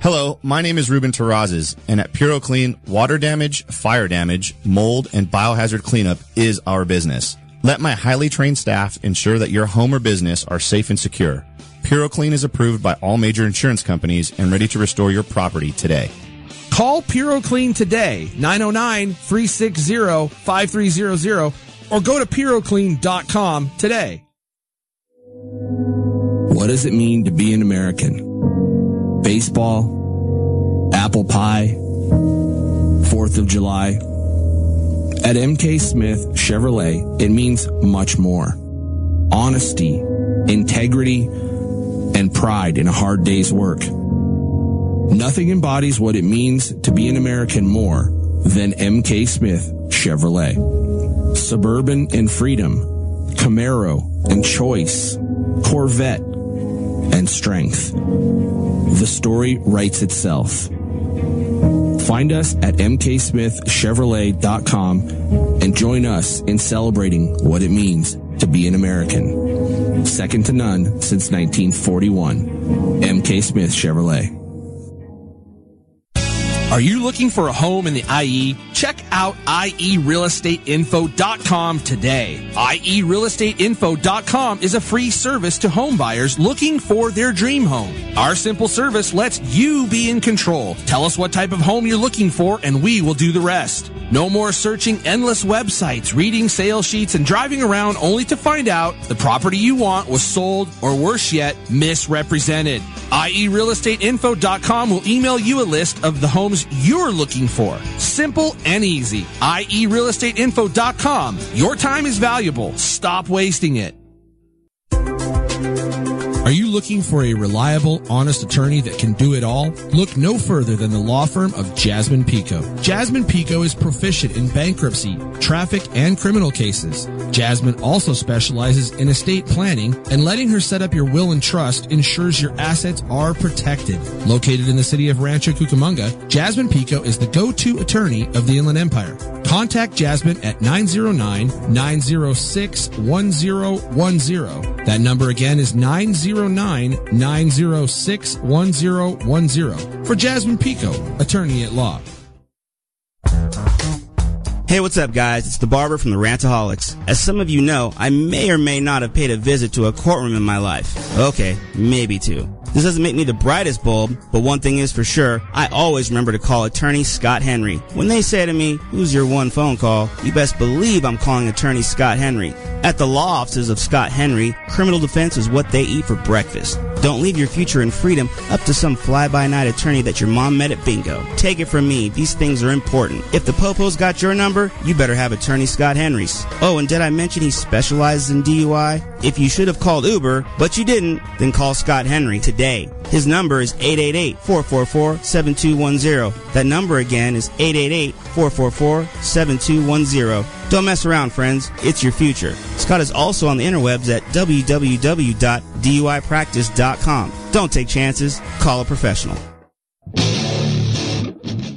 Speaker 13: Hello, my name is Ruben Terrazas, and at PuroClean, water damage, fire damage, mold, and biohazard cleanup is our business. Let my highly trained staff ensure that your home or business are safe and secure. PuroClean is approved by all major insurance companies and ready to restore your property today.
Speaker 11: Call PuroClean today, 909-360-5300, or go to puroclean.com today. What does it mean to be an American? Baseball, apple pie, 4th of July. At MK Smith Chevrolet, it means much more. Honesty, integrity, and pride in a hard day's work. Nothing embodies what it means to be an American more than MK Smith Chevrolet. Suburban and Freedom, Camaro and Choice, Corvette and Strength. The story writes itself. Find us at mksmithchevrolet.com and join us in celebrating what it means to be an American. Second to none since 1941. MK Smith Chevrolet. Are you looking for a home in the IE? Check out E ierealestateinfo.com today. E ierealestateinfo.com is a free service to home buyers looking for their dream home. Our simple service lets you be in control. Tell us what type of home you're looking for and we will do the rest. No more searching endless websites, reading sales sheets, and driving around only to find out the property you want was sold or worse yet, misrepresented. E IERealestateInfo.com will email you a list of the homes you're looking for. Simple and easy. E IERealestateInfo.com. Your time is valuable. Stop wasting it. Are you looking for a reliable, honest attorney that can do it all? Look no further than the law firm of Jasmine Pico. Jasmine Pico is proficient in bankruptcy, traffic, and criminal cases. Jasmine also specializes in estate planning, and letting her set up your will and trust ensures your assets are protected. Located in the city of Rancho Cucamonga, Jasmine Pico is the go-to attorney of the Inland Empire. Contact Jasmine at 909-906-1010. That number again is 909-906-1010 for Jasmine Pico, attorney at law.
Speaker 12: Hey, what's up, guys? It's the barber from the Rantaholics. As some of you know, I may or may not have paid a visit to a courtroom in my life. Okay, maybe two. This doesn't make me the brightest bulb, but one thing is for sure, I always remember to call attorney Scott Henry. When they say to me, who's your one phone call, you best believe I'm calling attorney Scott Henry. At the law offices of Scott Henry, criminal defense is what they eat for breakfast. Don't leave your future and freedom up to some fly-by-night attorney that your mom met at bingo. Take it from me, these things are important. If the popo's got your number, you better have attorney Scott Henry's. Oh, and did I mention he specializes in DUI? If you should have called Uber, but you didn't, then call Scott Henry today. His number is 888-444-7210. That number again is 888-444-7210. Don't mess around, friends. It's your future. Scott is also on the interwebs at www.duipractice.com. Don't take chances. Call a professional.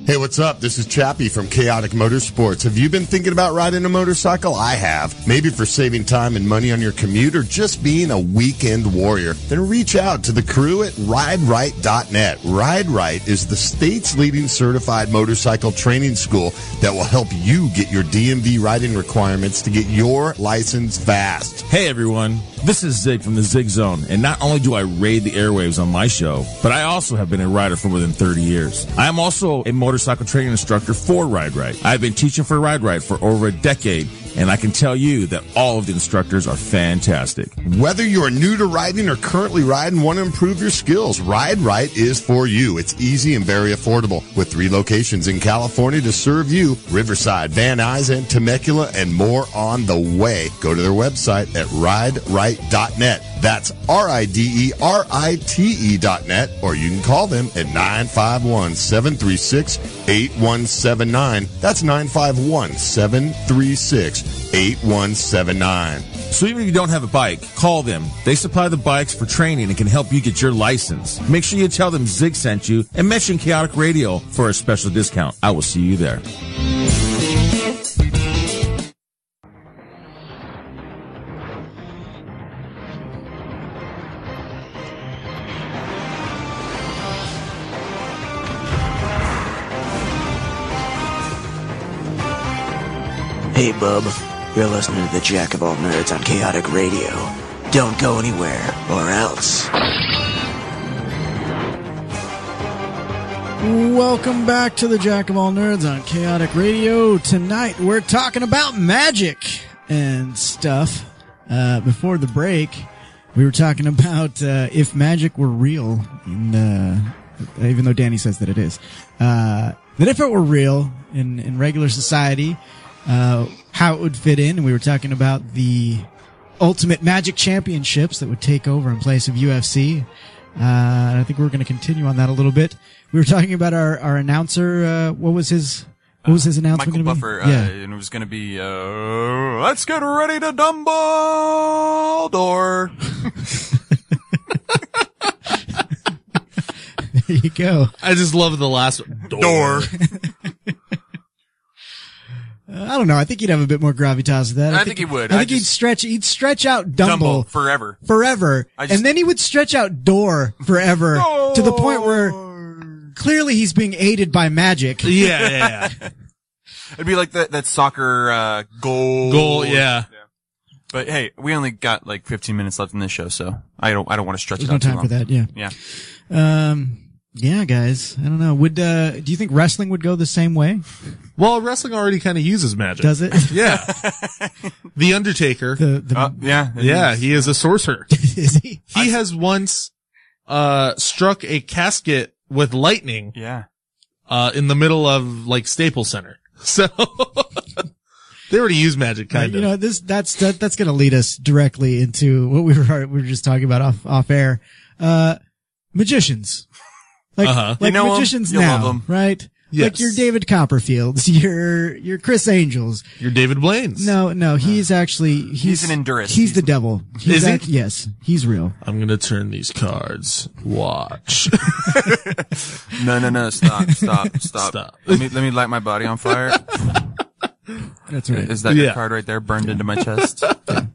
Speaker 20: Hey, what's up? This is Chappie from Chaotic Motorsports. Have you been thinking about riding a motorcycle? I have. Maybe for saving time and money on your commute or just being a weekend warrior. Then reach out to the crew at RideRight.net. RideRight is the state's leading certified motorcycle training school that will help you get your DMV riding requirements to get your license fast.
Speaker 21: Hey everyone, this is Zig from the Zig Zone, and not only do I raid the airwaves on my show, but I also have been a rider for more than 30 years. I am also a motorcycle training instructor for Ride Right. I've been teaching for Ride Right for over a decade, and I can tell you that all of the instructors are fantastic.
Speaker 20: Whether you're new to riding or currently ride and want to improve your skills, Ride Right is for you. It's easy and very affordable with three locations in California to serve you Riverside, Van Nuys, and Temecula, and more on the way. Go to their website at rideright.net. That's R I D E R I T E dot net, or you can call them at 951 736 8179. That's 951 736 8179.
Speaker 21: So even if you don't have a bike, call them. They supply the bikes for training and can help you get your license. Make sure you tell them Zig sent you and mention Chaotic Radio for a special discount. I will see you there.
Speaker 22: Hey, bub. You're listening to the Jack of All Nerds on Chaotic Radio. Don't go anywhere, or else.
Speaker 7: Welcome back to the Jack of All Nerds on Chaotic Radio. Tonight we're talking about magic and stuff. Uh, before the break, we were talking about uh, if magic were real, and, uh, even though Danny says that it is, uh, that if it were real in, in regular society, uh, how it would fit in. And we were talking about the Ultimate Magic Championships that would take over in place of UFC. Uh, and I think we're going to continue on that a little bit. We were talking about our, our announcer. Uh, what was his what was his announcement?
Speaker 9: Uh, Michael
Speaker 7: gonna be?
Speaker 9: Buffer,
Speaker 7: yeah.
Speaker 9: uh, and it was going to be, uh, let's get ready to Dumbledore.
Speaker 7: there you go.
Speaker 8: I just love the last door.
Speaker 7: Uh, I don't know. I think he'd have a bit more gravitas to that.
Speaker 9: I think he would.
Speaker 7: I,
Speaker 9: I
Speaker 7: think he'd
Speaker 9: just-
Speaker 7: stretch. He'd stretch out Dumble,
Speaker 9: Dumble forever.
Speaker 7: forever,
Speaker 9: I just-
Speaker 7: and then he would stretch out Door forever to the point where clearly he's being aided by magic.
Speaker 9: yeah. It'd be like that, that soccer, uh, goal.
Speaker 8: Goal, yeah.
Speaker 9: But hey, we only got like 15 minutes left in this show, so I don't, I don't want to stretch
Speaker 7: There's
Speaker 9: it
Speaker 7: no
Speaker 9: out too long.
Speaker 7: time for that. Yeah.
Speaker 9: Yeah.
Speaker 7: Um. Yeah, guys. I don't know. Would uh, do you think wrestling would go the same way?
Speaker 8: Well, wrestling already kind of uses magic.
Speaker 7: Does it?
Speaker 8: Yeah. the Undertaker.
Speaker 9: Uh, yeah. it
Speaker 8: yeah,
Speaker 9: is.
Speaker 8: he is a sorcerer.
Speaker 7: is he?
Speaker 8: He has once uh struck a casket with lightning.
Speaker 9: Yeah.
Speaker 8: Uh in the middle of like Staples Center. So They already use magic, kind
Speaker 7: you
Speaker 8: of.
Speaker 7: know this that's that, that's going to lead us directly into what we were we were just talking about off off air. Uh, magicians, like
Speaker 8: Uh-huh.
Speaker 7: like
Speaker 8: You know 'em,
Speaker 7: magicians
Speaker 8: you
Speaker 7: now,
Speaker 8: love 'em.
Speaker 7: right? Like
Speaker 8: Yes.
Speaker 7: your David Copperfields, your your Chris Angels.
Speaker 8: You're David Blaine's.
Speaker 7: No, no, he's actually he's,
Speaker 8: He's an endurist.
Speaker 7: He's, the devil. He's
Speaker 8: Is he?
Speaker 7: act- Yes, he's real.
Speaker 8: I'm going to turn these cards. Watch.
Speaker 9: No, no, no! Stop! Stop! Stop!
Speaker 8: Stop.
Speaker 9: Let me let me light my body on fire.
Speaker 7: That's right.
Speaker 9: Is that your
Speaker 7: Yeah.
Speaker 9: card right there burned into my chest?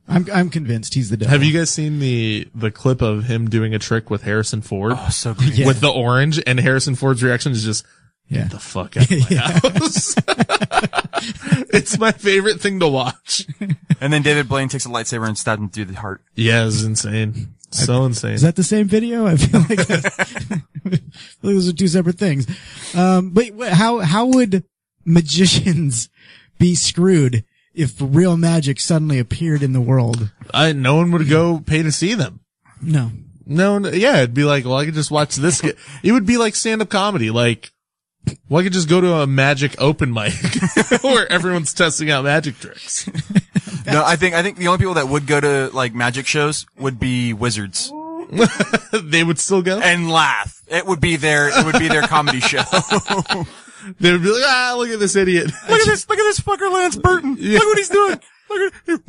Speaker 7: I'm I'm convinced he's the devil.
Speaker 8: Have you guys seen the the clip of him doing a trick with Harrison Ford? Oh,
Speaker 9: so good.
Speaker 7: Yeah.
Speaker 8: With the orange, and Harrison Ford's reaction is just,
Speaker 7: Yeah.
Speaker 8: get the fuck out of my house. it's my favorite thing to watch.
Speaker 9: And then David Blaine takes a lightsaber and stabs him through the heart.
Speaker 8: Yeah, it's insane. So insane.
Speaker 7: Is that the same video? I feel like that's, I feel like those are two separate things. Um, but wh- how how would magicians be screwed if real magic suddenly appeared in the world?
Speaker 8: I, no one would go pay to see them.
Speaker 7: No.
Speaker 8: No, no, yeah, it'd be like, well, I could just watch this. Get, it would be like stand up comedy. Like, well, I could just go to a magic open mic where everyone's testing out magic tricks.
Speaker 9: No, I think I think the only people that would go to like magic shows would be wizards.
Speaker 8: they would still go
Speaker 9: and laugh. It would be their it would be their comedy show.
Speaker 8: They would be like, ah, look at this idiot.
Speaker 9: Look at this! Look at this fucker, Lance Burton. Look what he's doing. Look at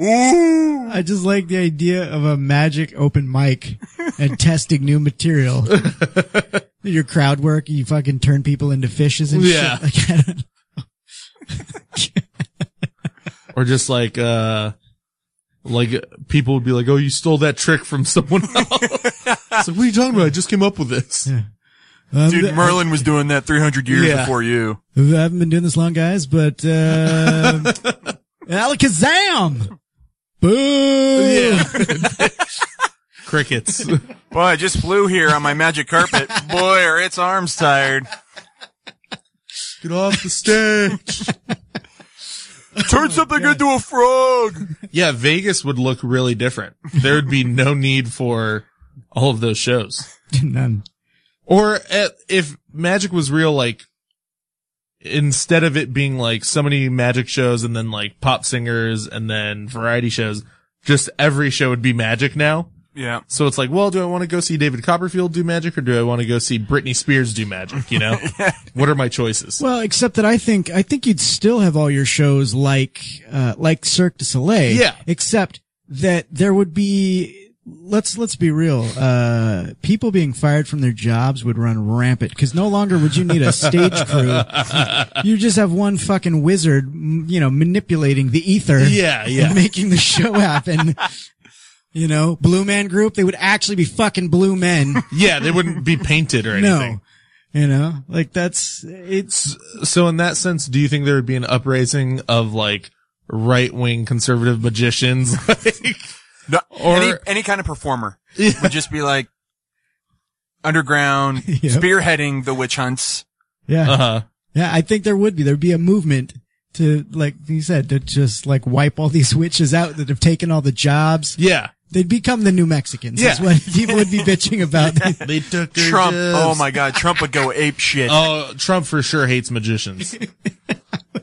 Speaker 7: I just like the idea of a magic open mic and testing new material. Your crowd work, you fucking turn people into fishes and
Speaker 8: Yeah.
Speaker 7: shit. Like, I don't-
Speaker 8: or just like, uh, like people would be like, oh, you stole that trick from someone else. it's like, what are you talking about? I just came up with this.
Speaker 7: Um,
Speaker 9: Dude,
Speaker 7: the-
Speaker 9: Merlin was doing that 300 years
Speaker 8: Yeah.
Speaker 9: before you.
Speaker 7: I haven't been doing this long, guys, but uh, Alakazam! Boo!
Speaker 8: Crickets.
Speaker 9: Boy, I just flew here on my magic carpet. Boy, are its arms tired.
Speaker 8: Get off the stage.
Speaker 9: Turn something into a frog.
Speaker 8: Yeah, Vegas would look really different. There would be no need for all of those shows.
Speaker 7: None.
Speaker 8: Or at, if magic was real, like instead of it being like so many magic shows and then like pop singers and then variety shows, just every show would be magic now.
Speaker 9: Yeah.
Speaker 8: So it's like, well, do I want to go see David Copperfield do magic or do I want to go see Britney Spears do magic? You know, what are my choices?
Speaker 7: Well, except that I think I think you'd still have all your shows like uh, like Cirque du Soleil.
Speaker 8: Yeah.
Speaker 7: Except that there would be let's let's be real. Uh, people being fired from their jobs would run rampant because no longer would you need a stage crew. You just have one fucking wizard, m- you know, manipulating the ether.
Speaker 8: Yeah, yeah.
Speaker 7: And making the show happen. you know, Blue Man Group. They would actually be fucking blue men.
Speaker 8: yeah, they wouldn't be painted or anything.
Speaker 7: no. You know, like that's it's
Speaker 8: So in that sense, do you think there would be an upraising of like right wing conservative magicians?
Speaker 9: No,
Speaker 8: Or-
Speaker 9: any, any kind of performer would just be like underground, spearheading the witch hunts.
Speaker 7: Yeah.
Speaker 8: Uh-huh.
Speaker 7: Yeah, I think there would be. There'd be a movement to, like you said, to just like wipe all these witches out that have taken all the jobs.
Speaker 8: Yeah.
Speaker 7: They'd become the new Mexicans. That's
Speaker 8: Yeah.
Speaker 7: what people would be bitching about.
Speaker 8: they took their
Speaker 9: Trump.
Speaker 8: jobs.
Speaker 9: Oh my God. Trump would go ape shit.
Speaker 8: Oh, Trump for sure hates magicians.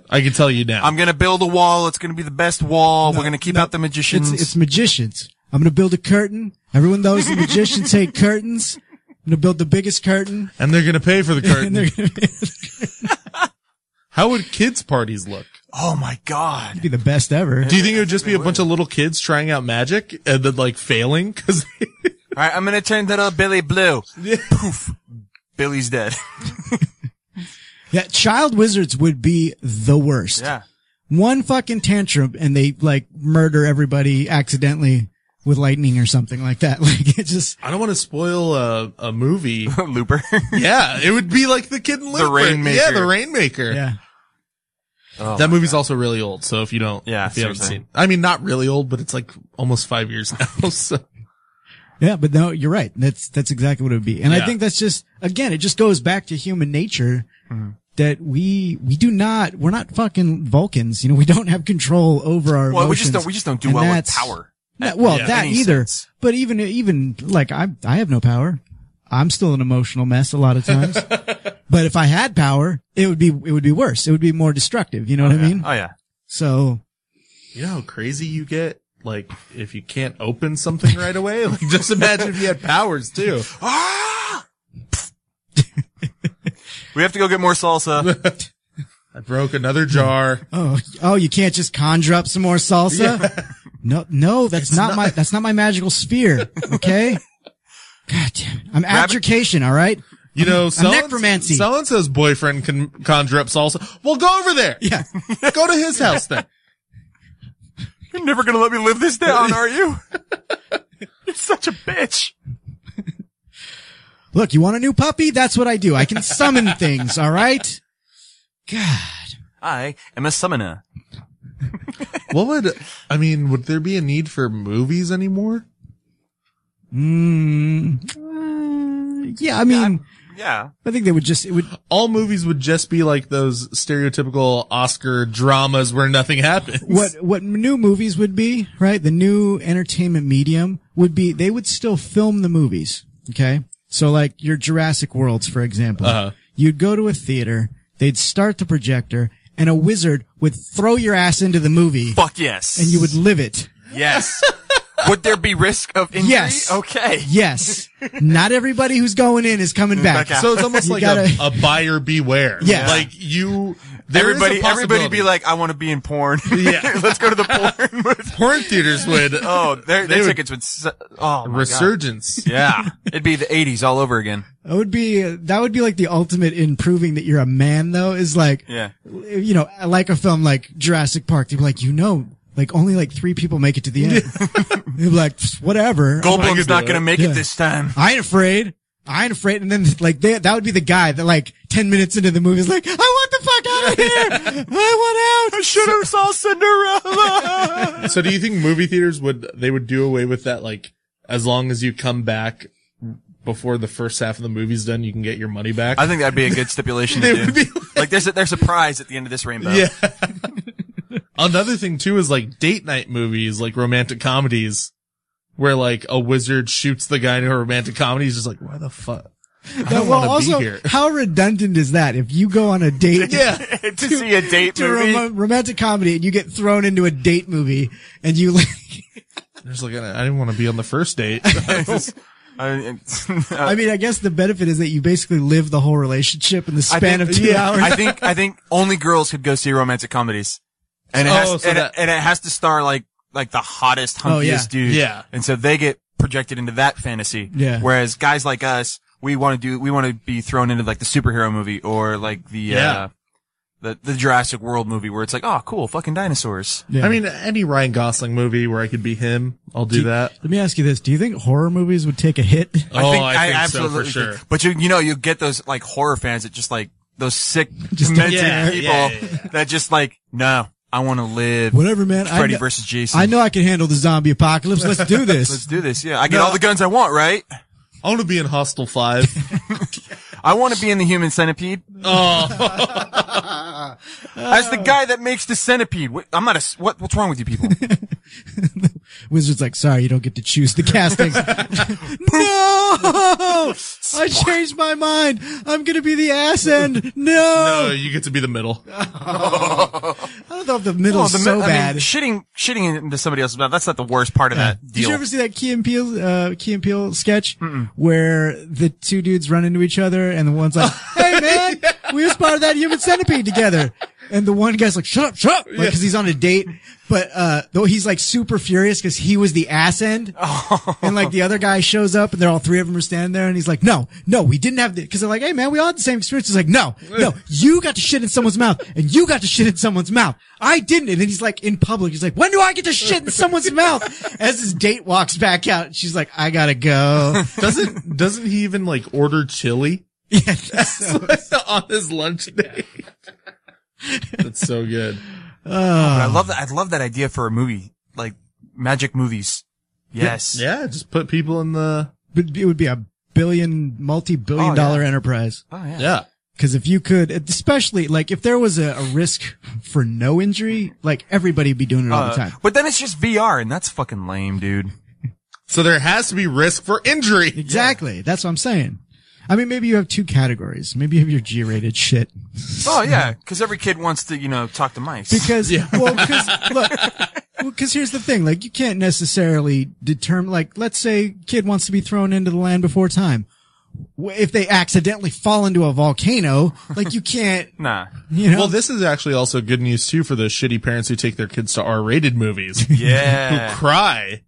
Speaker 8: I can tell you now.
Speaker 9: I'm going to build a wall. It's going to be the best wall. We're going to keep out the magicians.
Speaker 7: It's, it's magicians. I'm gonna build a curtain. Everyone knows the magicians hate curtains. I'm gonna build the biggest curtain.
Speaker 8: and they're going to pay for the
Speaker 7: And they're
Speaker 8: curtain.
Speaker 7: gonna
Speaker 8: How would kids' parties look?
Speaker 9: oh my God.
Speaker 7: be the best ever.
Speaker 8: Do you think it would just be a bunch of little kids trying out magic and then like failing? Cause
Speaker 9: All right. I'm going to turn that up Billy Blue. Poof. Billy's dead.
Speaker 7: Yeah, child wizards would be the worst.
Speaker 9: Yeah.
Speaker 7: One fucking tantrum and they like murder everybody accidentally with lightning or something like that. Like it just
Speaker 8: I don't want to spoil a, a movie.
Speaker 9: Looper.
Speaker 8: yeah. It would be like the kid in Looper.
Speaker 9: Rainmaker. Oh
Speaker 8: Yeah. The Rainmaker.
Speaker 7: Yeah.
Speaker 8: that movie's also really old. So if you don't,
Speaker 9: Yeah,
Speaker 8: if you haven't
Speaker 9: seriously.
Speaker 8: seen, I mean, not really old, but it's like almost five years now. So
Speaker 7: Yeah, but no, you're right. That's that's exactly what it would be. And I
Speaker 8: Yeah.
Speaker 7: think that's just again, it just goes back to human nature that we we do not we're not fucking Vulcans. You know, we don't have control over our
Speaker 9: Well, we
Speaker 7: emotions.
Speaker 9: just don't- we just don't do
Speaker 7: And
Speaker 9: well with
Speaker 7: that's-
Speaker 9: power.
Speaker 7: No, well,
Speaker 9: Yeah.
Speaker 7: that
Speaker 9: Any
Speaker 7: either. But even even like I I have no power. I'm still an emotional mess a lot of times. but if I had power, it would be it would be worse. It would be more destructive. You know what I mean?
Speaker 9: Oh yeah.
Speaker 7: So
Speaker 8: you know how crazy you get? Like, if you can't open something right away? Like, just imagine if you had powers too.
Speaker 9: Ah! We have to go get more salsa.
Speaker 8: I broke another jar.
Speaker 7: Oh, oh, you can't just conjure up some more salsa. No, no, that's not, my that's not my magical sphere. Okay. God damn it! I'm abjuration. All right.
Speaker 8: You know,
Speaker 7: I'm necromancy.
Speaker 8: So and so's boyfriend can conjure up salsa. Well, go over there.
Speaker 7: Yeah,
Speaker 8: go to his house then.
Speaker 9: You're never gonna let me live this down, are you? You're such a bitch.
Speaker 7: Look, you want a new puppy? That's what I do. I can summon things. All right.
Speaker 9: I am a summoner.
Speaker 8: what would I mean? Would there be a need for movies anymore?
Speaker 7: Mm, yeah, I mean,
Speaker 9: yeah.
Speaker 7: I think they would just it would
Speaker 8: all movies would just be like those stereotypical Oscar dramas where nothing happens.
Speaker 7: what what new movies would be right the new entertainment medium would be they would still film the movies okay so like your jurassic worlds for example
Speaker 8: Uh-huh.
Speaker 7: you'd go to a theater they'd start the projector and a wizard would throw your ass into the movie
Speaker 9: Fuck yes.
Speaker 7: and you would live it
Speaker 9: Yes. Would there be risk of injury?
Speaker 7: Yes.
Speaker 9: Okay.
Speaker 7: yes not everybody who's going in is coming back,
Speaker 8: So it's almost
Speaker 7: You
Speaker 8: like
Speaker 7: gotta-
Speaker 8: a, a buyer beware.
Speaker 7: Yeah.
Speaker 8: Like you, there is
Speaker 9: everybody, everybody
Speaker 8: a possibility.
Speaker 9: be like, I want to be in porn.
Speaker 8: Yeah.
Speaker 9: Let's go to the porn.
Speaker 8: porn theaters would.
Speaker 9: Oh, their,
Speaker 8: they
Speaker 9: their
Speaker 8: would-
Speaker 9: tickets would. s- Oh, my God.
Speaker 8: Resurgence.
Speaker 9: Yeah. It'd be the 80s all over again.
Speaker 7: That would be that would be like the ultimate in proving that you're a man though is like
Speaker 9: Yeah.
Speaker 7: you know like a film like Jurassic Park they'd be like you know like only like three people make it to the end they'd be like "Pfft, whatever
Speaker 9: Goldblum's
Speaker 7: I could do
Speaker 9: not gonna make it this time.
Speaker 7: I ain't afraid I ain't afraid and then like they, that would be the guy that like ten minutes into the movie is like I want the fuck out of here I want out I
Speaker 9: should have saw Cinderella
Speaker 8: so do you think movie theaters would they would do away with that like as long as you come back before the first half of the movie's done you can get your money back
Speaker 9: I think that'd be a good stipulation to do. like, there's a, there's a prize at the end of this rainbow.
Speaker 8: Yeah. another thing too is like date night movies like romantic comedies where like a wizard shoots the guy in a romantic comedy he's just like why the fuck I
Speaker 7: Now,
Speaker 8: don't
Speaker 7: well,
Speaker 8: want to
Speaker 7: also,
Speaker 8: be here
Speaker 7: how redundant is that if you go on a date
Speaker 8: Yeah.
Speaker 9: to see a date
Speaker 7: to a
Speaker 9: movie.
Speaker 7: rom- romantic comedy and you get thrown into a date movie and you like
Speaker 8: there's like I didn't want to be on the first date
Speaker 9: I,
Speaker 7: I mean, I guess the benefit is that you basically live the whole relationship in the
Speaker 9: I
Speaker 7: span
Speaker 9: think-
Speaker 7: of two
Speaker 9: yeah,
Speaker 7: hours.
Speaker 9: I think I think only girls could go see romantic comedies, and it
Speaker 8: Oh,
Speaker 9: has
Speaker 8: so
Speaker 9: and,
Speaker 8: that-
Speaker 9: it, and it has to star like like the hottest, hunkiest
Speaker 8: Oh, yeah.
Speaker 9: dude.
Speaker 8: Yeah.
Speaker 9: and so they get projected into that fantasy.
Speaker 8: Yeah.
Speaker 9: Whereas guys like us, we want to do we want to be thrown into like the superhero movie or like the
Speaker 8: Yeah.
Speaker 9: uh, the the Jurassic World movie where it's like oh cool fucking dinosaurs.
Speaker 8: I mean any Ryan Gosling movie where I could be him I'll do that
Speaker 7: Let me ask you this: Do you think horror movies would take a hit?
Speaker 9: Uh,
Speaker 8: Oh, I think so, for
Speaker 9: think-
Speaker 8: sure.
Speaker 9: But you, you know, you get those like horror fans that just like those sick,
Speaker 7: Just
Speaker 9: demented
Speaker 7: don't care.
Speaker 9: people
Speaker 7: Yeah,
Speaker 9: that just like, no, I want to live.
Speaker 7: Whatever, man. I
Speaker 9: Freddy
Speaker 7: kn-
Speaker 9: versus Jason.
Speaker 7: I know I can handle the zombie apocalypse. Let's do
Speaker 9: Let's
Speaker 7: this.
Speaker 9: do this. Yeah, I get
Speaker 7: No.
Speaker 9: all the guns I want, right?
Speaker 8: I want to be in Hostel Five.
Speaker 9: I want to be in the Human Centipede.
Speaker 8: Oh.
Speaker 9: As the guy that makes the centipede, Wh- I'm not a. s- What, what's wrong with you people?
Speaker 7: Wizard's like, sorry, you don't get to choose the casting. no, I changed my mind. I'm gonna be the ass end. No,
Speaker 8: no you get to be the middle
Speaker 7: I don't know if the middle's
Speaker 9: Well, the mi-
Speaker 7: so
Speaker 9: I mean,
Speaker 7: bad.
Speaker 9: shitting, shitting into somebody else's mouth. That's not the worst part of that
Speaker 7: Did
Speaker 9: deal.
Speaker 7: you ever see that Key and Peele, uh, Key and Peele sketch where the two dudes run into each other and the one's like, Hey man, we was part of that human centipede together. And the one guy's like, shut up, shut up. Like, cause he's on a date. But, uh, though he's like super furious cause he was the ass end. And like the other guy shows up and they're all three of them are standing there and he's like, no, no, we didn't have the, cause they're like, Hey man, we all had the same experience. He's like, no, no, you got to shit in someone's mouth and you got to shit in someone's mouth. I didn't. And then he's like in public. He's like, when do I get to shit in someone's mouth? As his date walks back out, and she's like, I gotta go.
Speaker 8: doesn't doesn't he even like order chili on his lunch day? That's so good.
Speaker 9: Oh, But
Speaker 7: Ah.
Speaker 9: I love that. I love that idea for a movie, like magic movies. Yes.
Speaker 8: Yeah, just put people in the
Speaker 7: But it would be a billion, multi-billion
Speaker 8: Oh,
Speaker 7: dollar
Speaker 8: yeah.
Speaker 7: enterprise.
Speaker 9: Oh yeah.
Speaker 8: Yeah.
Speaker 7: Cause if you could, especially like if there was a, a risk for no injury, like everybody would be doing it all the
Speaker 9: Uh,
Speaker 7: time.
Speaker 9: But then it's just VR, and that's fucking lame, dude.
Speaker 8: So there has to be risk for injury.
Speaker 7: Exactly. That's what I'm saying. I mean, maybe you have two categories. Maybe you have your G-rated shit.
Speaker 9: Oh yeah, because every kid wants to, you know, talk to mice.
Speaker 7: Because, well, because, look, because here's the thing: like, you can't necessarily determine. Like, let's say kid wants to be thrown into the land before time. W- If they accidentally fall into a volcano, like you can't.
Speaker 9: Nah.
Speaker 7: You know?
Speaker 8: Well, this is actually also good news too for those shitty parents who take their kids to R-rated movies.
Speaker 9: Yeah.
Speaker 8: who cry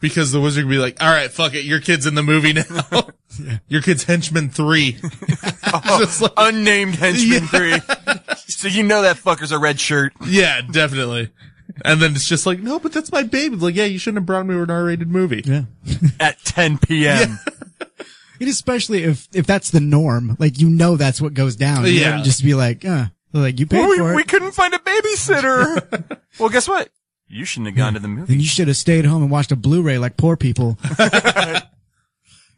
Speaker 8: because the wizard can be like, "All right, fuck it, your kid's in the movie now. Your kid's henchman three.
Speaker 9: Oh, Unnamed henchman three. So you know that fucker's a red shirt.
Speaker 8: Yeah, definitely. And then it's just like, no, but that's my baby. Like, yeah, you shouldn't have brought me to an R-rated movie.
Speaker 7: Yeah.
Speaker 9: At 10 p.m.
Speaker 7: It especially if if that's the norm, like you know that's what goes down. You
Speaker 9: Yeah.
Speaker 7: wouldn't just be like, uh, like you paid
Speaker 9: we,
Speaker 7: for it.
Speaker 9: we couldn't find a babysitter. well, guess what? You shouldn't have gone to the movie.
Speaker 7: Then you should have stayed home and watched a Blu-ray like poor people.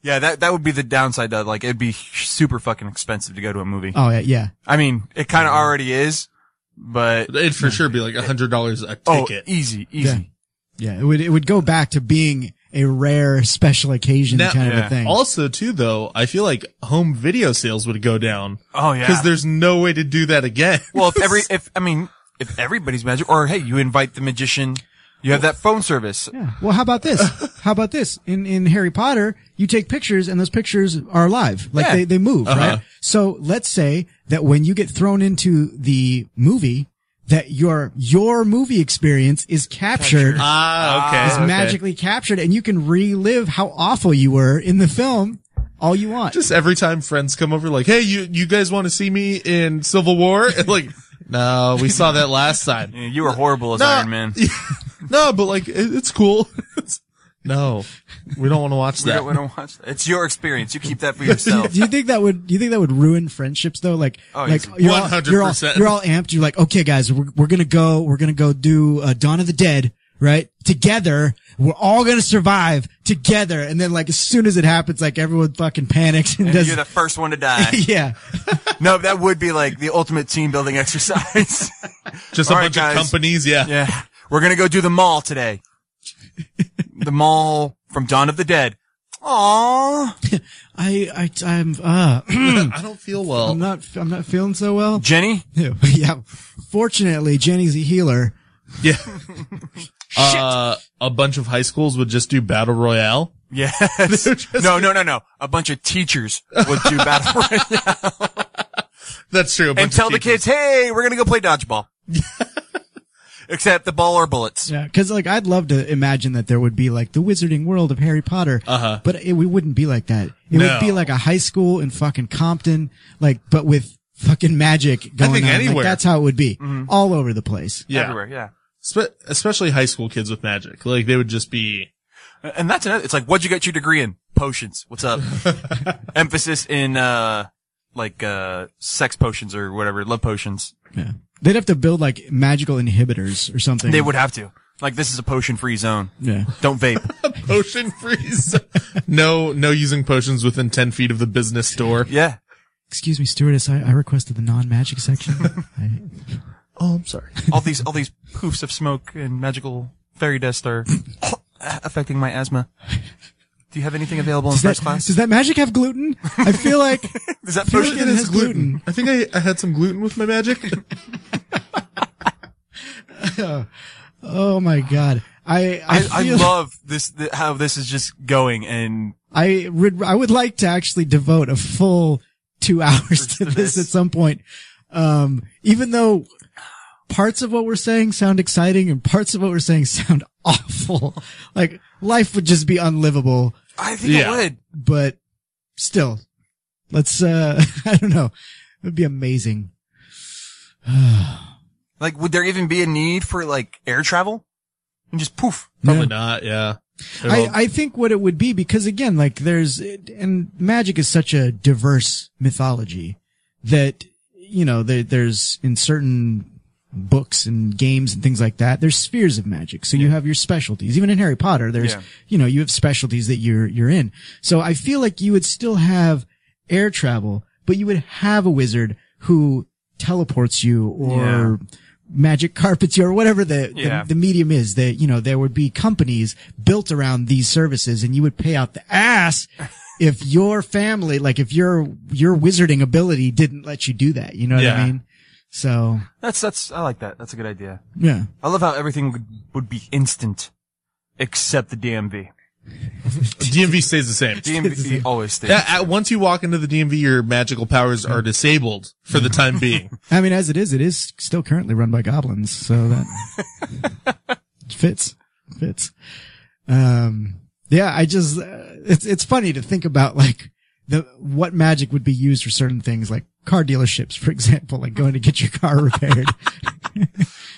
Speaker 9: Yeah, that that would be the downside. To, like, it'd be super fucking expensive to go to a movie.
Speaker 7: Oh, yeah, yeah.
Speaker 9: I mean, it kind of already is, but
Speaker 8: it'd for sure be like a hundred dollars a ticket.
Speaker 9: Oh, easy,
Speaker 7: yeah.
Speaker 9: easy.
Speaker 7: yeah, it would it would go back to being a rare special occasion
Speaker 8: Now-
Speaker 7: kind of a thing.
Speaker 8: Also, too, though, I feel like home video sales would go down.
Speaker 9: Oh, yeah.
Speaker 8: Because there's no way to do that again.
Speaker 9: Well, if every if I mean if everybody's magic, or hey, you invite the magician, you have that phone service.
Speaker 7: Yeah. Well, how about this? How about this? In in Harry Potter, you take pictures and those pictures are live. Like
Speaker 9: Yeah.
Speaker 7: they, they move,
Speaker 9: Uh-huh.
Speaker 7: right? So let's say that when you get thrown into the movie, that your your movie experience is captured.
Speaker 8: Ah, okay,
Speaker 7: Is
Speaker 8: okay.
Speaker 7: magically captured and you can relive how awful you were in the film all you want.
Speaker 8: Just every time friends come over, like, hey, you, you guys want to see me in Civil War? And like, no, we saw that last time.
Speaker 9: you were horrible as
Speaker 8: No.
Speaker 9: Iron Man.
Speaker 8: no, but like, it, it's cool. no, we don't want to watch
Speaker 9: We
Speaker 8: that.
Speaker 9: don't want to watch that. It's your experience. You keep that for yourself.
Speaker 7: Do you think that would? Do you think that would ruin friendships though? Like,
Speaker 9: Oh,
Speaker 7: like
Speaker 9: easy.
Speaker 7: you're all- you're all
Speaker 9: 100%.
Speaker 7: you're all amped. You're like, okay, guys, we're we're gonna go. We're gonna go do uh, Dawn of the Dead, right? Together, we're all gonna survive together. And then, like, as soon as it happens, like everyone fucking panics and,
Speaker 9: And
Speaker 7: does.
Speaker 9: you're the first one to die.
Speaker 7: yeah,
Speaker 9: No, that would be like the ultimate team building exercise.
Speaker 8: Just a bunch of companies, yeah.
Speaker 9: Yeah. We're gonna go do the mall today. the mall from Dawn of the Dead. Aww.
Speaker 7: I I I'm uh. I
Speaker 8: don't feel well.
Speaker 7: I'm not I'm not feeling so well.
Speaker 9: Jenny.
Speaker 7: Yeah. yeah. Fortunately, Jenny's a healer.
Speaker 8: Yeah. Uh, a bunch of high schools would just do battle royale.
Speaker 9: Yeah. no, no, no, no. A bunch of teachers would do battle royale.
Speaker 8: That's true.
Speaker 9: And
Speaker 8: bunch of
Speaker 9: tell the kids, hey, we're gonna go play dodgeball. Except the ball or bullets.
Speaker 7: Yeah, because like I'd love to imagine that there would be like the Wizarding World of Harry Potter,
Speaker 9: Uh-huh.
Speaker 7: but it, we wouldn't be like that. It
Speaker 8: No.
Speaker 7: would be like a high school in fucking Compton, like but with fucking magic going
Speaker 8: think
Speaker 7: on. Like,
Speaker 8: anywhere.
Speaker 7: that's how it would be,
Speaker 9: Mm-hmm.
Speaker 8: Mhm.
Speaker 7: all over the place.
Speaker 8: Yeah.
Speaker 9: Everywhere, yeah.
Speaker 8: Spe- especially high school kids with magic. Like they would just be.
Speaker 9: And that's another, it's like, what'd you get your degree in? Potions. What's up? Emphasis in, uh, like, uh, sex potions or whatever, love potions.
Speaker 7: Yeah. They'd have to build like magical inhibitors or something.
Speaker 9: They would have to. Like, this is a potion free zone.
Speaker 7: Yeah.
Speaker 9: Don't vape.
Speaker 8: Potion freeze. no, no using potions within 10 feet of the business store.
Speaker 9: Yeah.
Speaker 7: Excuse me, stewardess. I, I requested the non-magic section. I-
Speaker 8: Oh, I'm sorry.
Speaker 9: all these, all these poofs of smoke and magical fairy dust are affecting my asthma. Do you have anything available in
Speaker 7: does,
Speaker 9: first
Speaker 7: that,
Speaker 9: class?
Speaker 7: does that magic have gluten? I feel like
Speaker 9: Does that
Speaker 7: I feel like
Speaker 9: potion
Speaker 7: it has gluten?
Speaker 8: I think I, I had some gluten with my magic.
Speaker 7: oh my god. I I,
Speaker 9: I, I
Speaker 7: feel-
Speaker 9: love this, th- how this is just going and
Speaker 7: I would I would like to actually devote a full two hours to this at some point. Um, even though parts of what we're saying sound exciting and parts of what we're saying sound awful, like life would just be unlivable.
Speaker 9: I think it Yeah. would.
Speaker 7: but still, let's. uh I don't know. It would be amazing.
Speaker 9: like, would there even be a need for like air travel? And just poof.
Speaker 8: Probably not. Yeah.
Speaker 7: I, I think what it would be because again, like there's and magic is such a diverse mythology that you know there, there's in certain books and games and things like that there's spheres of magic so you have your specialties even in harry potter there's
Speaker 3: Yeah.
Speaker 7: you know you have specialties that you're you're in so i feel like you would still have air travel but you would have a wizard who teleports you or
Speaker 9: Yeah.
Speaker 7: magic carpets you or whatever the,
Speaker 9: Yeah.
Speaker 7: the the medium is that you know there would be companies built around these services and you would pay out the ass if your family like if your your wizarding ability didn't let you do that you know what
Speaker 8: Yeah.
Speaker 7: i mean So
Speaker 9: That's that's I like that. That's a good idea.
Speaker 7: Yeah.
Speaker 9: I love how everything would, would be instant, except the DMV.
Speaker 8: DMV stays the same.
Speaker 9: DMV always stays.
Speaker 8: Yeah, at, once you walk into the DMV, your magical powers are disabled for the time being.
Speaker 7: I mean, as it is, it is still currently run by goblins, so that it fits, fits. Um, yeah, I just, uh, it's, it's funny to think about like the, what magic would be used for certain things, like car dealerships, for example, like going to get your car repaired.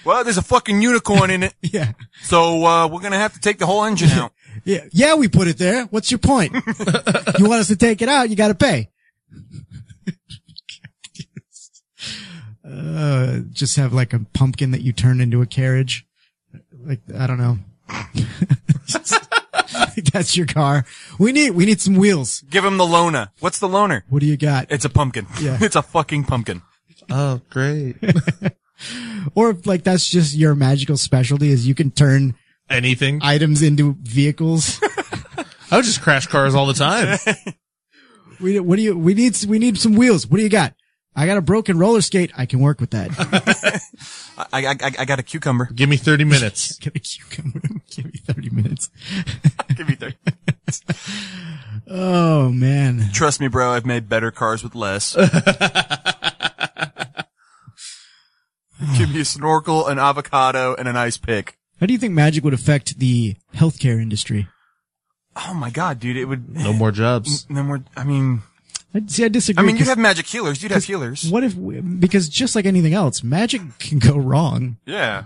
Speaker 9: Well, there's a fucking unicorn in it.
Speaker 7: yeah.
Speaker 9: So uh, we're gonna have to take the whole engine out.
Speaker 7: yeah. Yeah, we put it there. What's your point? you want us to take it out? You got to pay. uh, just have like a pumpkin that you turn into a carriage. Like, I don't know. That's your car. We need, we need some wheels.
Speaker 9: Give him the loner. What's the loner?
Speaker 7: What do you got?
Speaker 9: It's a pumpkin.
Speaker 7: Yeah.
Speaker 9: it's a fucking pumpkin.
Speaker 8: Oh, great.
Speaker 7: Or if, like that's just your magical specialty is you can turn
Speaker 8: Anything.
Speaker 7: items into vehicles.
Speaker 8: I would just crash cars all the time.
Speaker 7: we what do you we need we need some wheels. What do you got? I got a broken roller skate. I can work with that.
Speaker 9: I, I, I, I got a cucumber.
Speaker 8: Give me 30 minutes.
Speaker 7: Give me cucumber. Give me 30 minutes.
Speaker 9: Give me 30.
Speaker 7: oh man.
Speaker 9: Trust me, bro. I've made better cars with less. Give me a snorkel, an avocado, and an ice pick.
Speaker 7: How do you think magic would affect the healthcare industry?
Speaker 9: Oh my god, dude! It would
Speaker 8: no more jobs.
Speaker 9: No more. I mean,
Speaker 7: I, see, I disagree.
Speaker 9: I mean, you'd
Speaker 7: 'cause-
Speaker 9: have magic healers. You'd have
Speaker 7: 'cause
Speaker 9: healers.
Speaker 7: What if we- because just like anything else, magic can go wrong.
Speaker 9: Yeah.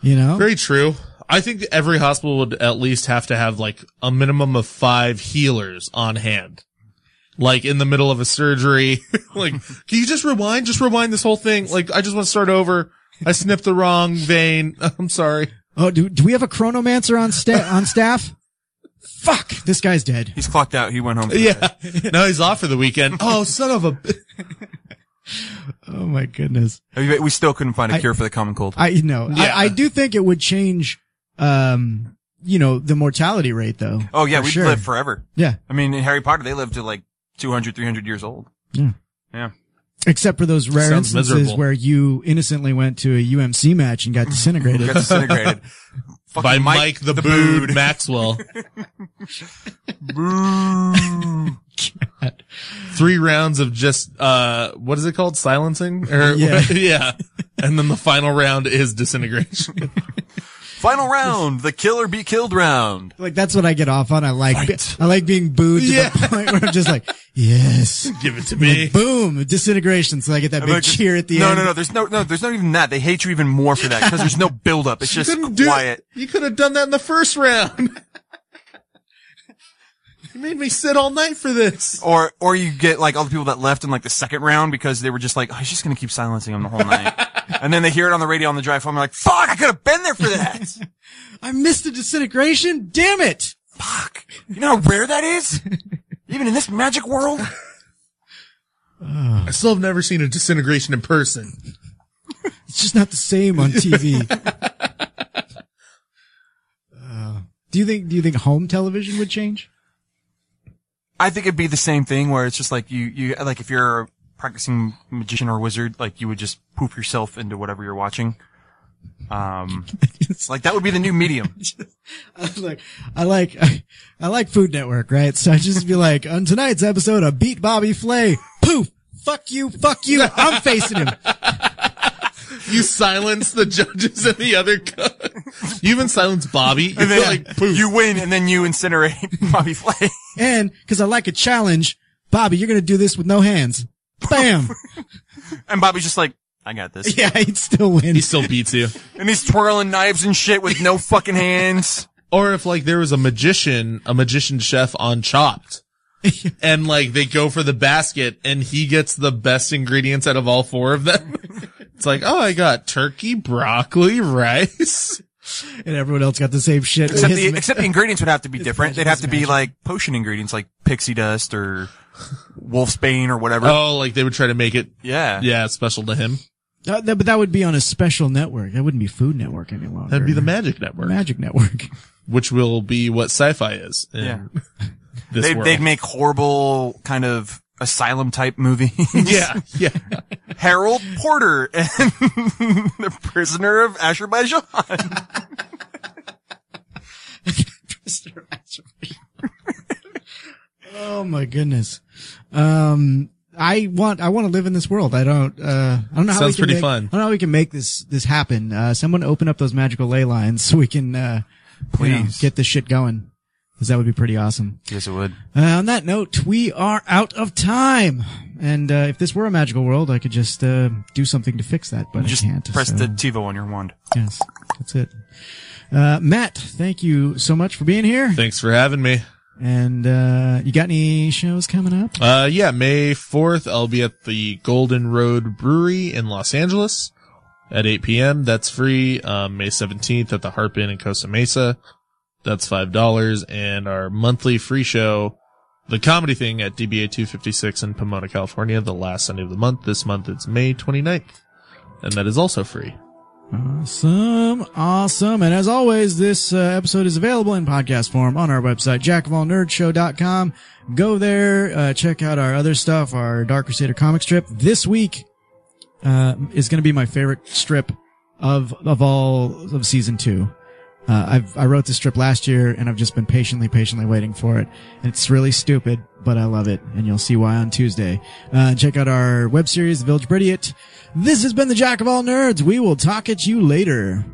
Speaker 7: You know.
Speaker 8: Very true. I think that every hospital would at least have to have like a minimum of five healers on hand. Like in the middle of a surgery. like, can you just rewind? Just rewind this whole thing. Like, I just want to start over. I snipped the wrong vein. I'm sorry.
Speaker 7: Oh, do do we have a chronomancer on sta- on staff? Fuck, this guy's dead.
Speaker 9: He's clocked out. He went home.
Speaker 8: Yeah. No, he's off for the weekend. Oh, son of a.
Speaker 7: Oh my goodness.
Speaker 9: We we still couldn't find a
Speaker 7: I-
Speaker 9: cure for the common cold.
Speaker 7: I no, I, I do think it would change, um, you know, the mortality rate though.
Speaker 9: oh yeah,
Speaker 7: for
Speaker 9: we'd
Speaker 7: sure.
Speaker 9: live forever.
Speaker 7: Yeah.
Speaker 9: I mean, in Harry Potter, they lived to like 200, 300 years old.
Speaker 7: Yeah.
Speaker 9: Yeah.
Speaker 7: Except for those rare
Speaker 9: Sounds
Speaker 7: instances
Speaker 9: miserable.
Speaker 7: where you innocently went to a UMC match and got disintegrated.
Speaker 9: Got disintegrated. Fucking
Speaker 8: By Mike, the, Bood, Maxwell. Three rounds of just, uh, what is it called? Silencing? Or,
Speaker 9: Yeah.
Speaker 8: yeah. And then the final round is disintegration.
Speaker 9: Final round, the kill or be killed round.
Speaker 7: Like that's what I get off on. I like I like being booed to
Speaker 9: Yeah.
Speaker 7: the point where I'm just like, yes,
Speaker 8: give it to
Speaker 9: me.
Speaker 7: boom, disintegration. So I get that
Speaker 9: And they're
Speaker 7: big
Speaker 9: just-
Speaker 7: cheer at the
Speaker 9: no,
Speaker 7: end.
Speaker 9: No, no, There's no, no, there's not even that. They hate you even more for that because there's no build up. It's
Speaker 8: You
Speaker 9: just
Speaker 8: couldn't do-
Speaker 9: quiet.
Speaker 8: you could have done that in the first round. you made me sit all night for this.
Speaker 9: Or, or you get like all the people that left in like the second round because they were just like, oh, he's just gonna keep silencing them the whole night. and then they hear it on the radio on the drive home. They're like, fuck, I could have been there for that.
Speaker 7: I missed the disintegration. Damn it!
Speaker 9: You know how rare that is? Even in this magic world?
Speaker 8: I still have never seen a disintegration in person.
Speaker 7: It's just not the same on TV. Uh, do you think? Do you think home television would change?
Speaker 9: I think it'd be the same thing where it's just like you, you, like if you're a practicing magician or wizard, like you would just poof yourself into whatever you're watching. Um, like that would be the new medium.
Speaker 7: like, I like, I, like Food Network, right? So I just be like, on tonight's episode of Beat Bobby Flay, poof, fuck you, fuck you, I'm facing him.
Speaker 8: You silence the judges and the other co- You even silence Bobby. You're
Speaker 9: And then
Speaker 8: like,
Speaker 9: you win and then you incinerate Bobby Flay.
Speaker 7: And because I like a challenge, Bobby, you're gonna do this with no hands. Bam.
Speaker 9: And Bobby's just like, I got this.
Speaker 7: yeah, he'd still win.
Speaker 8: He still beats you.
Speaker 9: And he's twirling knives and shit with no fucking hands.
Speaker 8: Or if like there was a magician, a magician chef on Chopped. and like they go for the basket and he gets the best ingredients out of all four of them. it's like, oh, I got turkey, broccoli, rice.
Speaker 7: and everyone else got the same shit.
Speaker 9: Except
Speaker 7: His
Speaker 9: the,
Speaker 7: ma-
Speaker 9: except the ingredients would have to be different. They'd have to be
Speaker 7: magic.
Speaker 9: like potion ingredients like pixie dust or wolf's bane or whatever.
Speaker 8: Oh, like they would try to make it.
Speaker 9: Yeah.
Speaker 8: Yeah, special to him.
Speaker 7: Uh, that- but that would be on a special network. That wouldn't be Food Network any longer.
Speaker 8: That'd be the Magic Network.
Speaker 7: Magic Network.
Speaker 8: Which will be what sci-fi is. In
Speaker 9: Yeah.
Speaker 8: This
Speaker 9: they'd,
Speaker 8: world.
Speaker 9: they'd make horrible kind of asylum type movie. yeah, yeah. Harold Porter and the prisoner of Azerbaijan.
Speaker 7: Oh my goodness. Um, I want, I want to live in this world. I don't, uh, I don't know how
Speaker 8: Sounds
Speaker 7: we can
Speaker 8: pretty
Speaker 7: make,
Speaker 8: fun.
Speaker 7: I don't know how we can make this, this happen. Uh, someone open up those magical ley lines so we can, uh, you know,
Speaker 9: Please.
Speaker 7: get this shit going. Cause that would be pretty awesome.
Speaker 9: yes, it would.
Speaker 7: Uh, on that note, we are out of time. And, uh, if this were a magical world, I could just, uh, do something to fix that, but
Speaker 9: Just
Speaker 7: I can't.
Speaker 9: press
Speaker 7: so-
Speaker 9: the TiVo on your wand.
Speaker 7: Yes, that's it. Uh, Matt, thank you so much for being here.
Speaker 8: Thanks for having me.
Speaker 7: And, uh, you got any shows coming up?
Speaker 8: Uh, yeah, May 4th, I'll be at the Golden Road Brewery in Los Angeles at 8 p.m. That's free. Um, May 17th at the Harp Inn in Costa Mesa. That's $5. And our monthly free show, The Comedy Thing at DBA 256 in Pomona, California, the last Sunday of the month. This month it's May 29th. And that is also free.
Speaker 7: Awesome. Awesome. And as always, this uh, episode is available in podcast form on our website, jackofallnerdshow.com. Go there, uh, check out our other stuff, our Dark Crusader comic strip. This week, uh, is going to be my favorite strip of, of all of season two. Uh, I've, I wrote this strip last year and I've just been patiently, patiently waiting for it. It's really stupid, but I love it and you'll see why on Tuesday. Uh, check out our web series, The Village Bridget. This has been the Jack of All Nerds. We will talk at you later.